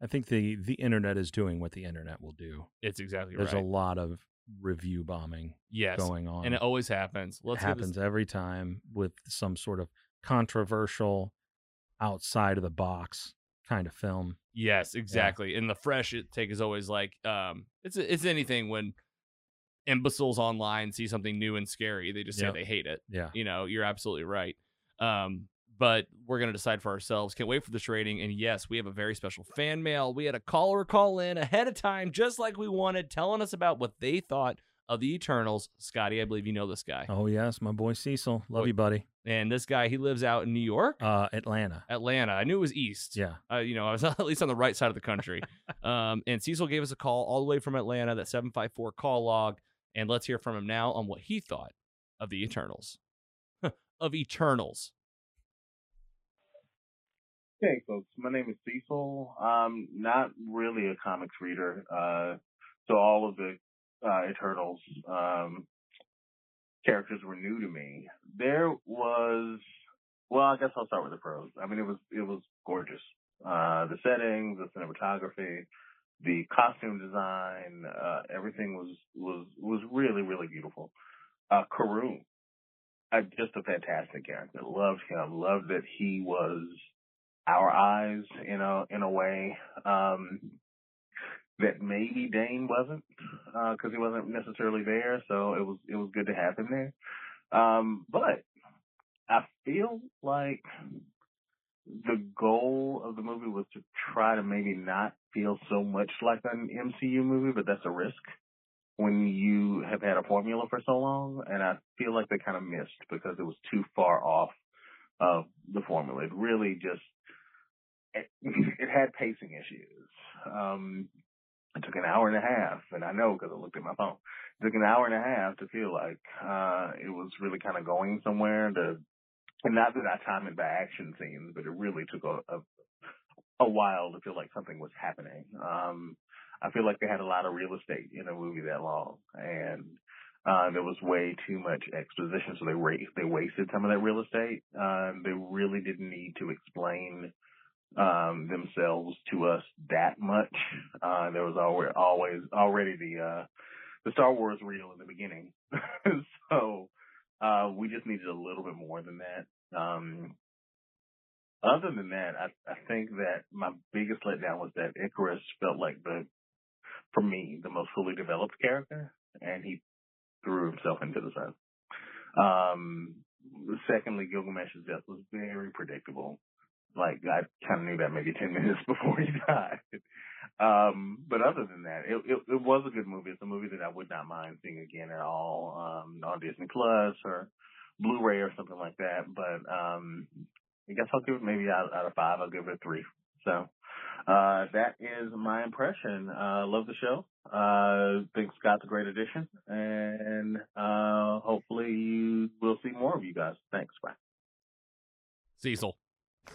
Speaker 2: I think the the internet is doing what the internet will do.
Speaker 1: it's exactly
Speaker 2: There's
Speaker 1: right.
Speaker 2: a lot of review bombing
Speaker 1: yes,
Speaker 2: going on.
Speaker 1: and it always happens.
Speaker 2: It
Speaker 1: Let's get this-
Speaker 2: happens every time with some sort of controversial, outside of the box kind of film.
Speaker 1: Yes, exactly. And the fresh it- take is always like um it's it's anything when imbeciles online see something new and scary, they just say
Speaker 2: Yep.
Speaker 1: they hate it.
Speaker 2: Yeah.
Speaker 1: You know, you're absolutely right. Um but we're going to decide for ourselves. Can't wait for this rating. And yes, we have a very special fan mail. We had a caller call in ahead of time, just like we wanted, telling us about what they thought of the Eternals. Scotty, I believe you know this guy.
Speaker 2: Oh yes, my boy Cecil, love
Speaker 1: Boy-
Speaker 2: you, buddy.
Speaker 1: And this guy, he lives out in New York,
Speaker 2: Uh, Atlanta.
Speaker 1: Atlanta. I knew it was East
Speaker 2: Yeah,
Speaker 1: uh, you know, I was at least on the right side of the country. um, and Cecil gave us a call all the way from Atlanta, that 754 call log. And let's hear from him now on what he thought of the Eternals. of Eternals.
Speaker 5: Hey folks, my name is Cecil. I'm not really a comics reader, uh, so all of the uh, Eternals um, characters were new to me. There was, well, I guess I'll start with the pros. I mean, it was it was gorgeous. Uh, the settings, the cinematography, the costume design, uh, everything was was was really really beautiful. Uh, Karu, uh, just a fantastic character. Loved him. Loved that he was our eyes in a in a way um, that maybe Dane wasn't because he wasn't necessarily there. So it was it was good to have him there. Um, but I feel like the goal of the movie was to try to maybe not feel so much like an MCU movie, but that's a risk when you have had a formula for so long. And I feel like they kind of missed because it was too far off of the formula. It really just it, it had pacing issues. Um, it took an hour and a half, and I know because I looked at my phone. It took an hour and a half to feel like uh, it was really kind of going somewhere. To and not that I timed it by action scenes, but it really took a, a a while to feel like something was happening. Um, I feel like they had a lot of real estate in a movie that long, and uh, there was way too much exposition, so they wa- they wasted some of that real estate. Um, they really didn't need to explain um, themselves to us that much. Uh, there was always, always already the uh, the Star Wars reel in the beginning, so uh, we just needed a little bit more than that. Um, other than that, I, I think that my biggest letdown was that Icarus felt like the, for me, the most fully developed character, and he threw himself into the sun. Um, secondly, Gilgamesh's death was very predictable. Like I kind of knew that maybe ten minutes before he died. Um, but other than that, it, it it was a good movie. It's a movie that I would not mind seeing again at all um, on Disney Plus or Blu-ray or something like that. But um, I guess I'll give it maybe out, out of five. I'll give it a three. So uh, that is my impression. Uh, love the show. Uh, think Scott's a great addition, and uh, hopefully you will see more of you guys. Thanks. Bye.
Speaker 1: Cecil.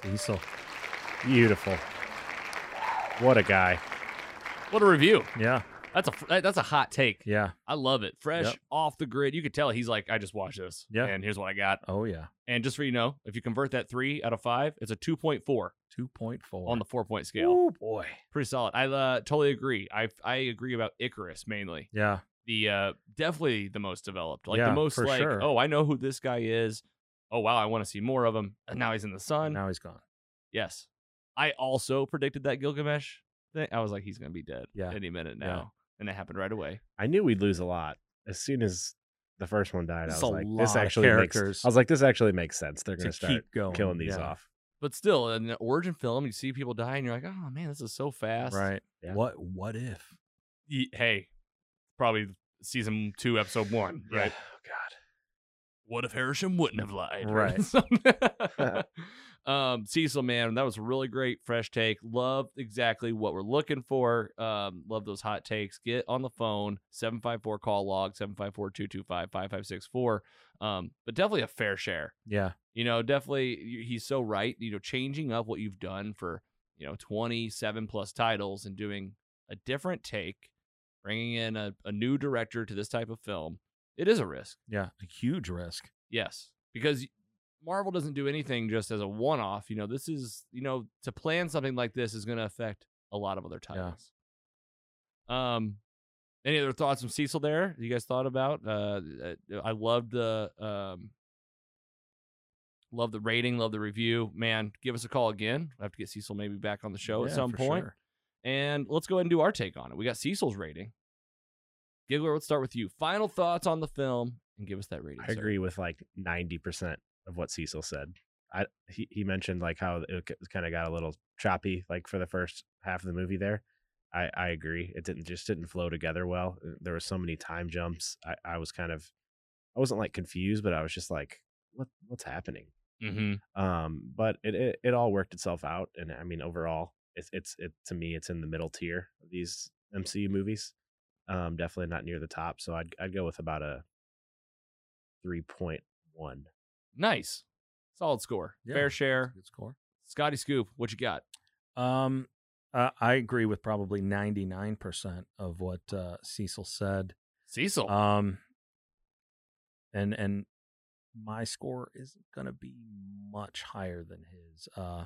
Speaker 2: Cecil.
Speaker 3: Beautiful. What a guy.
Speaker 1: What a review.
Speaker 2: Yeah.
Speaker 1: That's a fr- that- that's a hot take.
Speaker 2: Yeah.
Speaker 1: I love it. Fresh
Speaker 2: Yep.
Speaker 1: off the grid. You could tell he's like, I just watched this.
Speaker 2: Yeah.
Speaker 1: And here's what I got.
Speaker 2: Oh yeah.
Speaker 1: And just for you know, if you convert that three out of five, it's a two point four
Speaker 2: Two point four
Speaker 1: on the four point scale.
Speaker 2: Oh boy.
Speaker 1: Pretty solid. I uh, totally agree. I I agree about Icarus mainly.
Speaker 2: Yeah.
Speaker 1: The uh, definitely the most developed. Like
Speaker 2: Yeah,
Speaker 1: the most
Speaker 2: for
Speaker 1: like,
Speaker 2: sure.
Speaker 1: oh, I know who this guy is. Oh wow, I want to see more of him. And now he's in the sun.
Speaker 2: Now he's gone.
Speaker 1: Yes. I also predicted that Gilgamesh thing. I was like, he's gonna be dead
Speaker 2: Yeah.
Speaker 1: any minute
Speaker 2: Yeah.
Speaker 1: now. And it happened right away.
Speaker 3: I knew we'd lose a lot as soon as the first one died.
Speaker 2: That's
Speaker 3: I
Speaker 2: a
Speaker 3: was like,
Speaker 2: lot
Speaker 3: this
Speaker 2: of
Speaker 3: actually
Speaker 2: characters
Speaker 3: makes. I was like, this actually makes sense. They're
Speaker 2: To
Speaker 3: going to start
Speaker 2: keep going.
Speaker 3: killing these
Speaker 2: Yeah.
Speaker 3: off.
Speaker 1: But still, in the origin film, you see people die and you're like, oh man, this is so fast.
Speaker 2: Right.
Speaker 3: Yeah.
Speaker 2: What what if?
Speaker 1: Ye- Hey, probably season two, episode one, right? What if Harrison wouldn't have lied?
Speaker 3: Right.
Speaker 1: um, Cecil, man, that was a really great fresh take. Love exactly what we're looking for. Um, love those hot takes. Get on the phone, 754 call log, 754 225 5564. Um, but definitely a fair share.
Speaker 2: Yeah.
Speaker 1: You know, definitely you- he's so right. You know, changing up what you've done for, you know, 27 plus titles and doing a different take, bringing in a, a new director to this type of film, it is a risk.
Speaker 2: Yeah. A huge risk.
Speaker 1: Yes, because Marvel doesn't do anything just as a one off. You know, this is, you know, to plan something like this is going to affect a lot of other titles. Um, any other thoughts from Cecil there? You guys thought about? Uh, uh, I loved the um, love the rating, love the review. Man, give us a call again. I have to get Cecil maybe back on the show at
Speaker 2: Yeah,
Speaker 1: some
Speaker 2: for
Speaker 1: point,
Speaker 2: sure.
Speaker 1: and let's go ahead and do our take on it. We got Cecil's rating. Giggler, let's start with you. Final thoughts on the film, and give us that rating. sir.
Speaker 3: I agree with like 90% of what Cecil said. I he, he mentioned like how it kind of got a little choppy like for the first half of the movie there. I I agree. It didn't just didn't flow together well. Uh, There were so many time jumps. I I was kind of I wasn't like confused, but I was just like what what's happening?
Speaker 1: Mm-hmm.
Speaker 3: Um but it it, it all worked itself out and I mean overall it's it's it to me it's in the middle tier of these MCU movies. Um definitely not near the top, so I'd I'd go with about a 3.1.
Speaker 1: Nice. Solid score.
Speaker 2: Yeah.
Speaker 1: Fair share.
Speaker 2: Good score.
Speaker 1: Scotty Scoop, what you got?
Speaker 2: Um, uh, I agree with probably ninety nine percent of what uh, Cecil said.
Speaker 1: Cecil.
Speaker 2: Um, and and my score isn't gonna be much higher than his. Uh,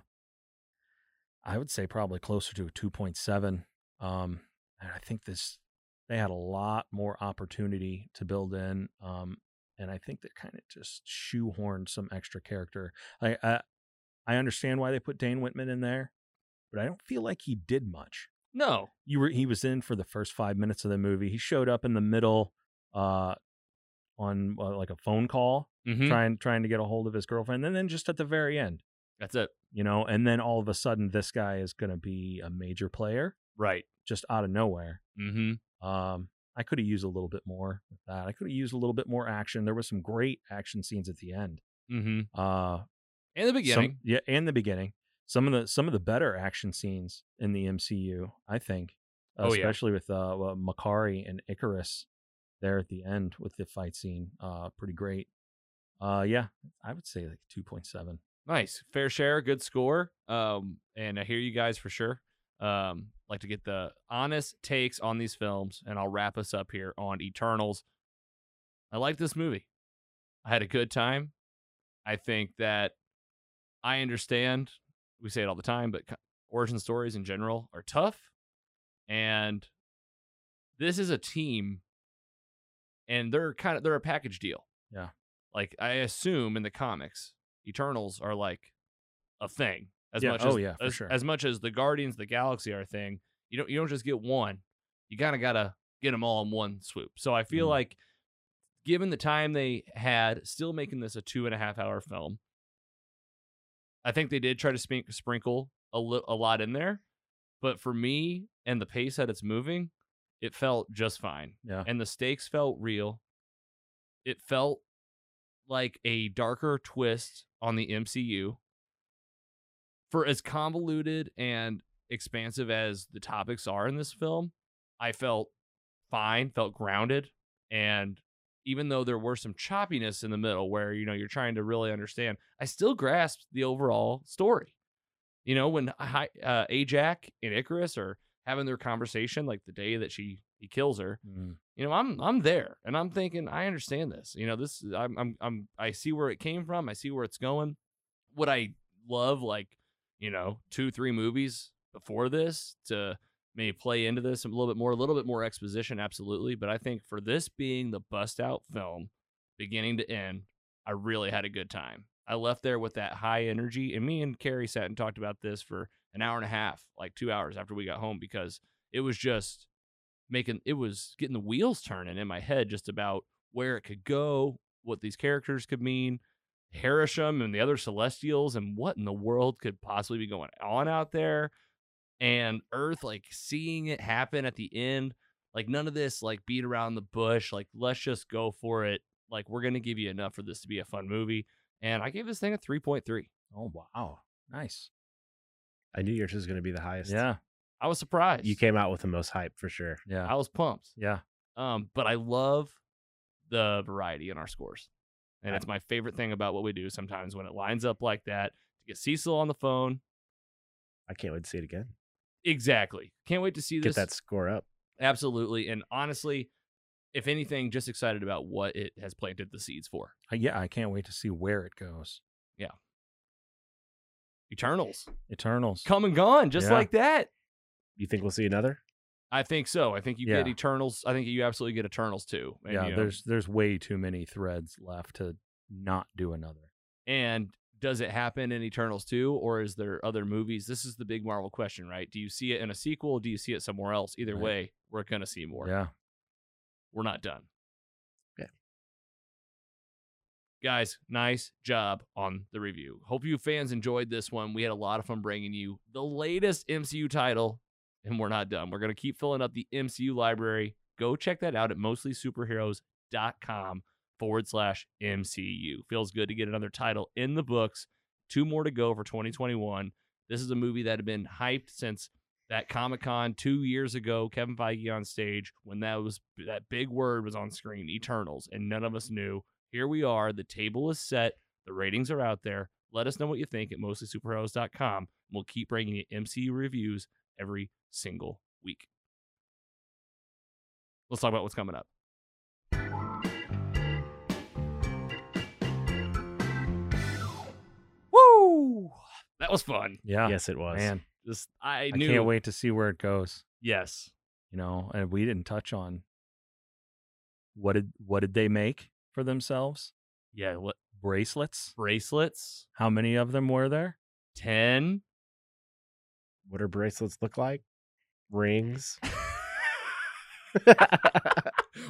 Speaker 2: I would say probably closer to a two point seven. Um, and I think this they had a lot more opportunity to build in. Um, and I think they kind of just shoehorned some extra character. I, I I understand why they put Dane Whitman in there, but I don't feel like he did much.
Speaker 1: No.
Speaker 2: You were he was in for the first five minutes of the movie. He showed up in the middle, uh, on uh, like a phone call,
Speaker 1: Mhm.
Speaker 2: trying trying to get a hold of his girlfriend, and then just at the very end,
Speaker 1: That's it.
Speaker 2: you know. And then all of a sudden, this guy is going to be a major player
Speaker 1: Right.
Speaker 2: just out of nowhere.
Speaker 1: Mm-hmm.
Speaker 2: Um, I could have used a little bit more with that. I could have used a little bit more action. There was some great action scenes at the end.
Speaker 1: Mm-hmm.
Speaker 2: Uh,
Speaker 1: In the beginning.
Speaker 2: Some, yeah, and the beginning. Some of the some of the better action scenes in the MCU, I think,
Speaker 1: Oh, yeah.
Speaker 2: especially with uh, well, Makari and Icarus there at the end with the fight scene. Uh, pretty great. Uh, yeah, I would say like two point seven.
Speaker 1: Nice. Fair share, good score. Um, and I hear you guys for sure. Um, like to get the honest takes on these films, and I'll wrap us up here on Eternals. I like this movie. I had a good time. I think that I understand. We say it all the time, but co- origin stories in general are tough. And this is a team, and they're kind of they're a package deal.
Speaker 2: Yeah.
Speaker 1: Like I assume in the comics, Eternals are like a thing. As
Speaker 2: Yeah,
Speaker 1: much as,
Speaker 2: oh yeah, for
Speaker 1: as,
Speaker 2: sure.
Speaker 1: as much as the Guardians of the Galaxy are a thing, you don't you don't just get one. You kind of gotta get them all in one swoop. So I feel
Speaker 2: Mhm.
Speaker 1: like, given the time they had, still making this a two and a half hour film, I think they did try to spink- sprinkle a, li- a lot in there. But for me and the pace that it's moving, it felt just fine.
Speaker 2: Yeah.
Speaker 1: And the stakes felt real. It felt like a darker twist on the MCU. For as convoluted and expansive as the topics are in this film, I felt fine, felt grounded. And even though there were some choppiness in the middle where, you know, you're trying to really understand, I still grasped the overall story. You know, when Hi- uh, Ajax and Icarus are having their conversation, like the day that she he kills her,
Speaker 2: Mm.
Speaker 1: you know, I'm I'm there and I'm thinking I understand this. You know, this I'm I'm I'm I see where it came from. I see where it's going. Would I love like, you know, two three movies before this to maybe play into this a little bit more, a little bit more exposition, absolutely. But I think for this being the bust out film, beginning to end, I really had a good time. I left there with that high energy, and me and Carrie sat and talked about this for an hour and a half, like two hours after we got home, because it was just making it was getting the wheels turning in my head just about where it could go, what these characters could mean, Harisham and the other Celestials, and what in the world could possibly be going on out there. And Earth, like seeing it happen at the end, like none of this, like beat around the bush, like let's just go for it. Like we're gonna give you enough for this to be a fun movie. And I gave this thing a three point three.
Speaker 2: Oh wow, nice.
Speaker 3: I knew yours was going to be the highest.
Speaker 2: Yeah,
Speaker 1: I was surprised.
Speaker 3: You came out with the most hype for sure.
Speaker 2: yeah,
Speaker 1: I was pumped.
Speaker 2: yeah.
Speaker 1: Um, but I love the variety in our scores. And
Speaker 3: I-
Speaker 1: it's my favorite thing about what we do sometimes when it lines up like that to get Cecil on the phone.
Speaker 3: I can't wait to see it again.
Speaker 1: Exactly. Can't wait to see
Speaker 3: Get
Speaker 1: this.
Speaker 3: that score up.
Speaker 1: Absolutely. And honestly, if anything, just excited about what it has planted the seeds for.
Speaker 2: I- Yeah, I can't wait to see where it goes.
Speaker 1: Eternals.
Speaker 2: Eternals.
Speaker 1: Come and gone, just
Speaker 2: Yeah.
Speaker 1: like that.
Speaker 3: You think we'll see another?
Speaker 1: I think so. I think you get
Speaker 2: Yeah.
Speaker 1: Eternals. I think you absolutely get Eternals too. And,
Speaker 2: yeah,
Speaker 1: you know,
Speaker 2: there's there's way too many threads left to not do another.
Speaker 1: And does it happen in Eternals 2 or is there other movies? This is the big Marvel question, right? Do you see it in a sequel? do you see it somewhere else? Either
Speaker 2: Right.
Speaker 1: way, we're going to see more.
Speaker 2: Yeah.
Speaker 1: We're not done.
Speaker 3: Okay.
Speaker 1: Guys, nice job on the review. Hope you fans enjoyed this one. We had a lot of fun bringing you the latest MCU title, and we're not done. We're going to keep filling up the MCU library. Go check that out at mostlysuperheroes.com forward slash MCU. Feels good to get another title in the books. Two more to go for 2021. This is a movie that had been hyped since that Comic Con two years ago, Kevin Feige on stage when that was that big word was on screen, Eternals, and none of us knew. Here we are. The table is set. The ratings are out there. Let us know what you think at mostlysuperheroes.com. We'll keep bringing you MCU reviews every single week. Let's talk about what's coming up. Woo! That was fun.
Speaker 2: Yeah.
Speaker 3: yes, it was.
Speaker 2: Ah, Man,
Speaker 1: This I
Speaker 2: I
Speaker 1: knew.
Speaker 2: can't wait to see where it goes.
Speaker 1: Yes.
Speaker 2: you know, and we didn't touch on what did what did they make for themselves?
Speaker 1: Yeah, what
Speaker 2: Bracelets.
Speaker 1: bracelets?
Speaker 2: How many of them were there?
Speaker 1: Ten.
Speaker 3: What do bracelets look like? Rings.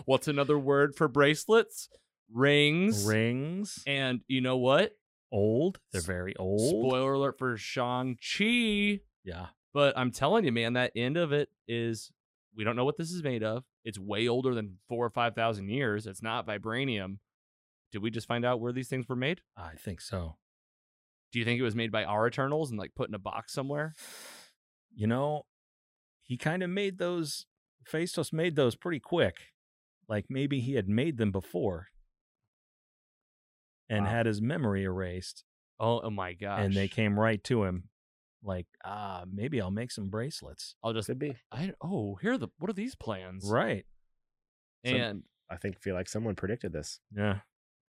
Speaker 1: What's another word for bracelets? Rings.
Speaker 2: Rings.
Speaker 1: And you know what?
Speaker 2: Old. They're very old.
Speaker 1: Spoiler alert for Shang Chi.
Speaker 2: Yeah.
Speaker 1: But I'm telling you, man, that end of it is we don't know what this is made of. It's way older than four or five thousand years. It's not vibranium. Did we just find out where these things were made?
Speaker 2: I think so.
Speaker 1: Do you think it was made by our Eternals and like put in a box somewhere?
Speaker 2: You know, he kind of made those Phaistos made those pretty quick. Like maybe he had made them before and
Speaker 3: Wow.
Speaker 2: had his memory erased
Speaker 1: Oh, oh my gosh!
Speaker 2: and they came right to him like, "Ah, maybe I'll make some bracelets."
Speaker 1: I'll just.
Speaker 3: Could be.
Speaker 1: I, oh, here are the. What are these plans?
Speaker 2: Right.
Speaker 3: So-
Speaker 1: And
Speaker 3: I think feel like someone predicted this.
Speaker 2: Yeah.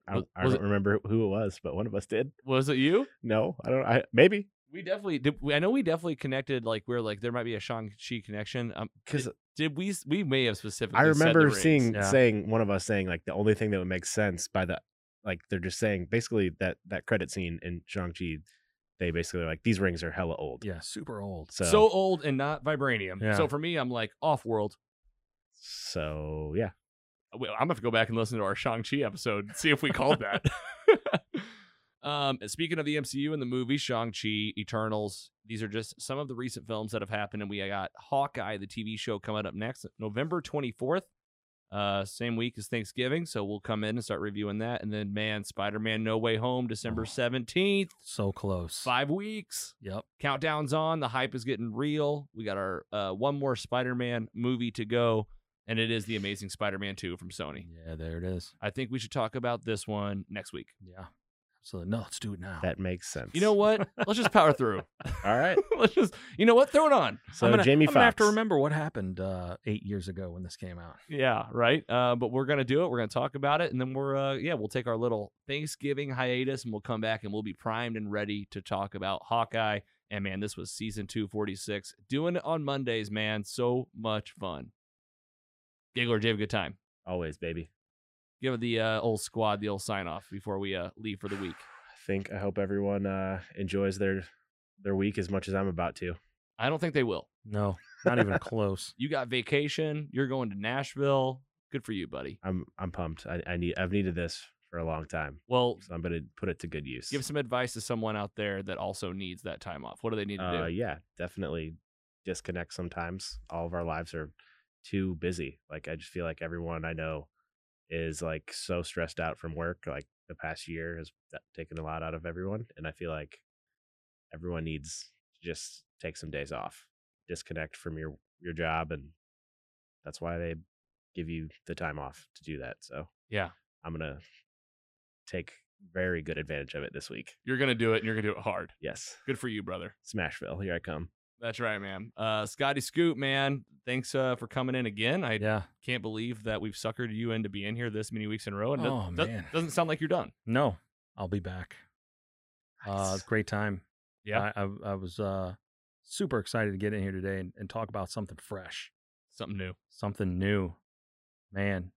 Speaker 3: I
Speaker 1: Was-
Speaker 3: don't, I
Speaker 1: was
Speaker 3: don't
Speaker 1: it-
Speaker 3: remember who it was, but one of us did.
Speaker 1: was it you?
Speaker 3: No, I don't. I maybe
Speaker 1: We definitely did. I know we definitely connected. Like we are like there might be a Shang Chi connection. Um,
Speaker 3: because
Speaker 1: did we? s- We may have specifically.
Speaker 3: I
Speaker 1: said the
Speaker 3: remember
Speaker 1: rings.
Speaker 3: seeing
Speaker 2: yeah.
Speaker 3: saying one of us saying like the only thing that would make sense by the like they're just saying basically that that credit scene in Shang Chi, they basically are like these rings are hella old.
Speaker 2: Yeah, super old.
Speaker 3: So
Speaker 1: so
Speaker 3: so,
Speaker 1: old and not vibranium.
Speaker 2: Yeah.
Speaker 1: So for me, I'm like off world.
Speaker 3: yeah,
Speaker 1: Well, I'm gonna have to go back and listen to our Shang Chi episode and see if we called that. um, and speaking of the MCU and the movie Shang Chi, Eternals, these are just some of the recent films that have happened, and we got Hawkeye, the TV show, coming up next November 24th. Uh, same week as Thanksgiving, so we'll come in and start reviewing that. And then, man, Spider Man No Way Home, December
Speaker 2: Oh.
Speaker 1: 17th,
Speaker 2: So close.
Speaker 1: five weeks.
Speaker 2: Yep.
Speaker 1: countdown's on the hype is getting real we got our uh, one more spider-man movie to go and it is the amazing spider-man 2 from sony
Speaker 2: Yeah, there it is.
Speaker 1: i think we should talk about this one next week
Speaker 2: Yeah. So no, let's do it now.
Speaker 3: that makes sense.
Speaker 1: you know what let's just power through
Speaker 3: all right.
Speaker 1: let's just you know what throw it on
Speaker 3: So
Speaker 2: I'm gonna,
Speaker 3: Jamie
Speaker 2: I'm gonna have
Speaker 3: Fox.
Speaker 2: to remember what happened uh, eight years ago when this came out.
Speaker 1: yeah right uh, but we're gonna do it we're gonna talk about it and then we're uh, yeah we'll take our little thanksgiving hiatus and we'll come back and we'll be primed and ready to talk about hawkeye and man this was season 246 doing it on mondays man so much fun giggler did you have a good time
Speaker 3: Always, baby.
Speaker 1: give the uh, old squad the old sign off before we uh, leave for the week.
Speaker 3: I think I hope everyone uh, enjoys their their week as much as I'm about to.
Speaker 1: I don't think they will.
Speaker 2: No, not even close.
Speaker 1: You got vacation. You're going to Nashville. Good for you, buddy.
Speaker 3: I'm I'm pumped. I, I need I've needed this for a long time,
Speaker 1: Well,
Speaker 3: so I'm gonna put it to good use.
Speaker 1: give some advice to someone out there that also needs that time off. What do they need to
Speaker 3: uh,
Speaker 1: do?
Speaker 3: yeah, definitely disconnect sometimes. All of our lives are too busy. Like I just feel like everyone I know is like so stressed out from work. Like the past year has that- taken a lot out of everyone, and I feel like everyone needs to just take some days off, disconnect from your your job, and that's why they give you the time off to do that. So
Speaker 1: Yeah.
Speaker 3: I'm gonna take very good advantage of it this week.
Speaker 1: You're going to do it and you're going to do it hard.
Speaker 3: Yes,
Speaker 1: Good for you, brother.
Speaker 3: Smashville, here I come.
Speaker 1: That's right, man. Uh, Scotty Scoop, man, thanks uh, for coming in again. I
Speaker 2: Yeah.
Speaker 1: can't believe that we've suckered you into being here this many weeks in a row. And
Speaker 2: Oh,
Speaker 1: does,
Speaker 2: man.
Speaker 1: doesn't sound like you're done.
Speaker 2: No, I'll be back. Uh,
Speaker 3: Nice.
Speaker 2: it's a great time.
Speaker 1: Yeah.
Speaker 2: I, I, I was uh, super excited to get in here today and, and talk about something fresh,
Speaker 1: Something new.
Speaker 2: something new, man.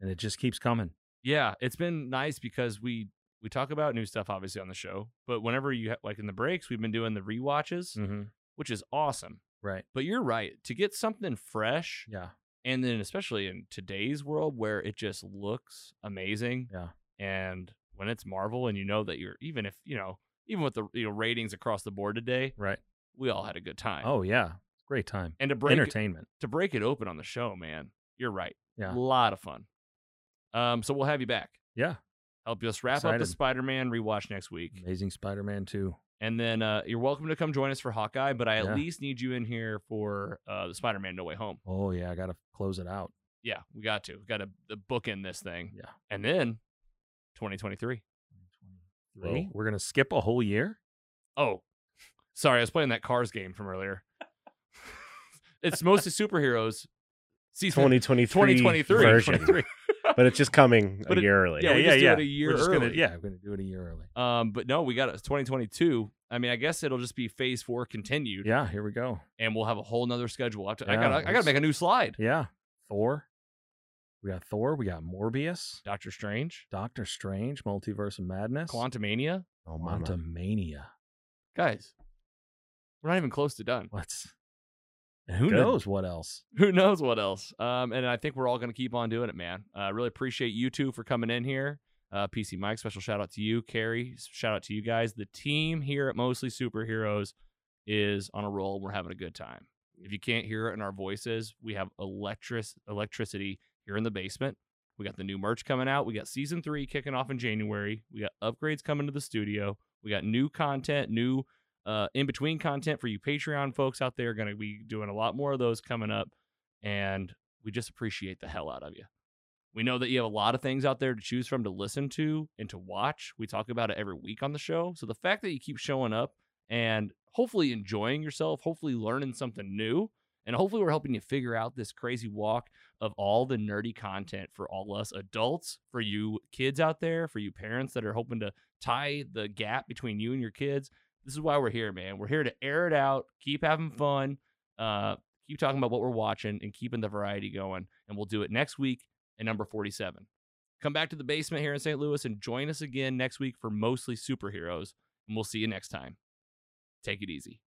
Speaker 2: And it just keeps coming.
Speaker 1: Yeah, it's been nice because we we talk about new stuff obviously on the show, but whenever you ha- like in the breaks, we've been doing the rewatches,
Speaker 2: Mm-hmm.
Speaker 1: which is awesome.
Speaker 2: Right.
Speaker 1: But you're right to get something fresh,
Speaker 2: Yeah.
Speaker 1: and then especially in today's world where it just looks amazing.
Speaker 2: Yeah.
Speaker 1: and when it's Marvel, and you know that you're even if you know even with the you know, ratings across the board today,
Speaker 2: Right.
Speaker 1: we all had a good time.
Speaker 2: Oh yeah. Great time.
Speaker 1: and to break it-
Speaker 2: Entertainment.
Speaker 1: to break it open on the show, man, you're right.
Speaker 2: Yeah.
Speaker 1: a lot of fun. Um, so we'll have you back.
Speaker 2: Yeah.
Speaker 1: Help us wrap up the
Speaker 2: Excited.
Speaker 1: Spider-Man rewatch next week.
Speaker 2: Amazing Spider-Man 2.
Speaker 1: And then uh, you're welcome to come join us for Hawkeye, but I at
Speaker 2: Yeah.
Speaker 1: least need you in here for uh, the Spider-Man No Way Home.
Speaker 2: Oh yeah. I got to close it out.
Speaker 1: Yeah, we got to. We got to the book in this thing.
Speaker 2: Yeah.
Speaker 1: And then 2023.
Speaker 2: Well, we're going to skip a whole year.
Speaker 1: Oh, sorry. I was playing that Cars game from earlier. it's mostly superheroes. Season
Speaker 3: 2023
Speaker 1: 2023.
Speaker 3: version. but it's just coming
Speaker 1: But
Speaker 3: a
Speaker 1: it-
Speaker 3: year early.
Speaker 1: yeah,
Speaker 2: we
Speaker 1: we
Speaker 2: yeah,
Speaker 1: just do
Speaker 2: yeah.
Speaker 1: it a year
Speaker 2: we're just Gonna,
Speaker 1: early.
Speaker 2: yeah, we're gonna do it a year early.
Speaker 1: Um, but no, we got it. It's 2022. I mean, I guess it'll just be phase four continued,
Speaker 2: Yeah, here we go.
Speaker 1: and we'll have a whole nother schedule. I, have to, I
Speaker 2: Yeah,
Speaker 1: gotta, I gotta
Speaker 2: let's-
Speaker 1: make a new slide.
Speaker 2: Yeah, Thor. We got Thor. We got Morbius,
Speaker 1: Doctor Strange,
Speaker 2: Doctor Strange, Multiverse of Madness,
Speaker 1: Quantumania,
Speaker 3: Oh, mama.
Speaker 2: Quantumania.
Speaker 1: guys. We're not even close to done.
Speaker 2: What's and who
Speaker 3: Good.
Speaker 2: knows what else?
Speaker 1: Who knows what else? Um, and I think we're all gonna keep on doing it, man. I uh, really appreciate you two for coming in here. Uh, PC Mike, special shout out to you, Carrie. s- Shout out to you guys. The team here at Mostly Superheroes is on a roll. We're having a good time. If you can't hear it in our voices, we have electric electricity here in the basement. We got the new merch coming out. We got season three kicking off in January. We got upgrades coming to the studio. We got new content, new uh, in between content for you Patreon folks out there. Going to be doing a lot more of those coming up, and we just appreciate the hell out of you. We know that you have a lot of things out there to choose from to listen to and to watch. We talk about it every week on the show. So the fact that you keep showing up and hopefully enjoying yourself, hopefully learning something new, and hopefully we're helping you figure out this crazy walk of all the nerdy content for all us adults, for you kids out there, for you parents that are hoping to tie the gap between you and your kids. This is why we're here, man. We're here to air it out, keep having fun, uh, keep talking about what we're watching, and keeping the variety going. And we'll do it next week at number 47. Come back to the basement here in St. Louis and join us again next week for mostly superheroes. And we'll see you next time. Take it easy.